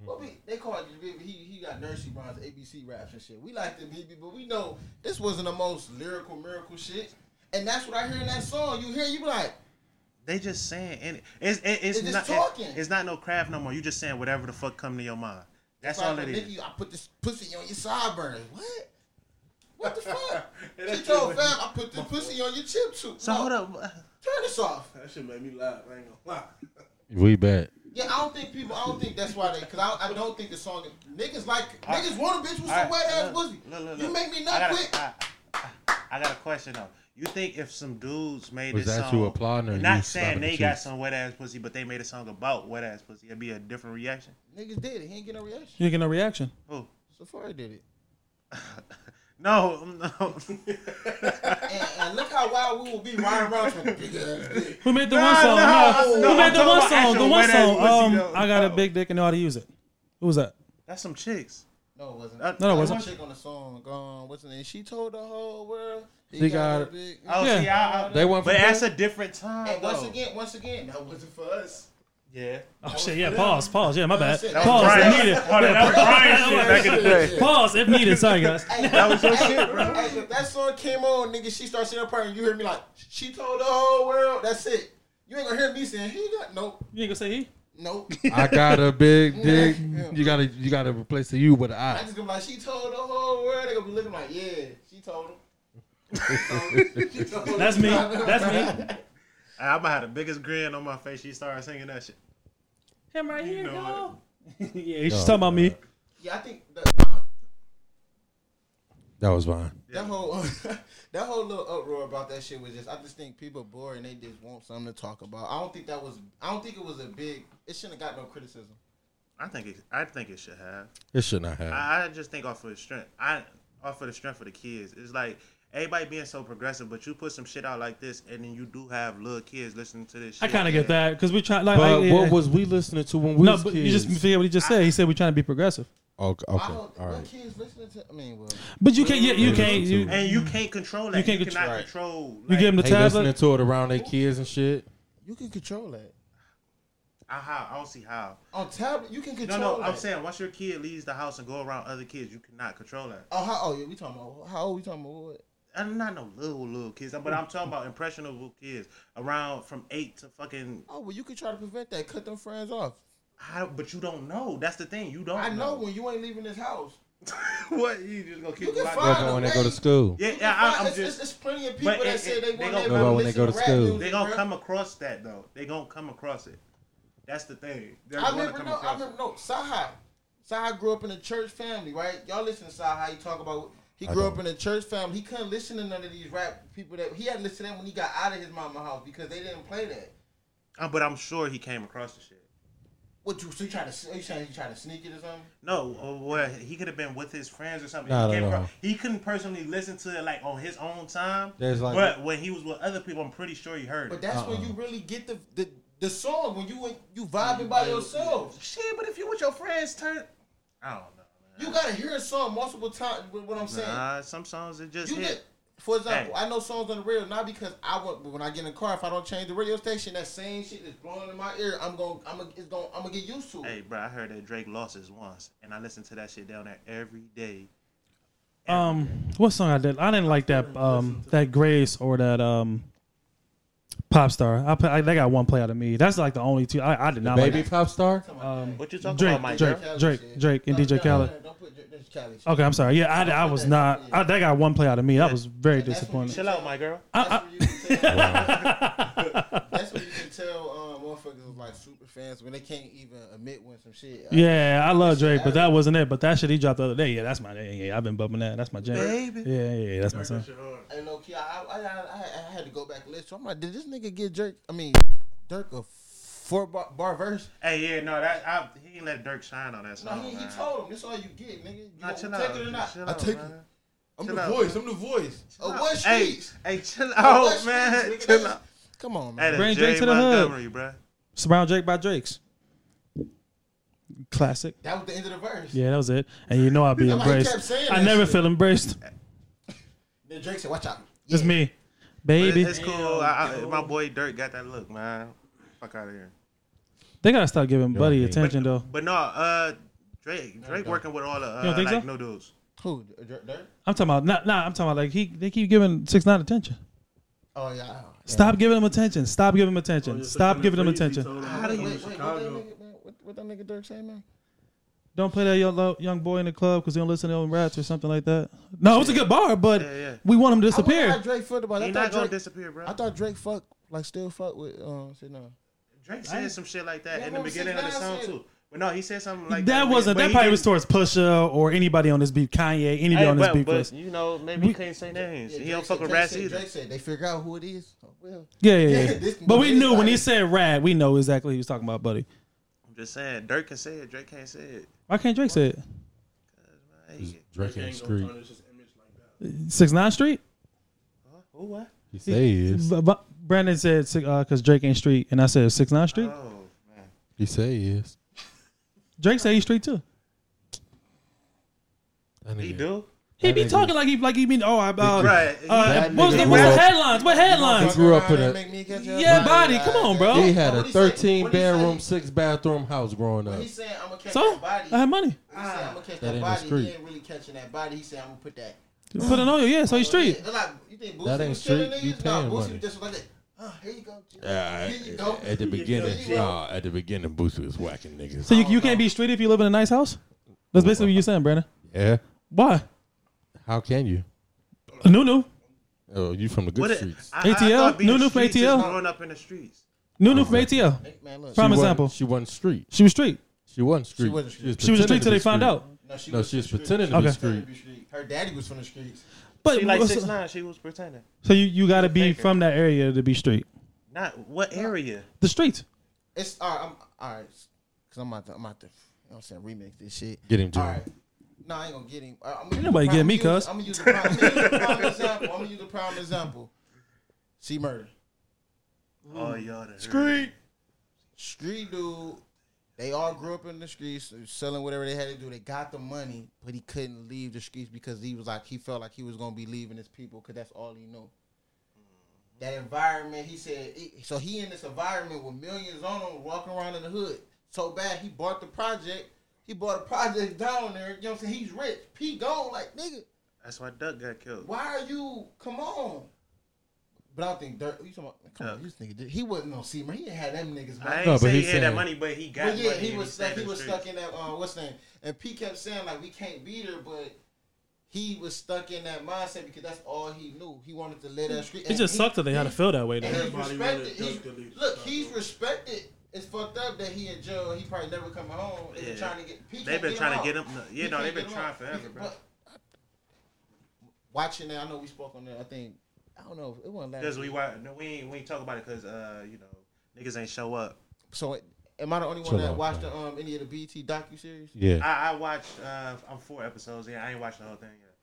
[SPEAKER 2] Mm-hmm.
[SPEAKER 8] What we they call it Bibby. He he got Nursery Rhymes, ABC raps and shit. We like the Bibby, but we know this wasn't the most lyrical miracle shit. And that's what I hear in that song. You hear you be like,
[SPEAKER 2] They just saying, and it's it, it's,
[SPEAKER 8] They just
[SPEAKER 2] not
[SPEAKER 8] talking.
[SPEAKER 2] it's not no craft no more. You just saying whatever the fuck come to your mind. That's all
[SPEAKER 8] "Fuck,
[SPEAKER 2] it is.
[SPEAKER 8] nigga, I put this pussy on your sideburns. What? What the fuck?
[SPEAKER 5] Yeah,
[SPEAKER 8] she
[SPEAKER 5] that
[SPEAKER 8] told
[SPEAKER 5] shit-
[SPEAKER 8] fam, I put this pussy on your chip too.
[SPEAKER 2] So
[SPEAKER 8] No,
[SPEAKER 2] hold up.
[SPEAKER 8] Turn this off.
[SPEAKER 5] That shit made me laugh. I ain't gonna lie.
[SPEAKER 1] We bet.
[SPEAKER 8] Yeah, I don't think people. I don't think that's why they. Cause I, I don't think the song niggas like niggas want a bitch with
[SPEAKER 2] All
[SPEAKER 8] some
[SPEAKER 2] right,
[SPEAKER 8] wet ass
[SPEAKER 2] look,
[SPEAKER 8] pussy.
[SPEAKER 2] look, look,
[SPEAKER 8] You
[SPEAKER 2] look.
[SPEAKER 8] make me
[SPEAKER 2] I
[SPEAKER 8] not
[SPEAKER 2] got a-
[SPEAKER 8] quit.
[SPEAKER 2] I, I- I got a question though. You think if some dudes made
[SPEAKER 1] Was
[SPEAKER 2] this
[SPEAKER 1] that
[SPEAKER 2] song,
[SPEAKER 1] you applauding or you slapping
[SPEAKER 2] not saying they
[SPEAKER 1] the
[SPEAKER 2] got
[SPEAKER 1] cheeks?
[SPEAKER 2] some wet ass pussy, but they made a song about wet ass pussy, it'd be a different reaction.
[SPEAKER 8] Niggas did it. He ain't get no reaction.
[SPEAKER 4] You get no reaction.
[SPEAKER 2] Oh
[SPEAKER 8] Safari did it.
[SPEAKER 2] no, um, no.
[SPEAKER 8] And, and look how wild we will be riding around some big ass dick.
[SPEAKER 4] Who made the
[SPEAKER 2] Nah,
[SPEAKER 4] one song?
[SPEAKER 2] nah,
[SPEAKER 4] No,
[SPEAKER 2] no,
[SPEAKER 4] who
[SPEAKER 2] I'm
[SPEAKER 4] made the
[SPEAKER 2] talking
[SPEAKER 4] one
[SPEAKER 2] about
[SPEAKER 4] song? The
[SPEAKER 2] actual
[SPEAKER 4] one
[SPEAKER 2] wet-ass
[SPEAKER 4] song.
[SPEAKER 2] pussy,
[SPEAKER 4] Um,
[SPEAKER 2] though.
[SPEAKER 4] I got a
[SPEAKER 2] No.
[SPEAKER 4] big dick and know how to use it. Who was that?
[SPEAKER 2] That's some chicks.
[SPEAKER 8] No, it wasn't.
[SPEAKER 2] Uh,
[SPEAKER 4] No, no, it
[SPEAKER 8] That
[SPEAKER 4] wasn't.
[SPEAKER 8] Chick on the song. Gone. What's the name? She told the whole world. He,
[SPEAKER 1] He
[SPEAKER 8] got, a
[SPEAKER 1] got-
[SPEAKER 8] big.
[SPEAKER 2] Oh,
[SPEAKER 4] Yeah.
[SPEAKER 2] see, I, I,
[SPEAKER 1] They went
[SPEAKER 2] but
[SPEAKER 1] from
[SPEAKER 2] that's a different time.
[SPEAKER 8] and once
[SPEAKER 2] though.
[SPEAKER 8] again, once again, that wasn't for us.
[SPEAKER 2] yeah.
[SPEAKER 4] Oh shit! Yeah, pause, pause. Yeah, my bad.
[SPEAKER 8] That was
[SPEAKER 4] Pause
[SPEAKER 2] Brian.
[SPEAKER 4] if needed.
[SPEAKER 2] Oh, that was Brian shit
[SPEAKER 4] Yeah,
[SPEAKER 2] back in the day.
[SPEAKER 4] pause. Pause if needed. Sorry guys.
[SPEAKER 8] Hey,
[SPEAKER 2] That was your
[SPEAKER 8] hey,
[SPEAKER 2] shit, bro.
[SPEAKER 8] Hey, if that song came on, nigga, she starts singing her part, and you hear me like, she told the whole world. That's it. You ain't gonna hear me saying he got nope,
[SPEAKER 4] You ain't gonna say he?
[SPEAKER 8] nope.
[SPEAKER 1] I got a big dick.
[SPEAKER 8] Yeah.
[SPEAKER 1] You gotta you gotta replace the U with an
[SPEAKER 8] I
[SPEAKER 1] I.
[SPEAKER 8] just gonna be like, she told the whole world. They gonna be looking like, yeah, she told them. She told them.
[SPEAKER 4] That's me. That's me.
[SPEAKER 2] I about had the biggest grin on my face. She started singing that shit.
[SPEAKER 4] Him right here,
[SPEAKER 2] know
[SPEAKER 4] dawg. yeah, he's just talking about me.
[SPEAKER 8] Yeah, I think that, my,
[SPEAKER 1] That was mine.
[SPEAKER 8] that whole that whole little uproar about that shit was just. I just think people bored and they just want something to talk about. I don't think that was. I don't think it was a big. It shouldn't have got no criticism.
[SPEAKER 2] I think it, I think it should have.
[SPEAKER 1] It should not have.
[SPEAKER 2] I, I just think off of the strength. I off of the strength of the kids. It's like everybody being so progressive, but you put some shit out like this, and then you do have little kids listening to this.
[SPEAKER 4] I
[SPEAKER 2] shit.
[SPEAKER 4] kind of get that because we try. Like,
[SPEAKER 1] But
[SPEAKER 4] like,
[SPEAKER 1] what
[SPEAKER 4] yeah.
[SPEAKER 1] was we listening to when we
[SPEAKER 4] No,
[SPEAKER 1] was
[SPEAKER 4] but
[SPEAKER 1] kids?
[SPEAKER 4] you just forget what he just said. He said we're trying to be progressive,
[SPEAKER 1] okay,
[SPEAKER 8] I
[SPEAKER 1] okay,
[SPEAKER 8] don't.
[SPEAKER 1] all
[SPEAKER 8] Oh, what
[SPEAKER 1] right.
[SPEAKER 8] kids listening to? I mean, well,
[SPEAKER 4] but you can't. Yeah, you
[SPEAKER 1] Yeah,
[SPEAKER 4] can't. You,
[SPEAKER 1] too.
[SPEAKER 2] And you can't control that.
[SPEAKER 4] You
[SPEAKER 2] You,
[SPEAKER 4] can't contr-
[SPEAKER 2] cannot
[SPEAKER 4] right.
[SPEAKER 2] control.
[SPEAKER 4] you
[SPEAKER 2] like,
[SPEAKER 4] give him the
[SPEAKER 1] They listening
[SPEAKER 4] tablet.
[SPEAKER 1] to it around their kids and shit.
[SPEAKER 8] you can control that
[SPEAKER 2] I, how, I don't see how.
[SPEAKER 8] on tablet. You can
[SPEAKER 2] No,
[SPEAKER 8] control.
[SPEAKER 2] no. I'm
[SPEAKER 8] that.
[SPEAKER 2] saying once your kid leaves the house and go around other kids, you cannot control that.
[SPEAKER 8] Oh, how? Oh, yeah. We talking about how old? We talking about what?
[SPEAKER 2] I'm not no little little kids, but I'm talking about impressionable kids around from eight to fucking.
[SPEAKER 8] Oh, well, you could try to prevent that. Cut them friends off.
[SPEAKER 2] How, but you don't know. That's the thing. You don't.
[SPEAKER 8] I know when you ain't leaving this house.
[SPEAKER 2] what you just gonna keep
[SPEAKER 8] You can
[SPEAKER 2] lying?
[SPEAKER 1] What
[SPEAKER 8] find-
[SPEAKER 1] about when they go to school?
[SPEAKER 2] Yeah, yeah, I, I'm
[SPEAKER 8] it's,
[SPEAKER 2] just.
[SPEAKER 8] it's, it's plenty of people
[SPEAKER 2] But
[SPEAKER 8] that
[SPEAKER 2] it-
[SPEAKER 8] say
[SPEAKER 2] it-
[SPEAKER 8] they
[SPEAKER 2] they
[SPEAKER 8] want
[SPEAKER 2] gonna-
[SPEAKER 8] their
[SPEAKER 2] What
[SPEAKER 1] about
[SPEAKER 8] brother
[SPEAKER 1] when they go
[SPEAKER 8] listen
[SPEAKER 1] to
[SPEAKER 8] rap
[SPEAKER 1] school?
[SPEAKER 8] music,
[SPEAKER 2] They gonna
[SPEAKER 8] bro.
[SPEAKER 2] come across that though. They gonna come across it. That's the thing. They're
[SPEAKER 8] I
[SPEAKER 2] gonna
[SPEAKER 8] remember,
[SPEAKER 2] come
[SPEAKER 8] no, I
[SPEAKER 2] across
[SPEAKER 8] remember, no, Saha. Saha grew up in a church family, right? Y'all listen to Saha. He talk about he
[SPEAKER 1] I
[SPEAKER 8] grew
[SPEAKER 1] don't.
[SPEAKER 8] up in a church family. He couldn't listen to none of these rap people that he had to listen to them when he got out of his mama house because they didn't play that.
[SPEAKER 2] it. Uh, but I'm sure he came across the shit.
[SPEAKER 8] What you so you trying to you saying you trying to sneak it or something?
[SPEAKER 2] No, or what he could have been with his friends or something.
[SPEAKER 1] No,
[SPEAKER 2] he,
[SPEAKER 1] no,
[SPEAKER 2] came
[SPEAKER 1] no.
[SPEAKER 2] across- he couldn't personally listen to it like on his own time.
[SPEAKER 1] There's like-
[SPEAKER 2] but when he was with other people, I'm pretty sure he heard.
[SPEAKER 8] But
[SPEAKER 2] it.
[SPEAKER 8] that's when you really get the the, the song when you you vibing by yourself.
[SPEAKER 2] Shit, but if you with your friends, turn. I don't know,
[SPEAKER 8] You gotta hear a song multiple times. With what I'm saying,
[SPEAKER 2] man. Nah, some songs it just
[SPEAKER 8] you
[SPEAKER 2] hit.
[SPEAKER 8] get. For example,
[SPEAKER 2] Hey.
[SPEAKER 8] I know songs on the radio not because I want. When I get in the car, if I don't change the radio station, that same shit is blowing in my ear. I'm going. I'm. Gonna, it's going. I'm gonna get used to it.
[SPEAKER 2] Hey, bro, I heard that Drake lost his once, and I listened to that shit down there every day.
[SPEAKER 4] Um, what song I did? I didn't like that. Um, that Grace or that um, pop star. I, put- I they got one play out of me. That's like the only two. I, I did not
[SPEAKER 1] Baby
[SPEAKER 4] like.
[SPEAKER 1] pop star.
[SPEAKER 2] What you talking
[SPEAKER 8] Oh
[SPEAKER 4] Drake,
[SPEAKER 2] about, Mike?
[SPEAKER 4] Drake,
[SPEAKER 2] Drake.
[SPEAKER 8] Khaled
[SPEAKER 4] Drake,
[SPEAKER 8] shit.
[SPEAKER 4] Drake, and
[SPEAKER 8] No,
[SPEAKER 4] DJ
[SPEAKER 8] no,
[SPEAKER 4] Khaled.
[SPEAKER 8] no, Don't put Dr- Dr. Khaled. shit.
[SPEAKER 4] Okay, I'm sorry. Yeah, I, I was not. I, they got one play out of me. That was very
[SPEAKER 8] That's when
[SPEAKER 4] disappointing.
[SPEAKER 8] you
[SPEAKER 2] Chill out, my girl.
[SPEAKER 8] That's when you can tell. That's when you can tell um, motherfuckers was like super fans when they can't even admit when some shit. uh,
[SPEAKER 4] Yeah, I love Drake, but that wasn't it. But that shit he dropped the other day. Yeah, that's my. Yeah, yeah I've been bumping that. That's my jam.
[SPEAKER 2] Baby.
[SPEAKER 4] Yeah, yeah, yeah that's my song.
[SPEAKER 8] I know, Key, I, I, I, I, I had to go back and listen. I'm like, did this nigga get jerk? I mean, Dirk a four bar, bar verse?
[SPEAKER 2] Hey, yeah, no, that I, he ain't let Dirk shine on that
[SPEAKER 8] No,
[SPEAKER 2] song.
[SPEAKER 8] he, he
[SPEAKER 2] man.
[SPEAKER 8] told him. That's all you get, nigga. You
[SPEAKER 2] Nah,
[SPEAKER 8] gonna
[SPEAKER 2] chill
[SPEAKER 8] take
[SPEAKER 2] out.
[SPEAKER 8] it or not?
[SPEAKER 2] Chill
[SPEAKER 8] I
[SPEAKER 2] out,
[SPEAKER 8] take
[SPEAKER 2] man.
[SPEAKER 8] it. I'm
[SPEAKER 2] Chill
[SPEAKER 8] the
[SPEAKER 2] out.
[SPEAKER 8] voice. I'm the voice. Of what
[SPEAKER 2] Hey,
[SPEAKER 8] streets?
[SPEAKER 2] hey, chill
[SPEAKER 8] Of what
[SPEAKER 2] out, man.
[SPEAKER 8] streets, nigga?
[SPEAKER 2] Chill
[SPEAKER 8] That's-
[SPEAKER 2] out.
[SPEAKER 8] Come on,
[SPEAKER 2] Hey,
[SPEAKER 8] man.
[SPEAKER 2] that's
[SPEAKER 4] Bring Drake
[SPEAKER 2] Jerry
[SPEAKER 4] to the hood.
[SPEAKER 2] Montgomery, bro.
[SPEAKER 4] Surround Drake by Drakes. Classic.
[SPEAKER 8] That was the end of the verse.
[SPEAKER 4] Yeah, that was it. And you know I'd be
[SPEAKER 8] He kept
[SPEAKER 4] embraced.
[SPEAKER 8] saying
[SPEAKER 4] I
[SPEAKER 8] that
[SPEAKER 4] never
[SPEAKER 8] shit.
[SPEAKER 4] feel embraced.
[SPEAKER 8] Then Drake said, "Watch out."
[SPEAKER 4] Just
[SPEAKER 8] Yeah.
[SPEAKER 4] me,
[SPEAKER 2] But
[SPEAKER 4] baby.
[SPEAKER 2] It's, it's cool. I, I, my boy Dirk got that look, man. Fuck out of here.
[SPEAKER 4] They gotta stop giving Buddy
[SPEAKER 1] okay.
[SPEAKER 4] attention though.
[SPEAKER 2] But no, uh, Drake, Drake working with all the
[SPEAKER 4] You don't
[SPEAKER 2] uh,
[SPEAKER 4] think
[SPEAKER 2] like
[SPEAKER 4] so?
[SPEAKER 2] no dudes.
[SPEAKER 8] Who? Dirk? Dirk?
[SPEAKER 4] I'm talking about not. Nah, I'm talking about like he. They keep giving six nine attention.
[SPEAKER 8] Oh yeah. yeah.
[SPEAKER 4] Stop giving him attention. Stop giving him
[SPEAKER 2] Oh,
[SPEAKER 4] attention. Stop giving him attention.
[SPEAKER 8] How do you? Wait,
[SPEAKER 2] Wait,
[SPEAKER 8] wait, what, that nigga, man, what, what that nigga Dirk say, man?
[SPEAKER 4] Don't play that young, lo- young boy in the club because he don't listen to them rats or something like that. No, it was a good bar, but
[SPEAKER 2] Yeah, yeah.
[SPEAKER 4] we want him to
[SPEAKER 8] I wonder how
[SPEAKER 4] disappear.
[SPEAKER 8] Drake felt about. it.
[SPEAKER 2] He
[SPEAKER 8] I
[SPEAKER 2] not
[SPEAKER 8] thought
[SPEAKER 2] gonna
[SPEAKER 8] Drake.
[SPEAKER 2] disappear, bro.
[SPEAKER 8] I thought Drake fuck like still fuck with um. Shit, no.
[SPEAKER 2] Drake said some shit like that
[SPEAKER 8] Yeah,
[SPEAKER 2] in the
[SPEAKER 8] what I'm
[SPEAKER 2] beginning of the
[SPEAKER 8] saying,
[SPEAKER 2] song
[SPEAKER 8] that's it.
[SPEAKER 2] too. But no, he said something like that.
[SPEAKER 4] that wasn't.
[SPEAKER 2] but
[SPEAKER 4] That
[SPEAKER 2] he
[SPEAKER 4] probably was
[SPEAKER 2] didn't-
[SPEAKER 4] towards Pusha or anybody on this beat. Kanye, anybody
[SPEAKER 2] Hey,
[SPEAKER 4] on this
[SPEAKER 2] but,
[SPEAKER 4] beat
[SPEAKER 2] but,
[SPEAKER 4] list.
[SPEAKER 2] you know, maybe he can't say names.
[SPEAKER 8] Yeah,
[SPEAKER 2] he don't
[SPEAKER 8] Drake
[SPEAKER 2] fuck
[SPEAKER 8] said-
[SPEAKER 2] with
[SPEAKER 8] Drake
[SPEAKER 2] rats
[SPEAKER 8] said-
[SPEAKER 2] either.
[SPEAKER 8] Drake said they figure out who it is. Oh, well.
[SPEAKER 4] Yeah, yeah, yeah.
[SPEAKER 8] this-
[SPEAKER 4] but we
[SPEAKER 8] this
[SPEAKER 4] knew when he
[SPEAKER 8] like-
[SPEAKER 4] said rat, we know exactly he was talking about Buddy.
[SPEAKER 2] I'm just saying, Dirk can say it. Drake can't say it.
[SPEAKER 4] Why can't Drake say it?
[SPEAKER 2] Hey,
[SPEAKER 1] Drake ain't street.
[SPEAKER 4] Six nine Street.
[SPEAKER 2] who what?
[SPEAKER 1] He says.
[SPEAKER 4] B- b- Brandon said because Drake ain't street, and I said six nine Street.
[SPEAKER 2] Oh man,
[SPEAKER 1] He says.
[SPEAKER 4] Drake said he's street too.
[SPEAKER 1] That
[SPEAKER 2] he
[SPEAKER 1] nigga-
[SPEAKER 2] do.
[SPEAKER 4] He
[SPEAKER 1] That
[SPEAKER 4] be
[SPEAKER 1] nigga-
[SPEAKER 4] talking like he like he mean oh I about
[SPEAKER 2] Right.
[SPEAKER 4] uh,
[SPEAKER 1] That
[SPEAKER 4] what was
[SPEAKER 1] nigga
[SPEAKER 4] the what
[SPEAKER 1] was-
[SPEAKER 4] headlines? What headlines?
[SPEAKER 1] grew up in a-
[SPEAKER 4] Yeah, body, come on, bro.
[SPEAKER 1] He had a
[SPEAKER 8] What he say?
[SPEAKER 1] 13
[SPEAKER 8] What he say?
[SPEAKER 1] bedroom, six bathroom house growing up.
[SPEAKER 8] He saying I'm gonna catch
[SPEAKER 4] So
[SPEAKER 8] that
[SPEAKER 4] I
[SPEAKER 8] body.
[SPEAKER 4] had money.
[SPEAKER 8] He said I'm gonna catch
[SPEAKER 1] That
[SPEAKER 8] that,
[SPEAKER 1] ain't no
[SPEAKER 8] body.
[SPEAKER 1] street.
[SPEAKER 8] He ain't really catching that body. He said I'm gonna put that.
[SPEAKER 4] Put it on you, yeah. So he's street.
[SPEAKER 8] Yeah, like, you think Boosie
[SPEAKER 1] That ain't
[SPEAKER 8] was killing
[SPEAKER 1] street, you
[SPEAKER 8] niggas? Nah,
[SPEAKER 1] paying
[SPEAKER 8] Boosie
[SPEAKER 1] money.
[SPEAKER 8] was just like that. Oh, here you go. Jimmy.
[SPEAKER 1] Uh,
[SPEAKER 8] here you go.
[SPEAKER 1] at the beginning,
[SPEAKER 8] Here you go.
[SPEAKER 1] nah, at the beginning, Boosie was whacking niggas.
[SPEAKER 4] So you, you can't be street if you live in a nice house. That's basically what you're saying, Brandon.
[SPEAKER 1] yeah,
[SPEAKER 4] Why?
[SPEAKER 1] how can you?
[SPEAKER 4] Nunu,
[SPEAKER 1] Oh, you from the good
[SPEAKER 2] What it-
[SPEAKER 1] streets.
[SPEAKER 2] I- I
[SPEAKER 4] ATL?
[SPEAKER 2] thought being
[SPEAKER 4] No, no, for
[SPEAKER 2] streets is
[SPEAKER 4] ATL.
[SPEAKER 2] Growing up in the streets.
[SPEAKER 4] Nunu from ATL.
[SPEAKER 8] Man, look.
[SPEAKER 4] Prime
[SPEAKER 1] she
[SPEAKER 4] example.
[SPEAKER 1] Wasn't, she wasn't street.
[SPEAKER 4] She was street.
[SPEAKER 1] She wasn't street.
[SPEAKER 8] wasn't street.
[SPEAKER 4] She was
[SPEAKER 1] pretending
[SPEAKER 4] a street
[SPEAKER 1] to
[SPEAKER 4] till
[SPEAKER 1] be
[SPEAKER 4] they found
[SPEAKER 1] street.
[SPEAKER 4] out.
[SPEAKER 8] No, she
[SPEAKER 1] No,
[SPEAKER 8] was
[SPEAKER 1] she was
[SPEAKER 8] from the
[SPEAKER 1] pretending to
[SPEAKER 4] Okay.
[SPEAKER 1] be street.
[SPEAKER 8] street. Pretending to be street. Her daddy was from the streets.
[SPEAKER 4] But
[SPEAKER 2] She like
[SPEAKER 4] so,
[SPEAKER 2] six nine. She was pretending.
[SPEAKER 4] so you, you got to be
[SPEAKER 2] Faker.
[SPEAKER 4] from that area to be street.
[SPEAKER 2] Not what area?
[SPEAKER 4] The street.
[SPEAKER 8] It's all right. I'm all right. Cause I'm about to, I'm about to, you know what I'm saying, remix this shit.
[SPEAKER 1] Get him,
[SPEAKER 8] All
[SPEAKER 1] Jimmy.
[SPEAKER 8] right. No, I ain't gonna get him. I- I'm gonna use
[SPEAKER 4] nobody
[SPEAKER 8] the
[SPEAKER 4] getting me,
[SPEAKER 8] prime-
[SPEAKER 4] cuz.
[SPEAKER 8] I'm gonna use the prime, I'm gonna use the prime example. I'm gonna use the prime example. See murder. Mm.
[SPEAKER 2] Oh y'all. done heard.
[SPEAKER 8] Street. Street dude. They all grew up in the streets, selling whatever they had to do. They got the money, but he couldn't leave the streets because he was like he felt like he was gonna be leaving his people because that's all he knew.
[SPEAKER 2] Mm-hmm.
[SPEAKER 8] That environment, he said. he- So he in this environment with millions on him, walking around in the hood. So bad, he bought the project. He bought a project down there. You know what I'm saying? He's rich. P gone like nigga.
[SPEAKER 2] That's why Duck got killed.
[SPEAKER 8] Why are you? Come on. But I don't think Dirk. You talking about? Come on, this nigga. did- He wasn't no Seamer. He had them niggas.
[SPEAKER 2] I
[SPEAKER 8] Money.
[SPEAKER 2] ain't
[SPEAKER 4] No, but
[SPEAKER 2] say he
[SPEAKER 4] he's
[SPEAKER 2] had that
[SPEAKER 4] saying-
[SPEAKER 2] money, but he got
[SPEAKER 8] But yeah,
[SPEAKER 2] money
[SPEAKER 8] he
[SPEAKER 2] and
[SPEAKER 8] was
[SPEAKER 2] stayed
[SPEAKER 8] stuck. He
[SPEAKER 2] in the
[SPEAKER 8] was
[SPEAKER 2] streets.
[SPEAKER 8] stuck in that. Uh, what's name? And P kept saying like we can't beat her, but he was stuck in that mindset because that's all he knew. He wanted to live that street.
[SPEAKER 4] It just sucked that they had to feel that way.
[SPEAKER 8] And
[SPEAKER 4] Though.
[SPEAKER 8] he's
[SPEAKER 9] Everybody
[SPEAKER 8] respected.
[SPEAKER 9] wanted Dirk
[SPEAKER 8] He's,
[SPEAKER 9] to leave the
[SPEAKER 8] look,
[SPEAKER 9] spot,
[SPEAKER 8] he's
[SPEAKER 9] though.
[SPEAKER 8] respected. It's fucked up that he in jail. He probably never coming home. Yeah.
[SPEAKER 2] Yeah.
[SPEAKER 8] They're trying to get. P
[SPEAKER 2] They've
[SPEAKER 8] can't
[SPEAKER 2] been trying to get
[SPEAKER 8] out.
[SPEAKER 2] him. no, Yeah, no,
[SPEAKER 8] He can't
[SPEAKER 2] they've
[SPEAKER 8] get
[SPEAKER 2] been
[SPEAKER 8] him
[SPEAKER 2] trying
[SPEAKER 8] out.
[SPEAKER 2] forever,
[SPEAKER 8] He-
[SPEAKER 2] bro.
[SPEAKER 8] but- Watching that, I know we spoke on that. I think I don't know. It wasn't last.
[SPEAKER 2] Because we wa- no, we ain't, we ain't talk about it because uh you know niggas ain't show up.
[SPEAKER 8] So am I the only one
[SPEAKER 4] Chill
[SPEAKER 8] that
[SPEAKER 4] out,
[SPEAKER 8] watched
[SPEAKER 4] bro.
[SPEAKER 8] the, um any of the BT docu series?
[SPEAKER 4] Yeah.
[SPEAKER 2] I, I watched uh I'm four episodes. Yeah, I ain't watched the whole thing yet.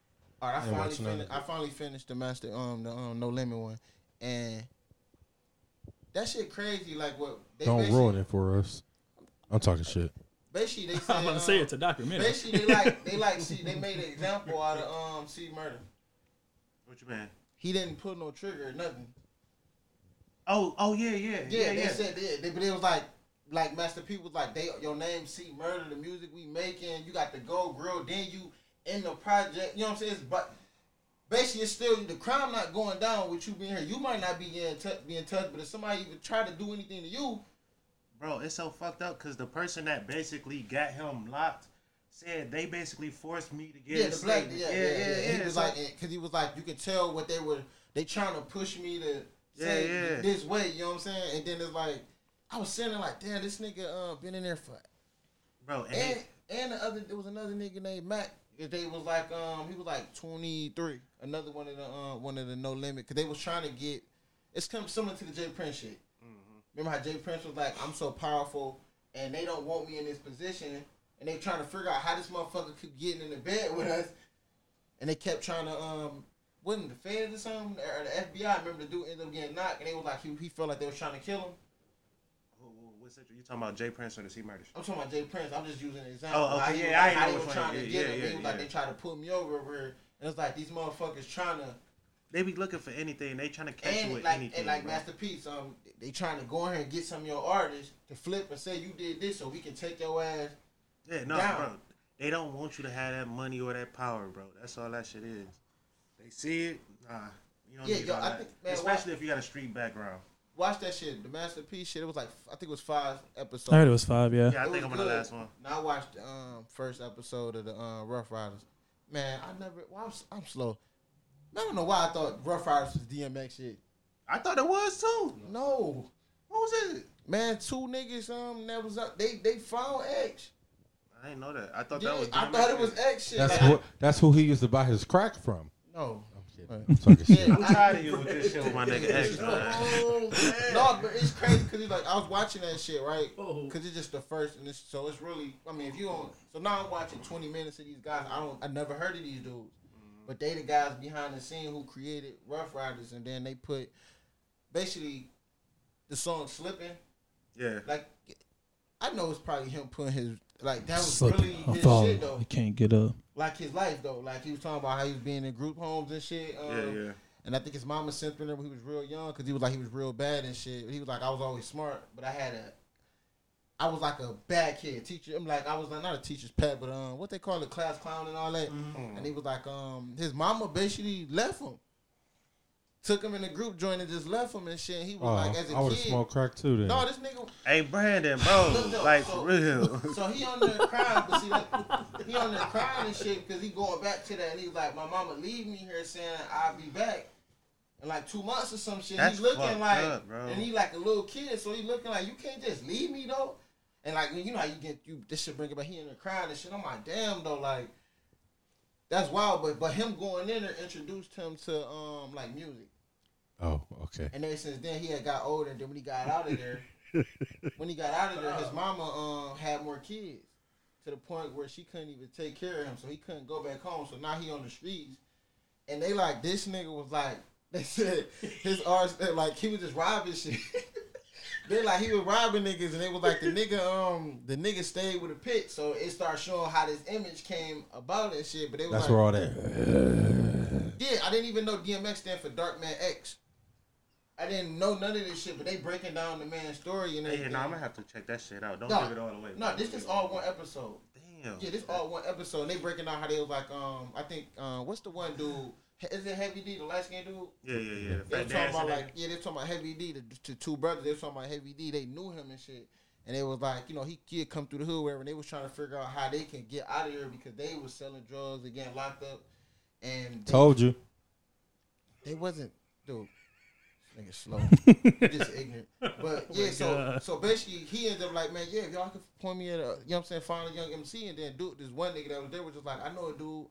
[SPEAKER 8] All right, I finally
[SPEAKER 1] watching none of
[SPEAKER 8] fin- I finally finished the master um the um No Limit one, and that shit crazy. Like what they
[SPEAKER 1] Don't
[SPEAKER 8] basically,
[SPEAKER 1] ruin it for us. I'm talking shit.
[SPEAKER 8] Basically, they said,
[SPEAKER 4] I'm about to say
[SPEAKER 8] um,
[SPEAKER 4] it's a documentary.
[SPEAKER 8] Basically, they like they like see they made an example out of um C murder.
[SPEAKER 2] What you mean?
[SPEAKER 8] He didn't pull no trigger or nothing.
[SPEAKER 2] Oh, oh yeah, yeah,
[SPEAKER 8] Yeah,
[SPEAKER 2] yeah,
[SPEAKER 8] they
[SPEAKER 2] yeah.
[SPEAKER 8] said they, they, but it was like like Master P was like they your name C murder the music we making you got the gold grill then you in the project you know what I'm saying it's, but basically it's still the crime not going down with you being here you might not be in touch being touched but if somebody even try to do anything to you
[SPEAKER 2] Bro, it's so fucked up because the person that basically got him locked said they basically forced me to get
[SPEAKER 8] yeah,
[SPEAKER 2] a
[SPEAKER 8] the black
[SPEAKER 2] statement.
[SPEAKER 8] yeah yeah, yeah, he was
[SPEAKER 2] so-
[SPEAKER 8] like because he was like you could tell what they were they trying to push me to say
[SPEAKER 2] Yeah, yeah.
[SPEAKER 8] this way you know what I'm saying and then it's like I was sitting there like damn this nigga uh been in there for
[SPEAKER 2] bro, and,
[SPEAKER 8] And
[SPEAKER 2] it-
[SPEAKER 8] and the other there was another nigga named Mac. that They was like um he was like twenty three. Another one of the uh, one of the no limit because they was trying to get it's come similar to the Jay Prince shit. Remember how Jay Prince was like I'm so powerful and they don't want me in this position and they trying to figure out how this motherfucker keep getting in the bed with us and they kept trying to um wasn't the feds or something or the FBI I remember the dude ended up getting knocked and they was like he, he felt like they was trying to kill him.
[SPEAKER 2] who- who- what's that? You talking about Jay Prince or the Sea Murders?
[SPEAKER 8] I'm talking about Jay Prince. I'm just using an example.
[SPEAKER 2] Oh, okay,
[SPEAKER 8] How he
[SPEAKER 2] yeah,
[SPEAKER 8] was-
[SPEAKER 2] I ain't
[SPEAKER 8] how
[SPEAKER 2] know
[SPEAKER 8] they
[SPEAKER 2] which
[SPEAKER 8] were
[SPEAKER 2] one.
[SPEAKER 8] trying to
[SPEAKER 2] Yeah,
[SPEAKER 8] get
[SPEAKER 2] yeah,
[SPEAKER 8] him. He was like
[SPEAKER 2] yeah.
[SPEAKER 8] they tried to pull me over, where and it's like these motherfuckers trying to
[SPEAKER 2] They be looking for anything. They trying to catch you
[SPEAKER 8] and
[SPEAKER 2] with
[SPEAKER 8] like
[SPEAKER 2] anything.
[SPEAKER 8] and like
[SPEAKER 2] bro.
[SPEAKER 8] Master P, um, they trying to go in here and get some of your artists to flip and say you did this, so we can take your ass.
[SPEAKER 2] yeah, no,
[SPEAKER 8] down.
[SPEAKER 2] bro. They don't want you to have that money or that power, bro. That's all that shit is. They see it, nah. You don't
[SPEAKER 8] Yeah,
[SPEAKER 2] need
[SPEAKER 8] yo,
[SPEAKER 2] all
[SPEAKER 8] I
[SPEAKER 2] that.
[SPEAKER 8] think- man,
[SPEAKER 2] Especially if you got a street background.
[SPEAKER 8] Watch that shit, the Master P shit. It was like I think it was five episodes.
[SPEAKER 4] I heard it was five. Yeah.
[SPEAKER 2] Yeah, I
[SPEAKER 8] It
[SPEAKER 2] think
[SPEAKER 8] was
[SPEAKER 2] I'm on the
[SPEAKER 8] good.
[SPEAKER 2] last one.
[SPEAKER 8] Now I watched the um, first episode of the uh, Rough Riders. Man, I never. Well, I'm, s- I'm slow. I don't know why I thought Rough Riders was DMX shit.
[SPEAKER 2] I thought it was too.
[SPEAKER 8] No.
[SPEAKER 2] What was it?
[SPEAKER 8] Man, two niggas um that was up. They they found X.
[SPEAKER 2] I didn't know that. I thought
[SPEAKER 8] Yeah,
[SPEAKER 2] that was.
[SPEAKER 8] I
[SPEAKER 2] DMX.
[SPEAKER 8] thought it was X shit.
[SPEAKER 1] That's
[SPEAKER 8] Like,
[SPEAKER 1] who, that's who he used to buy his crack from.
[SPEAKER 8] I- no.
[SPEAKER 1] I'm talking shit.
[SPEAKER 8] Yeah,
[SPEAKER 2] I'm
[SPEAKER 8] I-
[SPEAKER 2] tired of you with this shit with my nigga X, man.
[SPEAKER 8] oh, no, but it's crazy because like I was watching that shit right
[SPEAKER 2] Oh.
[SPEAKER 8] because it's just the first and it's so it's really I mean if you don't so now I'm watching 20 minutes of these guys I don't I never heard of these dudes
[SPEAKER 2] Mm-hmm.
[SPEAKER 8] but they the guys behind the scene who created Rough Riders and then they put basically the song Slipping
[SPEAKER 2] Yeah.
[SPEAKER 8] like I know it's probably him putting his like that was
[SPEAKER 4] Slipping.
[SPEAKER 8] really
[SPEAKER 4] I'm
[SPEAKER 8] his
[SPEAKER 4] falling.
[SPEAKER 8] shit though
[SPEAKER 4] I can't get up.
[SPEAKER 8] like his life though. Like he was talking about how he was being in group homes and shit. Um,
[SPEAKER 2] Yeah, yeah.
[SPEAKER 8] And I think his mama sent him there when he was real young because he was like he was real bad and shit. He was like I was always smart, but I had a, I was like a bad kid. Teacher, I'm like I was like, not a teacher's pet, but um, what they call it, class clown and all that.
[SPEAKER 2] Mm-hmm.
[SPEAKER 8] And he was like um, his mama basically left him, took him in the group joint and just left him and shit. And he was
[SPEAKER 1] Oh,
[SPEAKER 8] like as a
[SPEAKER 1] I would have
[SPEAKER 8] kid.
[SPEAKER 1] smoked crack too then.
[SPEAKER 8] No, this nigga.
[SPEAKER 2] Hey, Brandon, bro.
[SPEAKER 8] Look, look,
[SPEAKER 2] like,
[SPEAKER 8] so-
[SPEAKER 2] for real.
[SPEAKER 8] So he on there crying, but see, that, he on there crying and shit because he going back to that, and he's like, "My mama leave me here, saying I'll be back in like two months or some shit."
[SPEAKER 2] That's
[SPEAKER 8] he looking
[SPEAKER 2] fucked
[SPEAKER 8] like,
[SPEAKER 2] up, bro.
[SPEAKER 8] and he like a little kid, so he looking like, "You can't just leave me though." And like, you know how you get you this shit bring it back. He in there crying and shit. I'm like, damn though, like that's wild. But but him going in there introduced him to um like music.
[SPEAKER 1] Oh, okay.
[SPEAKER 8] And ever since then, he had got older. And then when he got out of there, when he got out of there, his mama um had more kids to the point where she couldn't even take care of him, so he couldn't go back home. So now he on the streets, and they like this nigga was like they said his arts like he was just robbing shit. they like he was robbing niggas, and they was like the nigga um the nigga stayed with a pit, so it started showing how this image came about and shit. But they was
[SPEAKER 1] That's
[SPEAKER 8] like,
[SPEAKER 1] where all that.
[SPEAKER 8] yeah, I didn't even know DMX stand for Dark Man X. I didn't know none of this shit, but they breaking down the man's story and
[SPEAKER 2] Hey,
[SPEAKER 8] everything.
[SPEAKER 2] no, I'm gonna have to check that shit out. Don't
[SPEAKER 8] No,
[SPEAKER 2] give it all away.
[SPEAKER 8] no,
[SPEAKER 2] bro.
[SPEAKER 8] this is all one episode.
[SPEAKER 2] Damn.
[SPEAKER 8] Yeah, this all one episode. And they breaking down how they was like, um, I think, um, uh, what's the one dude? Is it Heavy D, the light skinned dude?
[SPEAKER 2] Yeah, yeah, yeah. The fat
[SPEAKER 8] They was talking
[SPEAKER 2] dancing.
[SPEAKER 8] about
[SPEAKER 2] nigga.
[SPEAKER 8] like yeah, they talking about Heavy D. The, the two brothers, they was talking about Heavy D. They knew him and shit, and they was like, you know, he kid come through the hood, wherever. And they was trying to figure out how they can get out of here because they was selling drugs and getting locked up, and they,
[SPEAKER 4] Told you.
[SPEAKER 8] they wasn't dude. this Nigga slow, just ignorant. But yeah, so
[SPEAKER 4] God.
[SPEAKER 8] so basically he ended up like, man, yeah, if y'all could point me at a, you know what I'm saying, find a young MC, and then dude, this one nigga that was there was just like, I know a dude,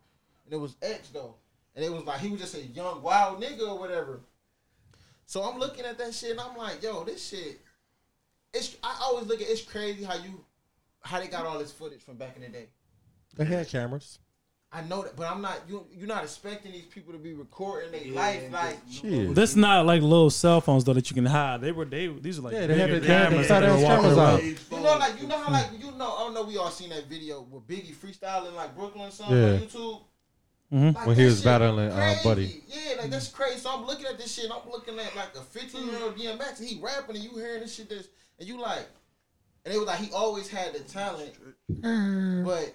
[SPEAKER 8] and it was X though, and it was like he was just a young wild nigga or whatever. So I'm looking at that shit and I'm like, yo, this shit. It's I always look at it's crazy how you how they got all this footage from back in the day.
[SPEAKER 1] They had cameras.
[SPEAKER 8] I know that, but I'm not you. You're not expecting these people to be recording their life like
[SPEAKER 1] Shit.
[SPEAKER 4] This not like little cell phones though that you can hide. They were they these are like
[SPEAKER 1] Yeah,
[SPEAKER 4] yeah,
[SPEAKER 1] they had
[SPEAKER 4] bigger
[SPEAKER 1] the-
[SPEAKER 4] cameras
[SPEAKER 1] they had
[SPEAKER 4] that
[SPEAKER 1] the
[SPEAKER 4] they were walking
[SPEAKER 1] cameras out.
[SPEAKER 4] around.
[SPEAKER 8] You know, like you know how like you know. I don't know. We all seen that video with Biggie freestyling like Brooklyn or something
[SPEAKER 1] Yeah.
[SPEAKER 8] on YouTube.
[SPEAKER 4] Mhm.
[SPEAKER 8] Like,
[SPEAKER 1] When he
[SPEAKER 8] that
[SPEAKER 1] was
[SPEAKER 8] shit
[SPEAKER 1] battling, uh,
[SPEAKER 8] crazy.
[SPEAKER 1] Buddy.
[SPEAKER 8] Yeah, like that's crazy. So I'm looking at this shit. and I'm looking at like a 15 year old DMX. And he rapping, and you hearing this shit. This and you like, and it was like he always had the talent, but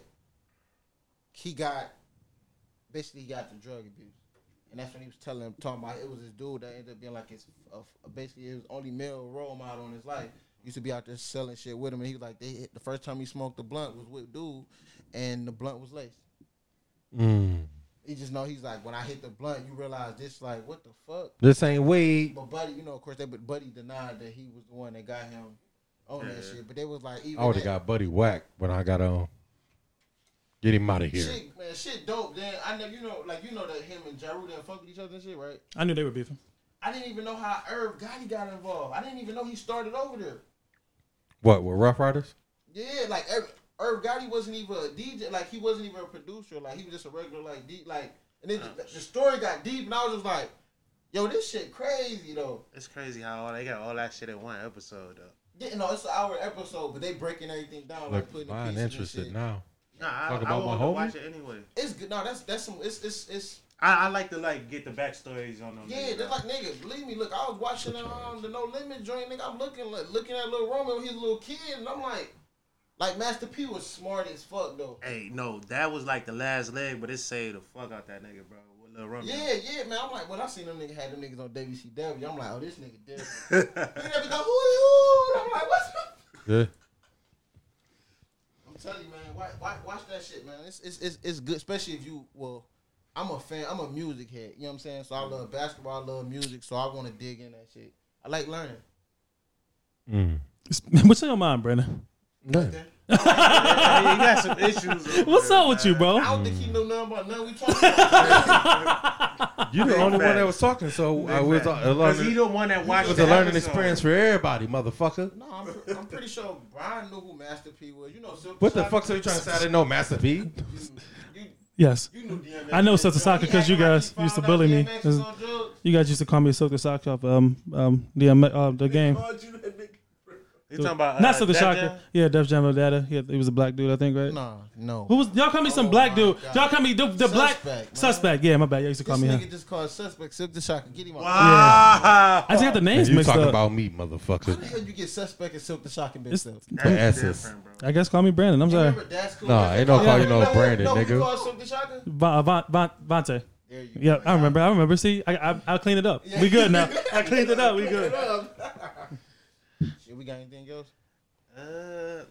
[SPEAKER 8] he got basically he got the drug abuse. And that's when he was telling him, talking about it was this dude that ended up being like his, uh, basically his only male role model in his life. Used to be out there selling shit with him, and he was like, they hit, the first time he smoked the blunt was with dude, and the blunt was laced.
[SPEAKER 1] Mm.
[SPEAKER 8] He just know he's like, when I hit the blunt, you realize this, like, what the fuck?
[SPEAKER 1] This ain't weed.
[SPEAKER 8] But Buddy, you know, of course, they but Buddy denied that he was the one that got him on that shit. But they was like, even
[SPEAKER 1] I would have
[SPEAKER 8] that-
[SPEAKER 1] got Buddy whacked when I got on. Get him out of here.
[SPEAKER 8] shit, man, shit dope. Then I know, you know, like you know that him and Jaru didn't fuck with each other and shit, right?
[SPEAKER 4] I knew they were beefing.
[SPEAKER 8] I didn't even know how Irv Gotti got involved. I didn't even know he started over there.
[SPEAKER 1] What, with Rough Riders?
[SPEAKER 8] Yeah, like Irv, Irv Gotti wasn't even a DJ. Like he wasn't even a producer. Like he was just a regular like D. Like and then the, the story got deep, and I was just like, yo, this shit crazy though.
[SPEAKER 2] It's crazy how all they got all that shit in one episode though.
[SPEAKER 8] Yeah, no, it's an hour episode, but they breaking everything down, like,
[SPEAKER 1] Look,
[SPEAKER 8] putting the
[SPEAKER 1] mine
[SPEAKER 8] pieces and
[SPEAKER 1] interested
[SPEAKER 8] shit.
[SPEAKER 1] now.
[SPEAKER 2] Nah, I,
[SPEAKER 1] Talk
[SPEAKER 2] I
[SPEAKER 1] about my
[SPEAKER 2] wanna
[SPEAKER 1] homie?
[SPEAKER 2] watch it anyway.
[SPEAKER 8] It's good. No, that's that's some. It's it's it's.
[SPEAKER 2] I, I like to like get the backstories on them.
[SPEAKER 8] Yeah,
[SPEAKER 2] niggas,
[SPEAKER 8] they're
[SPEAKER 2] though.
[SPEAKER 8] like nigga. Believe me, look, I was watching um, the No Limit joint, nigga. I'm looking like, looking at Lil Romeo, he's a little kid, and I'm like, like Master P was smart as fuck though.
[SPEAKER 2] Hey, no, that was like the last leg, but it saved the fuck out that nigga, bro. With Lil Romeo.
[SPEAKER 8] Yeah, yeah, man. I'm like, when I seen them nigga had them niggas on WCW, I'm like, oh, this nigga different. you never go, who I'm like, what's up?
[SPEAKER 1] Yeah.
[SPEAKER 8] I'm telling you, man. Watch, watch, watch that shit, man. It's, it's it's it's good, especially if you. Well, I'm a fan. I'm a music head. You know what I'm saying? So I love basketball. I love music. So I want to dig in that shit. I like learning.
[SPEAKER 1] Mm.
[SPEAKER 4] What's on your mind, Brandon?
[SPEAKER 1] Yeah.
[SPEAKER 2] Hey, you got some issues. over
[SPEAKER 4] What's
[SPEAKER 2] there,
[SPEAKER 4] up with you,
[SPEAKER 2] man.
[SPEAKER 4] bro?
[SPEAKER 8] I don't think he knew nothing about nothing we talking about.
[SPEAKER 1] You the only one
[SPEAKER 2] facts.
[SPEAKER 1] that was talking, so I was uh,
[SPEAKER 2] Exactly.
[SPEAKER 1] a
[SPEAKER 2] Cause he
[SPEAKER 1] learning,
[SPEAKER 2] the one that watched
[SPEAKER 1] it was
[SPEAKER 2] the
[SPEAKER 1] a learning
[SPEAKER 2] episode.
[SPEAKER 1] experience for everybody, motherfucker.
[SPEAKER 8] no, I'm, pre- I'm pretty sure Brian knew who Master P was. You know, Silk
[SPEAKER 1] What the
[SPEAKER 8] Sonic,
[SPEAKER 1] fuck are you trying to say? I didn't know Master P.
[SPEAKER 8] You,
[SPEAKER 4] Yes.
[SPEAKER 8] you knew DMX.
[SPEAKER 4] I know
[SPEAKER 8] was
[SPEAKER 4] Silk
[SPEAKER 8] drunk.
[SPEAKER 4] Sonic
[SPEAKER 8] He
[SPEAKER 4] 'cause you
[SPEAKER 8] acting like
[SPEAKER 4] guys
[SPEAKER 8] he
[SPEAKER 4] used to
[SPEAKER 8] found out
[SPEAKER 4] bully me.
[SPEAKER 8] DMX was on drugs.
[SPEAKER 4] You guys used to call me Silk the Sock Shop, um, um, the, um, uh, the game.
[SPEAKER 2] You talking about uh,
[SPEAKER 4] Not Silk the
[SPEAKER 2] that
[SPEAKER 4] Shocker.
[SPEAKER 2] guy?
[SPEAKER 4] Yeah, Def Jam Data. He, had- he was a black dude, I think, right?
[SPEAKER 8] Nah, no.
[SPEAKER 4] Who was y'all call me some
[SPEAKER 8] Oh,
[SPEAKER 4] black
[SPEAKER 8] my
[SPEAKER 4] dude?
[SPEAKER 8] God.
[SPEAKER 4] Y'all call me the, the black
[SPEAKER 8] Suspect, man.
[SPEAKER 4] suspect. Yeah, my bad. Y'all used to
[SPEAKER 8] This
[SPEAKER 4] call me
[SPEAKER 8] nigga
[SPEAKER 4] him.
[SPEAKER 8] just called suspect. Silk the Shocker. Get him out.
[SPEAKER 2] Wow.
[SPEAKER 4] I just got the names
[SPEAKER 1] You
[SPEAKER 4] mixed
[SPEAKER 1] talking
[SPEAKER 4] up.
[SPEAKER 1] about me,
[SPEAKER 8] How the
[SPEAKER 1] motherfucker?
[SPEAKER 8] hell you get suspect and Silk the Shocker
[SPEAKER 4] It's-
[SPEAKER 8] mixed up?
[SPEAKER 1] The asses.
[SPEAKER 2] Different, bro.
[SPEAKER 4] I guess call me Brandon. I'm sorry.
[SPEAKER 8] Remember, that's cool.
[SPEAKER 1] Nah, ain't no call you no Brandon,
[SPEAKER 8] no,
[SPEAKER 1] nigga.
[SPEAKER 8] You call Silk the Shocker?
[SPEAKER 4] Va- Va- Va- Vontae.
[SPEAKER 8] There you
[SPEAKER 4] Yeah, I remember. I remember. See, I I, I cleaned it up. We good now. I cleaned it up. We good.
[SPEAKER 8] Shit, we got anything else?
[SPEAKER 2] Uh,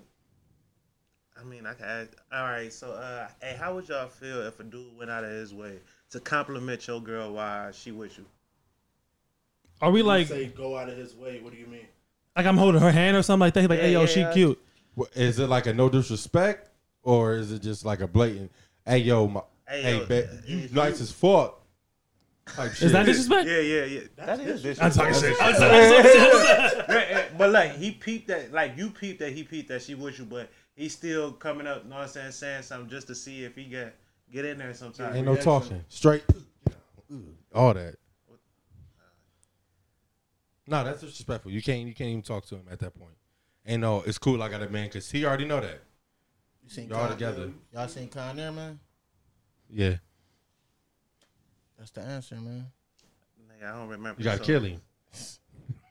[SPEAKER 2] I mean, I can ask. All right, so uh, hey, how would y'all feel if a dude went out of his way to compliment your girl while she with you?
[SPEAKER 4] Are we like
[SPEAKER 10] say go out of his way. What do you mean?
[SPEAKER 4] like I'm holding her hand or something like that? He's like,
[SPEAKER 2] Yeah,
[SPEAKER 4] hey yo,
[SPEAKER 2] yeah,
[SPEAKER 4] she
[SPEAKER 2] yeah.
[SPEAKER 4] cute.
[SPEAKER 1] Wha- Is it like a no disrespect, or is it just like a blatant, hey yo, my,
[SPEAKER 2] Hey,
[SPEAKER 1] hey,
[SPEAKER 2] yo,
[SPEAKER 1] ba-
[SPEAKER 2] uh,
[SPEAKER 1] you
[SPEAKER 2] if
[SPEAKER 1] nice
[SPEAKER 2] you-
[SPEAKER 1] as fuck? Type shit.
[SPEAKER 4] Is that disrespect?
[SPEAKER 2] Yeah, yeah, yeah. That is
[SPEAKER 4] I'm
[SPEAKER 2] disrespectful.
[SPEAKER 4] talking shit. I'm sorry. I'm sorry.
[SPEAKER 2] Right, right. but like he peeped that, like you peeped that he peeped that she with you, but he's still coming up, you know what I'm saying, saying something just to see if he get get in there sometime.
[SPEAKER 1] Ain't no talking. Straight. All that. No, that's disrespectful. You can't. You can't even talk to him at that point. Ain't no. It's cool. I got a man because he already know that.
[SPEAKER 8] You seen
[SPEAKER 1] Y'all
[SPEAKER 8] Con-
[SPEAKER 1] together.
[SPEAKER 8] Y'all seen Con Air, man?
[SPEAKER 1] Yeah.
[SPEAKER 8] That's the answer, man.
[SPEAKER 2] Nigga, I don't remember.
[SPEAKER 1] You got to
[SPEAKER 2] so-
[SPEAKER 1] kill him.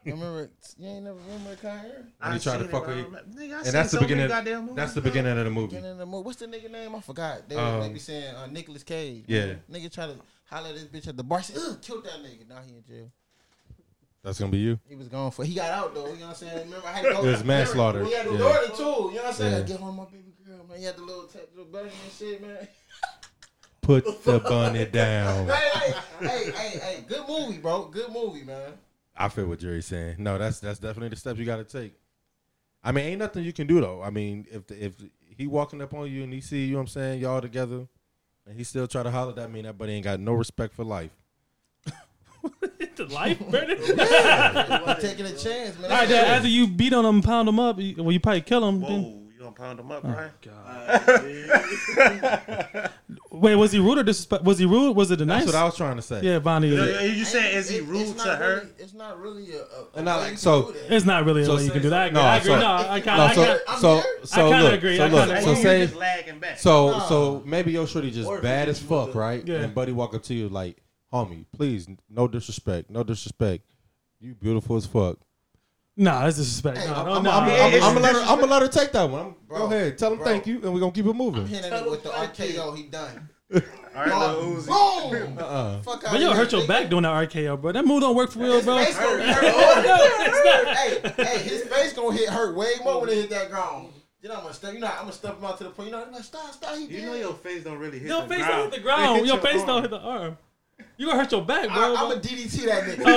[SPEAKER 8] Remember, you ain't never remember Con Air?
[SPEAKER 1] When he tried to fuck with you.
[SPEAKER 2] And
[SPEAKER 1] And that's the beginning.
[SPEAKER 2] Goddamn movies,
[SPEAKER 1] That's the
[SPEAKER 2] bro.
[SPEAKER 1] beginning of the movie.
[SPEAKER 8] Beginning of the movie. What's the nigga name? I forgot. They, they
[SPEAKER 1] Um,
[SPEAKER 8] be saying uh, Nicholas Cage.
[SPEAKER 1] yeah.
[SPEAKER 8] Nigga try to holler at this bitch at the bar. Say, Ugh, killed that nigga. Now he in jail.
[SPEAKER 1] That's gonna be you.
[SPEAKER 8] He was gone for. He got out though. You know what I'm saying? Remember, I had to go.
[SPEAKER 1] It was manslaughter.
[SPEAKER 8] We had the
[SPEAKER 1] Yeah.
[SPEAKER 8] daughter too. You know what I'm saying?
[SPEAKER 1] Yeah.
[SPEAKER 8] Get on my baby girl, man. You had the little tattoo belly and shit, man.
[SPEAKER 1] Put the bunny down.
[SPEAKER 8] hey, hey, hey, hey, hey. Good movie, bro. Good movie, man.
[SPEAKER 1] I feel what Jerry's saying. No, that's that's definitely the steps you got to take. I mean, ain't nothing you can do though. I mean, if the, if he walking up on you and he see you, know what I'm saying y'all together, and he still try to holler, that mean that buddy ain't got no respect for life.
[SPEAKER 4] The life, brother.
[SPEAKER 8] I'm taking a chance, man.
[SPEAKER 4] All right, then after you beat on him, pound him up, you- well, you probably kill him. Then,
[SPEAKER 2] Whoa, you gonna pound him up, right?
[SPEAKER 4] wait, was he rude or disrespect? Was he rude? Was it a
[SPEAKER 1] That's
[SPEAKER 4] nice?
[SPEAKER 1] what I was trying to say.
[SPEAKER 4] yeah, Bonnie.
[SPEAKER 2] you saying is he
[SPEAKER 8] It-
[SPEAKER 2] rude
[SPEAKER 8] it's
[SPEAKER 2] to
[SPEAKER 8] not
[SPEAKER 2] her?
[SPEAKER 8] really- it's not really a. a-
[SPEAKER 1] And I
[SPEAKER 8] a
[SPEAKER 1] like-
[SPEAKER 8] way you
[SPEAKER 1] so-
[SPEAKER 8] can do that.
[SPEAKER 4] It's not really
[SPEAKER 1] So
[SPEAKER 4] a way you
[SPEAKER 1] say-
[SPEAKER 4] can do that. I agree.
[SPEAKER 1] No,
[SPEAKER 4] I agree.
[SPEAKER 1] so-
[SPEAKER 4] no, I kind
[SPEAKER 1] No,
[SPEAKER 4] of.
[SPEAKER 1] so
[SPEAKER 8] I'm
[SPEAKER 1] so
[SPEAKER 8] here.
[SPEAKER 1] so
[SPEAKER 4] I kinda
[SPEAKER 1] look,
[SPEAKER 4] agree.
[SPEAKER 1] so
[SPEAKER 4] I
[SPEAKER 1] look,
[SPEAKER 4] kinda
[SPEAKER 1] so
[SPEAKER 4] agree.
[SPEAKER 1] say
[SPEAKER 2] just lagging back.
[SPEAKER 1] so so maybe your shorty just
[SPEAKER 11] Or if
[SPEAKER 1] bad
[SPEAKER 11] you
[SPEAKER 1] as
[SPEAKER 11] just
[SPEAKER 1] fuck,
[SPEAKER 11] wanna-
[SPEAKER 1] right?
[SPEAKER 4] Yeah.
[SPEAKER 1] And buddy walk up to you like, homie, please, no disrespect, no disrespect. You beautiful as fuck.
[SPEAKER 4] Nah, that's disrespect. No, no,
[SPEAKER 1] I'm
[SPEAKER 4] no.
[SPEAKER 1] gonna
[SPEAKER 2] it's
[SPEAKER 1] let her. I'm gonna let her take that one. I'm, go
[SPEAKER 8] Bro,
[SPEAKER 1] ahead, tell him
[SPEAKER 8] bro.
[SPEAKER 1] thank you, and we're gonna keep it moving.
[SPEAKER 8] Hitting it with the RKO, he done.
[SPEAKER 2] All right, Lil Uzi.
[SPEAKER 8] Boom!
[SPEAKER 1] Uh-uh.
[SPEAKER 8] Fuck
[SPEAKER 4] But you'll hurt your back doing that RKO, bro. That move don't work for real,
[SPEAKER 8] His
[SPEAKER 4] bro.
[SPEAKER 8] face gonna be hurt. hey, hey, his face gonna hit hurt way more when it hit that ground. You know I'm gonna step. You know I'm gonna step him out to the point. You know I'm like stop, stop. He
[SPEAKER 11] You know your face don't really hit
[SPEAKER 4] Your
[SPEAKER 11] the
[SPEAKER 4] face
[SPEAKER 11] ground.
[SPEAKER 4] don't hit the ground.
[SPEAKER 11] It
[SPEAKER 4] Your
[SPEAKER 11] hit
[SPEAKER 4] face don't
[SPEAKER 11] arm.
[SPEAKER 4] hit the arm. You gonna hurt your back, bro.
[SPEAKER 8] I, I'm a DDT that nigga.
[SPEAKER 4] Oh,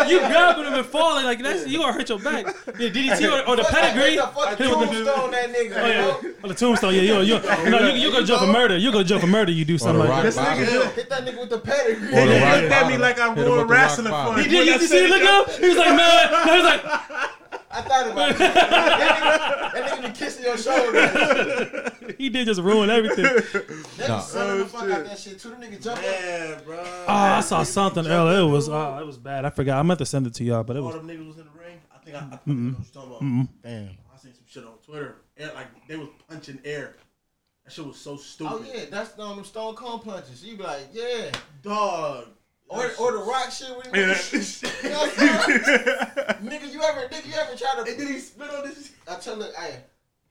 [SPEAKER 4] yeah, you grabbing him and falling like that's you gonna hurt your back. Yeah, DDT or, or the pedigree.
[SPEAKER 8] Hit the fucking
[SPEAKER 4] Hit with the-
[SPEAKER 8] tombstone that nigga.
[SPEAKER 4] Oh, yeah.
[SPEAKER 8] bro.
[SPEAKER 4] On the tombstone, yeah, you you no, you you gonna jump for murder. You gonna jump for murder. You do
[SPEAKER 1] Or the
[SPEAKER 4] something like
[SPEAKER 1] rock
[SPEAKER 4] that.
[SPEAKER 1] bottom.
[SPEAKER 8] Hit that nigga with the pedigree.
[SPEAKER 1] Or the
[SPEAKER 11] He
[SPEAKER 1] rock
[SPEAKER 11] looked at me
[SPEAKER 1] bottom.
[SPEAKER 11] like I'm
[SPEAKER 1] Hit him
[SPEAKER 11] going
[SPEAKER 1] with the rock
[SPEAKER 11] wrestling
[SPEAKER 1] bottom.
[SPEAKER 11] for
[SPEAKER 4] He did. You see, see look up. He was like, man. No, he was like,
[SPEAKER 8] I thought about it. That nigga, that nigga be kissing your shoulder.
[SPEAKER 4] he did just ruin everything.
[SPEAKER 8] That
[SPEAKER 1] Nah.
[SPEAKER 8] be selling the fuck out that shit too. The nigga jump up.
[SPEAKER 11] Yeah, bro.
[SPEAKER 4] Oh, I saw something earlier. It was, oh, it was bad. I forgot. I meant to send it to y'all, but it
[SPEAKER 11] All
[SPEAKER 8] Oh,
[SPEAKER 4] was.
[SPEAKER 11] them niggas was in the ring. I think I, I think I know what you're talking about. I
[SPEAKER 8] Damn.
[SPEAKER 11] seen some shit on Twitter. Air, like they was punching air. That shit was so stupid.
[SPEAKER 8] Oh yeah, that's um, them stone cold punches. You be like, yeah.
[SPEAKER 11] Dog.
[SPEAKER 8] Or, or the rock shit with
[SPEAKER 11] Yeah.
[SPEAKER 8] You know what I'm saying? nigga, you ever nigga you ever try to
[SPEAKER 11] and then he spit on this.
[SPEAKER 8] I tell you, hey,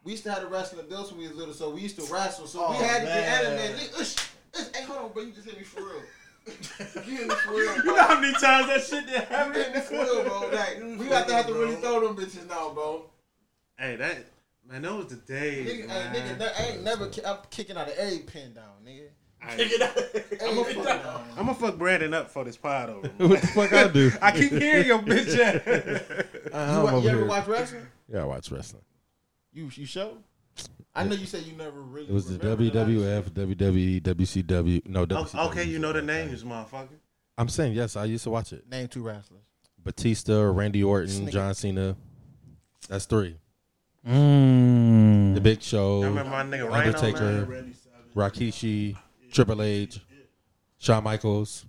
[SPEAKER 8] we used to have a wrestling deals when we was little, so we used to wrestle. So we
[SPEAKER 11] Oh,
[SPEAKER 8] had to get
[SPEAKER 11] man.
[SPEAKER 8] animated. Nigga, ush, ush, hey, hold on, bro, you just hit me for real. you hit me for real.
[SPEAKER 11] You
[SPEAKER 8] bro.
[SPEAKER 11] know how many times that shit did
[SPEAKER 8] You hit me
[SPEAKER 11] happen?
[SPEAKER 8] for real, bro. Like, we about to have to really throw them bitches now, bro.
[SPEAKER 2] Hey, that man, that was the day.
[SPEAKER 8] Nigga, hey, nigga, that ain't never. Ki- I'm kicking out of every pin down, nigga.
[SPEAKER 11] I'm
[SPEAKER 8] Every pin down.
[SPEAKER 2] I'm gonna fuck Brandon up for this pod over. man.
[SPEAKER 1] What the fuck I do?
[SPEAKER 11] I keep hearing your bitch ass.
[SPEAKER 1] Oh, I'm
[SPEAKER 8] You, wa-
[SPEAKER 1] over
[SPEAKER 8] you ever
[SPEAKER 1] here.
[SPEAKER 8] watch wrestling?
[SPEAKER 1] Yeah, I watch wrestling.
[SPEAKER 8] You you show? I know you said you never really.
[SPEAKER 1] It was the
[SPEAKER 8] remember that.
[SPEAKER 1] WWF, WWE, WCW. No,
[SPEAKER 2] Oh,
[SPEAKER 1] WCW.
[SPEAKER 2] okay, you know the names, motherfucker.
[SPEAKER 1] I'm saying yes. I used to watch it.
[SPEAKER 8] Name two wrestlers.
[SPEAKER 1] Batista, Randy Orton, John Cena. That's three.
[SPEAKER 4] Mm.
[SPEAKER 1] The Big
[SPEAKER 2] I
[SPEAKER 1] Show,
[SPEAKER 2] remember my nigga Rhino. Man.
[SPEAKER 1] Undertaker, Rakishi, Triple H, Shawn Michaels,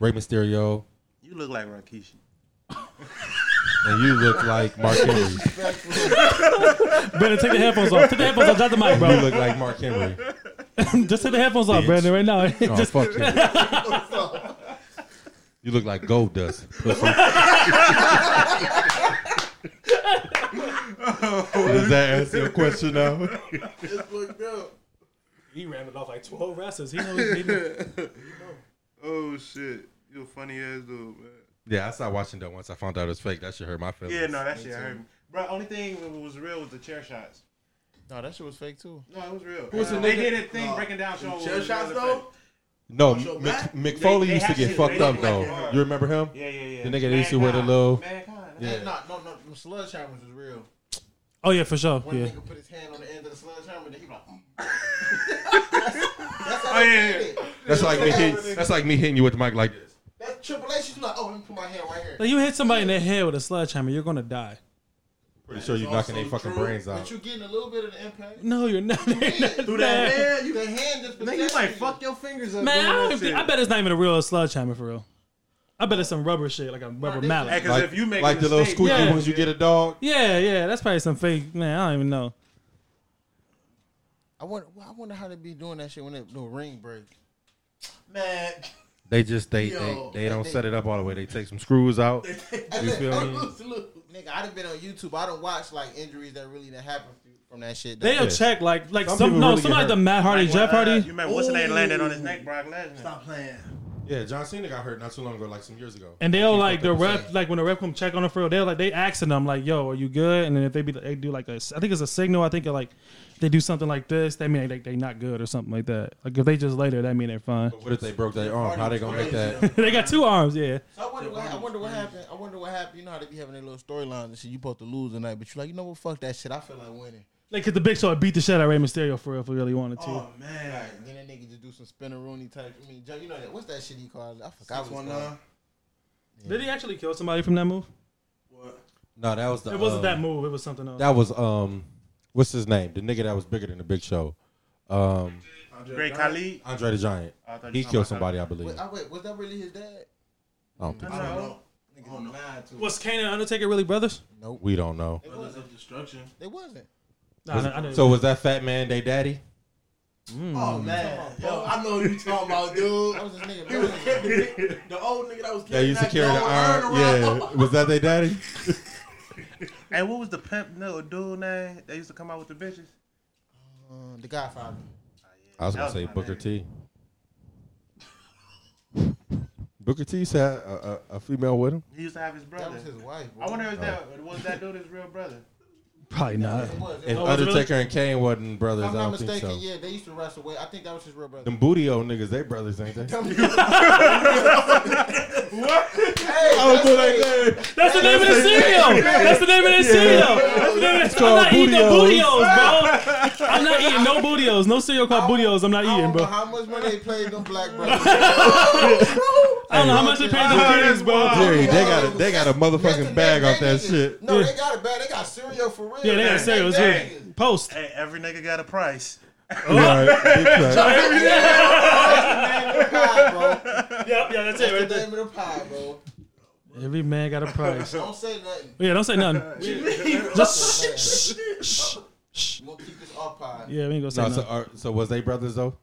[SPEAKER 1] Rey Mysterio,
[SPEAKER 2] You look like Rakishi.
[SPEAKER 1] and you look like Mark Henry.
[SPEAKER 4] Brandon, take the headphones off. Take the headphones off. Drop the mic,
[SPEAKER 1] You
[SPEAKER 4] bro.
[SPEAKER 1] look like Mark Henry.
[SPEAKER 4] Just take the headphones off, Brandon, right now.
[SPEAKER 1] Oh,
[SPEAKER 4] Just
[SPEAKER 1] fuck you. you look like gold dust. Pussy. Does that answer your question now?
[SPEAKER 4] He ran it off like 12 wrestlers. He knows. He knows.
[SPEAKER 2] Oh shit, you a funny ass dude, man.
[SPEAKER 1] yeah, I stopped watching that once I found out it was fake. That should hurt my feelings.
[SPEAKER 2] Yeah, no, that shit hurt me. Bro, only thing that was real was the chair shots.
[SPEAKER 8] No, that shit was fake too.
[SPEAKER 2] No, it was real.
[SPEAKER 11] Who's the
[SPEAKER 2] they
[SPEAKER 11] nigga-
[SPEAKER 2] did a thing breaking down Shawn.
[SPEAKER 11] Chair
[SPEAKER 2] Michaels.
[SPEAKER 11] shots though.
[SPEAKER 1] No,
[SPEAKER 11] your
[SPEAKER 1] Mick,
[SPEAKER 11] back?
[SPEAKER 1] Mick
[SPEAKER 2] They-
[SPEAKER 1] Foley
[SPEAKER 2] they
[SPEAKER 1] used to
[SPEAKER 2] have
[SPEAKER 1] get
[SPEAKER 2] shit-
[SPEAKER 1] fucked
[SPEAKER 2] they
[SPEAKER 1] up
[SPEAKER 2] look
[SPEAKER 1] though.
[SPEAKER 2] like hard.
[SPEAKER 1] you remember him?
[SPEAKER 2] Yeah, yeah, yeah.
[SPEAKER 1] The nigga that used to wear the little-
[SPEAKER 2] Mankind.
[SPEAKER 1] Yeah.
[SPEAKER 8] No, no, no. The sledgehammers was real.
[SPEAKER 4] Oh, yeah, for sure.
[SPEAKER 8] One
[SPEAKER 4] Yeah.
[SPEAKER 8] nigga put his hand on the end of the sledgehammer, and he like. "Mm." that's how
[SPEAKER 2] Oh,
[SPEAKER 8] they
[SPEAKER 2] yeah,
[SPEAKER 8] did
[SPEAKER 2] yeah.
[SPEAKER 8] it.
[SPEAKER 1] That's like me. Hitting, that's like me hitting you with the mic like this.
[SPEAKER 8] That Triple H used to be like, oh, let me put my hand right here.
[SPEAKER 4] Like you hit somebody in the head with a sledgehammer, you're gonna die.
[SPEAKER 1] Pretty sure you're knocking their
[SPEAKER 11] also
[SPEAKER 1] fucking
[SPEAKER 11] true.
[SPEAKER 1] brains out.
[SPEAKER 8] But you getting a little bit of the impact.
[SPEAKER 4] No, you're not.
[SPEAKER 8] Through
[SPEAKER 4] Nah.
[SPEAKER 11] Yeah, you.
[SPEAKER 8] The hand just.
[SPEAKER 2] Nigga, you might fuck your fingers up.
[SPEAKER 4] Man, I,
[SPEAKER 2] doing
[SPEAKER 4] don't
[SPEAKER 2] that
[SPEAKER 4] think,
[SPEAKER 2] shit.
[SPEAKER 4] I bet it's not even a real sledgehammer for real. I bet it's some rubber shit, like a rubber
[SPEAKER 2] Hey,
[SPEAKER 8] they-
[SPEAKER 4] mallet.
[SPEAKER 2] cause if you make a
[SPEAKER 1] like the little
[SPEAKER 2] mistake-
[SPEAKER 1] squeaky
[SPEAKER 4] Yeah.
[SPEAKER 1] ones you get a dog.
[SPEAKER 4] Yeah, yeah, that's probably some fake. Man, I don't even know.
[SPEAKER 8] I wonder, I wonder how they be doing that shit when they do a ring break.
[SPEAKER 11] Man,
[SPEAKER 1] They just they
[SPEAKER 5] Yo.
[SPEAKER 1] they, they don't set it up all the way. They take some screws out. you feel me?
[SPEAKER 8] Nigga, I done been on YouTube. I done watched like injuries that really done happened from that shit. though.
[SPEAKER 4] They'll check like like
[SPEAKER 1] Some
[SPEAKER 4] some,
[SPEAKER 1] people
[SPEAKER 4] no
[SPEAKER 1] really get
[SPEAKER 4] somebody
[SPEAKER 1] hurt.
[SPEAKER 4] the Matt Hardy,
[SPEAKER 2] Like,
[SPEAKER 4] Jeff
[SPEAKER 2] uh,
[SPEAKER 4] Hardy.
[SPEAKER 2] You remember what's his name landed on his neck? Brock Lesnar.
[SPEAKER 5] Stop playing.
[SPEAKER 1] Yeah, John Cena got hurt not too long ago, like some years ago.
[SPEAKER 4] And they'll
[SPEAKER 1] fucked
[SPEAKER 4] like the
[SPEAKER 1] up his
[SPEAKER 4] ref, like when the ref come check on the field, they'll like they asking them like, "Yo, are you good?" And then if they be, they do like a, I think it's a signal. I think like they do something like this. That mean like they not good or something like that. Like if they just later, that mean they're fine.
[SPEAKER 1] But what if they broke their arm? How they gonna make that?
[SPEAKER 4] they got two arms, yeah.
[SPEAKER 8] So I wonder, what, I wonder what happened. I wonder what happened. You know how they be having their little storylines and shit. You supposed to lose tonight, but you like, you know what? Fuck that shit. I feel like winning.
[SPEAKER 4] Like cause the Big Show would beat the shit out of Rey Mysterio for real if we really wanted to.
[SPEAKER 5] Oh man.
[SPEAKER 8] And then that nigga just do some spinneroonie type. I mean, Joe, you know that. What's that shit he called? I forgot what it's
[SPEAKER 2] uh,
[SPEAKER 8] called.
[SPEAKER 4] Did he actually kill somebody from that move?
[SPEAKER 5] What?
[SPEAKER 1] No, that was the.
[SPEAKER 4] It wasn't
[SPEAKER 1] uh,
[SPEAKER 4] that move. It was something else.
[SPEAKER 1] That was um, what's his name? The nigga that was bigger than the Big Show, um,
[SPEAKER 5] Andre
[SPEAKER 2] Great
[SPEAKER 5] Giant?
[SPEAKER 2] Khalid.
[SPEAKER 1] Andre the Giant.
[SPEAKER 2] I thought you
[SPEAKER 1] He
[SPEAKER 2] talking
[SPEAKER 1] killed
[SPEAKER 2] about
[SPEAKER 1] somebody, I believe.
[SPEAKER 8] Wait, I, wait, was that really his dad?
[SPEAKER 1] I don't think
[SPEAKER 5] I
[SPEAKER 1] so.
[SPEAKER 5] don't know.
[SPEAKER 8] Niggas lied to.
[SPEAKER 4] was Kane and Undertaker really brothers?
[SPEAKER 8] Nope,
[SPEAKER 1] We don't know.
[SPEAKER 5] Brothers of Destruction.
[SPEAKER 8] they wasn't.
[SPEAKER 4] Nah, I didn't.
[SPEAKER 1] So was that fat man they daddy?
[SPEAKER 8] Oh man,
[SPEAKER 5] Yo, I know who you talking about, dude.
[SPEAKER 8] that was his nigga.
[SPEAKER 5] He was
[SPEAKER 8] brother.
[SPEAKER 5] kid- the, big- the old nigga that was
[SPEAKER 1] That used to carry the iron. Yeah, was that they daddy?
[SPEAKER 2] Hey, what was the pimp little dude name that used to come out with the bitches?
[SPEAKER 8] Uh, the Godfather.
[SPEAKER 1] I was gonna
[SPEAKER 2] That was
[SPEAKER 1] say
[SPEAKER 2] my
[SPEAKER 1] Booker
[SPEAKER 2] name.
[SPEAKER 1] T. Booker T had a, a, a female with him.
[SPEAKER 2] He used to have his brother.
[SPEAKER 8] That was his wife.
[SPEAKER 2] I
[SPEAKER 8] Bro.
[SPEAKER 2] wonder
[SPEAKER 1] Oh.
[SPEAKER 2] if that was that dude his real brother.
[SPEAKER 4] Probably not.
[SPEAKER 8] It was. If
[SPEAKER 1] If
[SPEAKER 4] Oh, was it really?
[SPEAKER 1] Undertaker and Kane wasn't brothers,
[SPEAKER 8] I'm
[SPEAKER 1] I
[SPEAKER 8] not
[SPEAKER 1] don't think
[SPEAKER 8] mistaken,
[SPEAKER 1] so.
[SPEAKER 8] yeah, they used to wrestle. With, I think that was his real brother.
[SPEAKER 1] Them booty old niggas, they brothers, ain't they?
[SPEAKER 8] Hey, that's right.
[SPEAKER 4] That's the name of the cereal. That's the name of the cereal. That's the name of the cereal. I'm not eating no bootios, bro. I'm not eating no bootios. No cereal called bootios. I'm not
[SPEAKER 8] I
[SPEAKER 4] eating,
[SPEAKER 8] don't know
[SPEAKER 4] bro.
[SPEAKER 8] how much money they played them black brothers.
[SPEAKER 4] I don't know how much they paid the kids, bro.
[SPEAKER 1] Jerry, they got a they got a motherfucking
[SPEAKER 8] They-
[SPEAKER 1] bag
[SPEAKER 8] they
[SPEAKER 1] off that
[SPEAKER 8] niggas-
[SPEAKER 1] shit.
[SPEAKER 8] No,
[SPEAKER 4] Yeah.
[SPEAKER 8] they got a bag. They got cereal for real.
[SPEAKER 4] Yeah, they got cereals. Yeah, post.
[SPEAKER 2] Hey, every nigga got a price.
[SPEAKER 1] Right, big time.
[SPEAKER 8] That's
[SPEAKER 4] Yep, yeah, that's it
[SPEAKER 8] the name of the pie, bro.
[SPEAKER 4] Every man got a price.
[SPEAKER 8] Don't say nothing.
[SPEAKER 4] Yeah, don't say nothing. Just shh, shh, shh, shh.
[SPEAKER 8] I'm gonna keep this off pie.
[SPEAKER 4] Yeah, we ain't gonna say
[SPEAKER 1] No, so,
[SPEAKER 4] nothing.
[SPEAKER 1] are, so was they brothers though?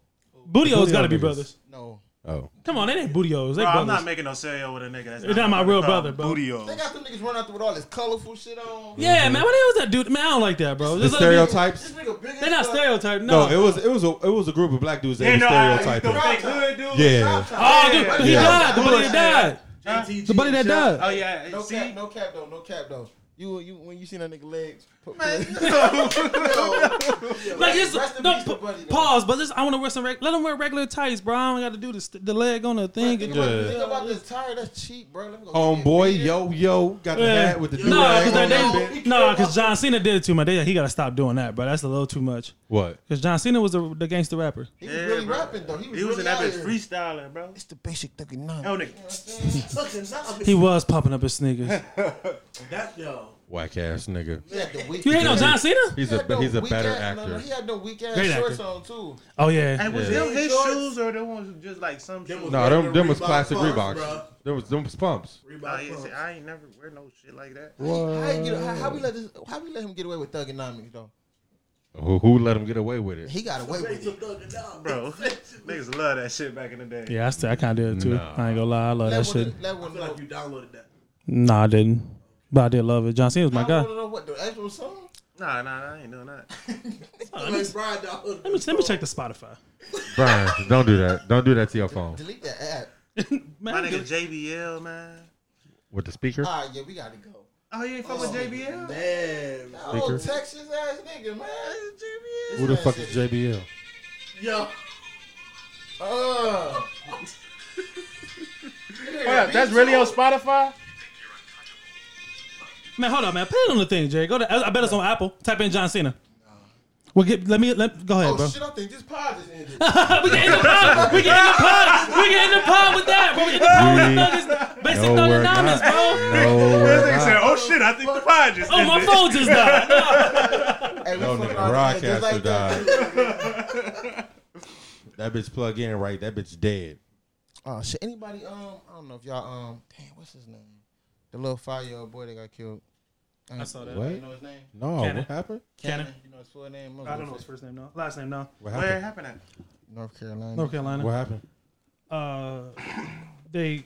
[SPEAKER 4] Bootios
[SPEAKER 1] Bootio
[SPEAKER 4] gotta be
[SPEAKER 1] niggas.
[SPEAKER 4] brothers.
[SPEAKER 8] No,
[SPEAKER 1] Oh,
[SPEAKER 4] Come on, they ain't bootios. They
[SPEAKER 2] Bro, I'm not
[SPEAKER 4] brothers.
[SPEAKER 2] making no cereal with a nigga. That's
[SPEAKER 4] It's not my real brother, bro.
[SPEAKER 8] they
[SPEAKER 5] Bootio.
[SPEAKER 8] got them niggas running out there with all this colorful shit on.
[SPEAKER 4] Yeah, man, what the hell was that dude? Man, I don't like that, bro.
[SPEAKER 1] the
[SPEAKER 4] Just let it be-
[SPEAKER 1] stereotypes.
[SPEAKER 8] This nigga big. as
[SPEAKER 4] They're not
[SPEAKER 8] fuck.
[SPEAKER 4] stereotyped.
[SPEAKER 1] No,
[SPEAKER 4] No,
[SPEAKER 1] it was it was a it was a group of black dudes that
[SPEAKER 2] Yeah,
[SPEAKER 1] were
[SPEAKER 2] no, I-
[SPEAKER 1] stereotyping.
[SPEAKER 2] the fake
[SPEAKER 8] Good dude.
[SPEAKER 1] Yeah,
[SPEAKER 4] Oh, dude, he
[SPEAKER 1] Yeah.
[SPEAKER 4] died. The buddy that died. The buddy that died.
[SPEAKER 2] Oh yeah,
[SPEAKER 8] No
[SPEAKER 2] see,
[SPEAKER 8] cap, no cap though, no cap though. You, you when you see that nigga legs, put, put-
[SPEAKER 4] Like it's
[SPEAKER 8] Rest in
[SPEAKER 4] no,
[SPEAKER 8] peace to
[SPEAKER 4] pa-
[SPEAKER 8] Buddy, though.
[SPEAKER 4] pause, but this, I want to wear some. Reg- let them wear regular tights, bro. I don't got to do the, st- the leg on the thing.
[SPEAKER 8] think,
[SPEAKER 4] Yeah.
[SPEAKER 8] about,
[SPEAKER 1] Yeah.
[SPEAKER 8] think about this tire. That's cheap, bro. Let me go get it.
[SPEAKER 1] homeboy, yo yo, got the hat with the
[SPEAKER 4] No,
[SPEAKER 1] do-rag on that bitch.
[SPEAKER 4] because no, because John Cena did it too much. They, he got to stop doing that, bro. That's a little too much.
[SPEAKER 1] What?
[SPEAKER 4] Because John Cena was the, the gangster rapper.
[SPEAKER 8] He was really
[SPEAKER 2] bro.
[SPEAKER 8] rapping though. He was,
[SPEAKER 2] he was
[SPEAKER 8] really
[SPEAKER 2] in that
[SPEAKER 8] out
[SPEAKER 2] bitch
[SPEAKER 8] here.
[SPEAKER 2] freestyling, bro.
[SPEAKER 8] It's the basic thugging nine.
[SPEAKER 2] Oh nigga,
[SPEAKER 4] He was popping up his sneakers.
[SPEAKER 5] That yo.
[SPEAKER 1] Whack ass nigga.
[SPEAKER 8] He had the weak.
[SPEAKER 4] You ain't on John Cena?
[SPEAKER 1] He's
[SPEAKER 8] he had
[SPEAKER 1] a
[SPEAKER 8] the
[SPEAKER 1] he's a
[SPEAKER 8] weak
[SPEAKER 1] better
[SPEAKER 8] ass- no, no,
[SPEAKER 1] actor.
[SPEAKER 8] he had the weak ass
[SPEAKER 4] Great
[SPEAKER 8] shorts
[SPEAKER 4] actor.
[SPEAKER 8] on too.
[SPEAKER 4] Oh yeah.
[SPEAKER 2] hey, was
[SPEAKER 1] Yeah.
[SPEAKER 2] them his
[SPEAKER 8] Shorts.
[SPEAKER 2] shoes or them ones just like some
[SPEAKER 5] Them
[SPEAKER 2] shoes?
[SPEAKER 5] was-
[SPEAKER 2] No.
[SPEAKER 1] No, them them was
[SPEAKER 5] Reebok
[SPEAKER 1] classic
[SPEAKER 5] pumps,
[SPEAKER 1] Reeboks.
[SPEAKER 5] bruh.
[SPEAKER 1] Them was them was pumps.
[SPEAKER 5] Reebok
[SPEAKER 2] yeah,
[SPEAKER 5] pumps.
[SPEAKER 2] see, I ain't never wear no shit like that.
[SPEAKER 8] How, you get, how, how we let this? How we let him get away with thugonomics though?
[SPEAKER 1] Who, who let him get away with it?
[SPEAKER 8] He got away with
[SPEAKER 5] Face
[SPEAKER 8] it.
[SPEAKER 5] of Thug and Dog.
[SPEAKER 2] Bro, niggas love that shit back in the day.
[SPEAKER 4] Yeah, I, still, I kind of did it too. I ain't gonna lie, I love that
[SPEAKER 8] That
[SPEAKER 4] shit.
[SPEAKER 8] one, that
[SPEAKER 5] I
[SPEAKER 8] one,
[SPEAKER 5] feel like you downloaded that.
[SPEAKER 4] Nah, I didn't, but I did love it. John Cena was
[SPEAKER 8] I
[SPEAKER 4] my guy.
[SPEAKER 8] don't know what the actual song.
[SPEAKER 2] Nah, nah, nah, I ain't doing that.
[SPEAKER 5] Let me, Brian downloaded
[SPEAKER 4] Let me, let me check the Spotify.
[SPEAKER 1] Brian, don't do that. Don't do that to your phone
[SPEAKER 8] Delete that app.
[SPEAKER 2] My
[SPEAKER 4] Man,
[SPEAKER 2] nigga JBL, man.
[SPEAKER 1] with the speaker.
[SPEAKER 8] Ah, yeah, we gotta go.
[SPEAKER 2] Oh, you ain't fuck with JBL?
[SPEAKER 5] Man,
[SPEAKER 8] That old
[SPEAKER 1] Speaker.
[SPEAKER 8] Oh, Texas ass nigga, man.
[SPEAKER 1] Who the fuck is JBL?
[SPEAKER 5] yo,
[SPEAKER 8] Uh.
[SPEAKER 2] that's really
[SPEAKER 8] Oh,
[SPEAKER 2] on Spotify?
[SPEAKER 4] man, hold on, man. Put it on the thing, Jay. Go to. I, I bet it's on Apple. Type in John Cena. Well, get, let me let go ahead,
[SPEAKER 8] Oh
[SPEAKER 4] bro.
[SPEAKER 8] shit! I think this pod just ended.
[SPEAKER 4] we get in the pod. We get in the pod. We get in the pod with that. Bro. We get in the pod with
[SPEAKER 1] We-
[SPEAKER 4] Nuggets. Basic
[SPEAKER 1] No,
[SPEAKER 4] Thunder
[SPEAKER 1] we're
[SPEAKER 4] Nuggets,
[SPEAKER 1] not.
[SPEAKER 4] bro.
[SPEAKER 1] No, we're not.
[SPEAKER 2] oh shit, I think the pod just
[SPEAKER 4] Oh, my phone just died.
[SPEAKER 8] Hey, we
[SPEAKER 1] No,
[SPEAKER 8] fucking
[SPEAKER 1] nigga,
[SPEAKER 8] all
[SPEAKER 1] Rock
[SPEAKER 8] niggas just
[SPEAKER 1] has to
[SPEAKER 8] like that.
[SPEAKER 1] That bitch plug in right. That bitch dead.
[SPEAKER 8] Oh shit! Anybody? Um, I don't know if y'all. Um, damn, what's his name? The little five year old boy that got killed.
[SPEAKER 4] I saw that.
[SPEAKER 1] What?
[SPEAKER 8] You know his name?
[SPEAKER 1] No,
[SPEAKER 4] Cannon.
[SPEAKER 1] what happened?
[SPEAKER 4] Cannon.
[SPEAKER 8] You know his full name?
[SPEAKER 4] I don't know his first name, no. Last name, no.
[SPEAKER 1] What
[SPEAKER 2] Where it
[SPEAKER 1] happened?
[SPEAKER 2] happened at? Uh,
[SPEAKER 8] North Carolina.
[SPEAKER 4] North Carolina.
[SPEAKER 1] What happened?
[SPEAKER 4] uh, they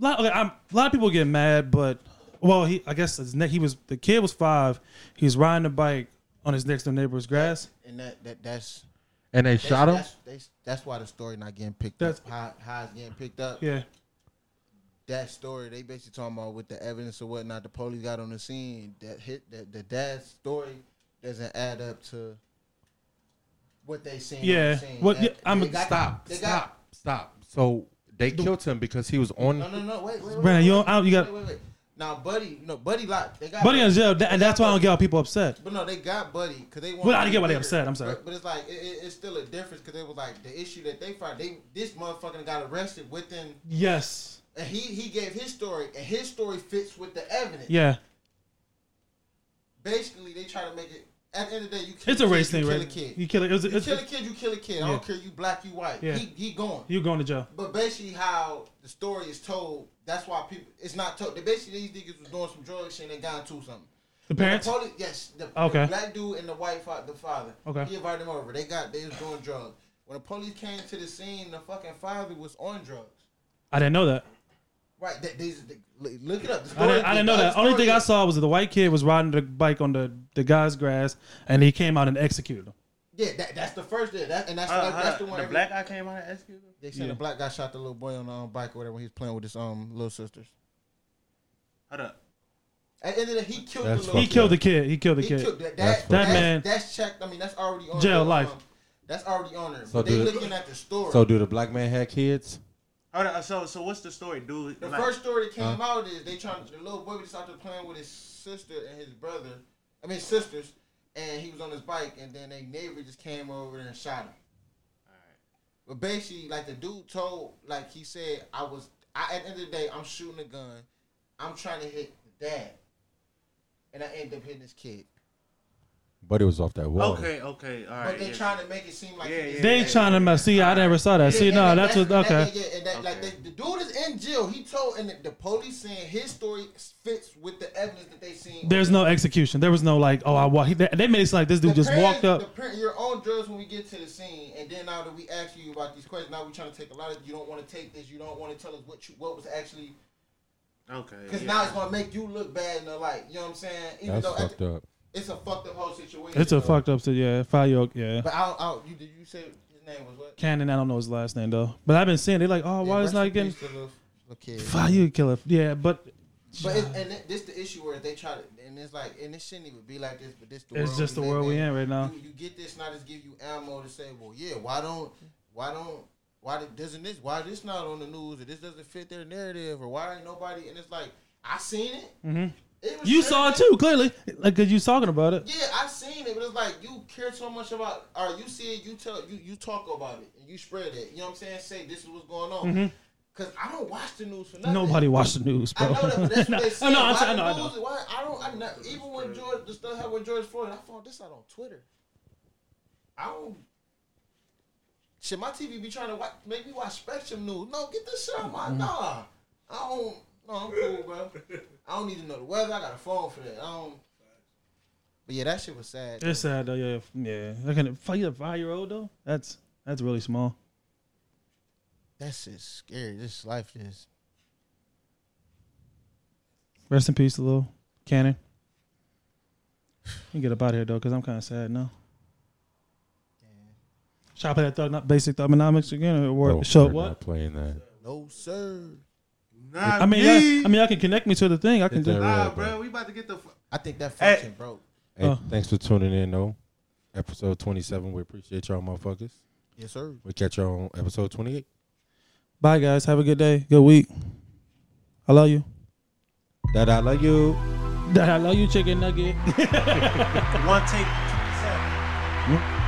[SPEAKER 4] lot, okay, I'm, a lot of people get mad, but well, he I guess his ne- he was the kid was five. He was riding a bike on his next door neighbor's grass.
[SPEAKER 8] and that, that that's
[SPEAKER 1] And they
[SPEAKER 8] that's,
[SPEAKER 1] shot him.
[SPEAKER 8] That's, that's, that's why the story not getting picked
[SPEAKER 4] That's-
[SPEAKER 8] up. How, how it's getting picked up?
[SPEAKER 4] Yeah,
[SPEAKER 8] That story they basically talking about with the evidence or whatnot. The police got on the scene. That hit that the dad's story doesn't add up to what they seen. on the
[SPEAKER 4] Yeah.
[SPEAKER 8] scene.
[SPEAKER 4] What-
[SPEAKER 8] That-
[SPEAKER 4] yeah, I'm
[SPEAKER 8] they
[SPEAKER 4] a-
[SPEAKER 8] got-
[SPEAKER 1] Stop.
[SPEAKER 8] they got-
[SPEAKER 1] Stop. Stop. So they killed him because he was on.
[SPEAKER 8] No, no, no. Wait, wait, wait.
[SPEAKER 4] Brandon,
[SPEAKER 8] wait,
[SPEAKER 4] you
[SPEAKER 8] wait,
[SPEAKER 4] don't- I don't- you
[SPEAKER 8] wait,
[SPEAKER 4] got-
[SPEAKER 8] Wait, wait, wait. Now, Buddy, no, Buddy locked. They got
[SPEAKER 4] buddy in jail, that, and that's why I don't get how people upset.
[SPEAKER 8] But no, they got Buddy because they.
[SPEAKER 4] Well,
[SPEAKER 8] want.
[SPEAKER 4] I didn't get why they upset, I'm sorry.
[SPEAKER 8] But, but it's like it, it- it's still a difference because it was like the issue that they found. They this motherfucker got arrested within,
[SPEAKER 4] Yes.
[SPEAKER 8] and he he gave his story, and his story fits with the evidence.
[SPEAKER 4] Yeah.
[SPEAKER 8] Basically, they try to make it. At the end of the day, you kill
[SPEAKER 4] It's a race
[SPEAKER 8] kid,
[SPEAKER 4] thing,
[SPEAKER 8] you
[SPEAKER 4] right?
[SPEAKER 8] Kill a kid.
[SPEAKER 4] You kill it. it was,
[SPEAKER 8] You
[SPEAKER 4] it's,
[SPEAKER 8] kill a kid. You kill a kid. I
[SPEAKER 4] Yeah.
[SPEAKER 8] don't care. You black. You white.
[SPEAKER 4] Yeah.
[SPEAKER 8] He he going.
[SPEAKER 4] you going to jail.
[SPEAKER 8] But basically, how the story is told, that's why people. It's not told. They basically these niggas was doing some drug shit and they got into something.
[SPEAKER 4] The parents.
[SPEAKER 8] The police, yes. The,
[SPEAKER 4] Okay.
[SPEAKER 8] the black dude and the white fa- the father.
[SPEAKER 4] Okay.
[SPEAKER 8] He invited them over. They got they was doing drugs. When the police came to the scene, the fucking father was on drugs.
[SPEAKER 4] I didn't know that.
[SPEAKER 8] Right. That these li- look it up. The
[SPEAKER 4] I didn't, I didn't know that.
[SPEAKER 8] the
[SPEAKER 4] Only
[SPEAKER 8] story
[SPEAKER 4] thing I
[SPEAKER 8] is-
[SPEAKER 4] saw was that the white kid was riding the bike on the, the guy's grass, and he came out and executed him.
[SPEAKER 8] Yeah, that, that's the first day. That, and that's
[SPEAKER 2] Uh,
[SPEAKER 8] that's the
[SPEAKER 2] hold
[SPEAKER 8] one.
[SPEAKER 2] on. the
[SPEAKER 8] every-
[SPEAKER 2] black guy came out and asked you.
[SPEAKER 8] they said the black guy shot the little boy on the um, bike or whatever when he was playing with his um little sisters.
[SPEAKER 2] Hold up.
[SPEAKER 8] At the end of the day, he killed
[SPEAKER 1] That's
[SPEAKER 8] the little.
[SPEAKER 4] He
[SPEAKER 1] fucked
[SPEAKER 4] killed
[SPEAKER 1] up.
[SPEAKER 4] the kid. He killed the
[SPEAKER 8] He
[SPEAKER 4] kid.
[SPEAKER 8] took that,
[SPEAKER 1] That's
[SPEAKER 8] that,
[SPEAKER 1] fucked
[SPEAKER 4] up. That man-
[SPEAKER 8] man. That's checked. I mean, that's already on
[SPEAKER 4] Jail
[SPEAKER 8] there,
[SPEAKER 4] life.
[SPEAKER 8] um, that's already on there.
[SPEAKER 1] So
[SPEAKER 8] But they
[SPEAKER 1] do-
[SPEAKER 8] looking at the story.
[SPEAKER 1] So do the black man have kids?
[SPEAKER 2] Hold up. So so what's the story, dude?
[SPEAKER 8] the
[SPEAKER 2] Like,
[SPEAKER 8] first story that came out is they trying the little boy was out there playing with his sister and his brother. I mean, sisters, and he was on his bike, and then their neighbor just came over and shot him. But basically, like the dude told, like he said, I was. I, at the end of the day, I'm shooting a gun. I'm trying to hit the dad, and I end up hitting this kid.
[SPEAKER 1] But it was off that wall.
[SPEAKER 2] Okay. Okay. All right.
[SPEAKER 8] But they
[SPEAKER 2] yeah.
[SPEAKER 8] trying to make it seem like
[SPEAKER 2] Yeah,
[SPEAKER 8] he
[SPEAKER 2] yeah,
[SPEAKER 8] did
[SPEAKER 4] They
[SPEAKER 8] that.
[SPEAKER 4] trying to mess. See, I never saw that. See,
[SPEAKER 8] and
[SPEAKER 4] no,
[SPEAKER 8] that-
[SPEAKER 4] that's what.
[SPEAKER 8] that-
[SPEAKER 4] Okay.
[SPEAKER 8] yeah, yeah, and that, like,
[SPEAKER 2] Okay.
[SPEAKER 8] the, the dude is in jail. He told, and the, the police saying his story fits with the evidence that they seen.
[SPEAKER 4] There's no execution. There was no like, oh, I walk. They, they made it seem like this dude
[SPEAKER 8] The
[SPEAKER 4] just walked
[SPEAKER 8] parents-
[SPEAKER 4] up.
[SPEAKER 8] The parent, your own drugs when we get to the scene, and then now that we ask you about these questions, now we trying to take a lot of. You don't want to take this. You don't want to tell us what you, what was actually.
[SPEAKER 2] Okay.
[SPEAKER 8] Because
[SPEAKER 2] yeah.
[SPEAKER 8] now it's gonna make you look bad in the light. You know what I'm saying? Even
[SPEAKER 1] That's
[SPEAKER 8] though at
[SPEAKER 1] fucked
[SPEAKER 8] the-
[SPEAKER 1] up.
[SPEAKER 8] it's a fucked up whole situation.
[SPEAKER 4] It's a fucked up. So yeah, five year old. Yeah.
[SPEAKER 8] But out, out. You did you say his name was what?
[SPEAKER 4] Cannon. I don't know his last name though. But I've been seeing. They like, oh, why
[SPEAKER 8] Yeah,
[SPEAKER 4] is
[SPEAKER 8] rest
[SPEAKER 4] not
[SPEAKER 8] in
[SPEAKER 4] getting
[SPEAKER 8] peace to the little kid.
[SPEAKER 4] five year killer? Yeah, but
[SPEAKER 8] But it's, and th- this the issue where they try to, and it's like, and it shouldn't even be like this. But this the
[SPEAKER 4] It's
[SPEAKER 8] world
[SPEAKER 4] just
[SPEAKER 8] we
[SPEAKER 4] the
[SPEAKER 8] live
[SPEAKER 4] world we in right now.
[SPEAKER 8] You, you get this, and I just give you ammo to say, well, yeah, why don't, why don't, why th- doesn't this, why this not on the news, or this doesn't fit their narrative, or why ain't nobody? And it's like, I seen it. Mm-hmm. it was
[SPEAKER 4] you saw it
[SPEAKER 8] trending.
[SPEAKER 4] too clearly, like cause you was talking about it.
[SPEAKER 8] Yeah, I seen it, but it's like you care so much about, or you see it, you tell, you you talk about it, and you spread it. You know what I'm saying? Say this is what's going on. Cause I don't watch the news for nothing.
[SPEAKER 4] Mm-hmm. Nobody watched the news,
[SPEAKER 8] I
[SPEAKER 4] bro.
[SPEAKER 8] know that, but that's
[SPEAKER 4] No,
[SPEAKER 8] what they
[SPEAKER 4] I
[SPEAKER 8] said.
[SPEAKER 4] know, I'm
[SPEAKER 8] Why
[SPEAKER 4] saying- I
[SPEAKER 8] the
[SPEAKER 4] know, I know.
[SPEAKER 8] news- Why, I don't, I not, even when George, the stuff happened with George Floyd, I found this out on Twitter. I don't, shit, my TV be trying to watch, make me watch Spectrum News. No, get this shit out my,
[SPEAKER 4] Mm-hmm.
[SPEAKER 8] nah. I don't, no, I'm cool, bro. I don't need to know the weather. I got a phone for that. I don't, but yeah, that shit was sad.
[SPEAKER 4] It's sad though. Yeah, yeah. Like a five, a five year old though. That's that's really small.
[SPEAKER 8] That shit's scary. This life is.
[SPEAKER 4] Rest in peace, little Cannon. You can get up out of here though, cause I'm kind of sad now. Should I play that thug, not basic thugonomics again, or what?
[SPEAKER 1] No,
[SPEAKER 4] so
[SPEAKER 1] we're
[SPEAKER 4] what?
[SPEAKER 1] Not playing that.
[SPEAKER 8] No, sir.
[SPEAKER 2] Nah,
[SPEAKER 4] I mean,
[SPEAKER 2] me.
[SPEAKER 4] yeah, I mean, I can connect me to the thing. I can
[SPEAKER 1] Hit that
[SPEAKER 4] do.
[SPEAKER 2] Nah,
[SPEAKER 1] red button.
[SPEAKER 2] bro. We about to get the. fu-
[SPEAKER 8] I think that
[SPEAKER 2] Hey.
[SPEAKER 8] function broke.
[SPEAKER 1] Hey,
[SPEAKER 4] Uh.
[SPEAKER 1] thanks for tuning in, though. Episode 27. We appreciate y'all, motherfuckers.
[SPEAKER 8] Yes, sir.
[SPEAKER 1] We catch y'all on episode 28.
[SPEAKER 4] Bye, guys. Have a good day, good week. I love you.
[SPEAKER 1] That I love you.
[SPEAKER 4] I love you, chicken nugget.
[SPEAKER 2] One take. two, seven.
[SPEAKER 1] Mm.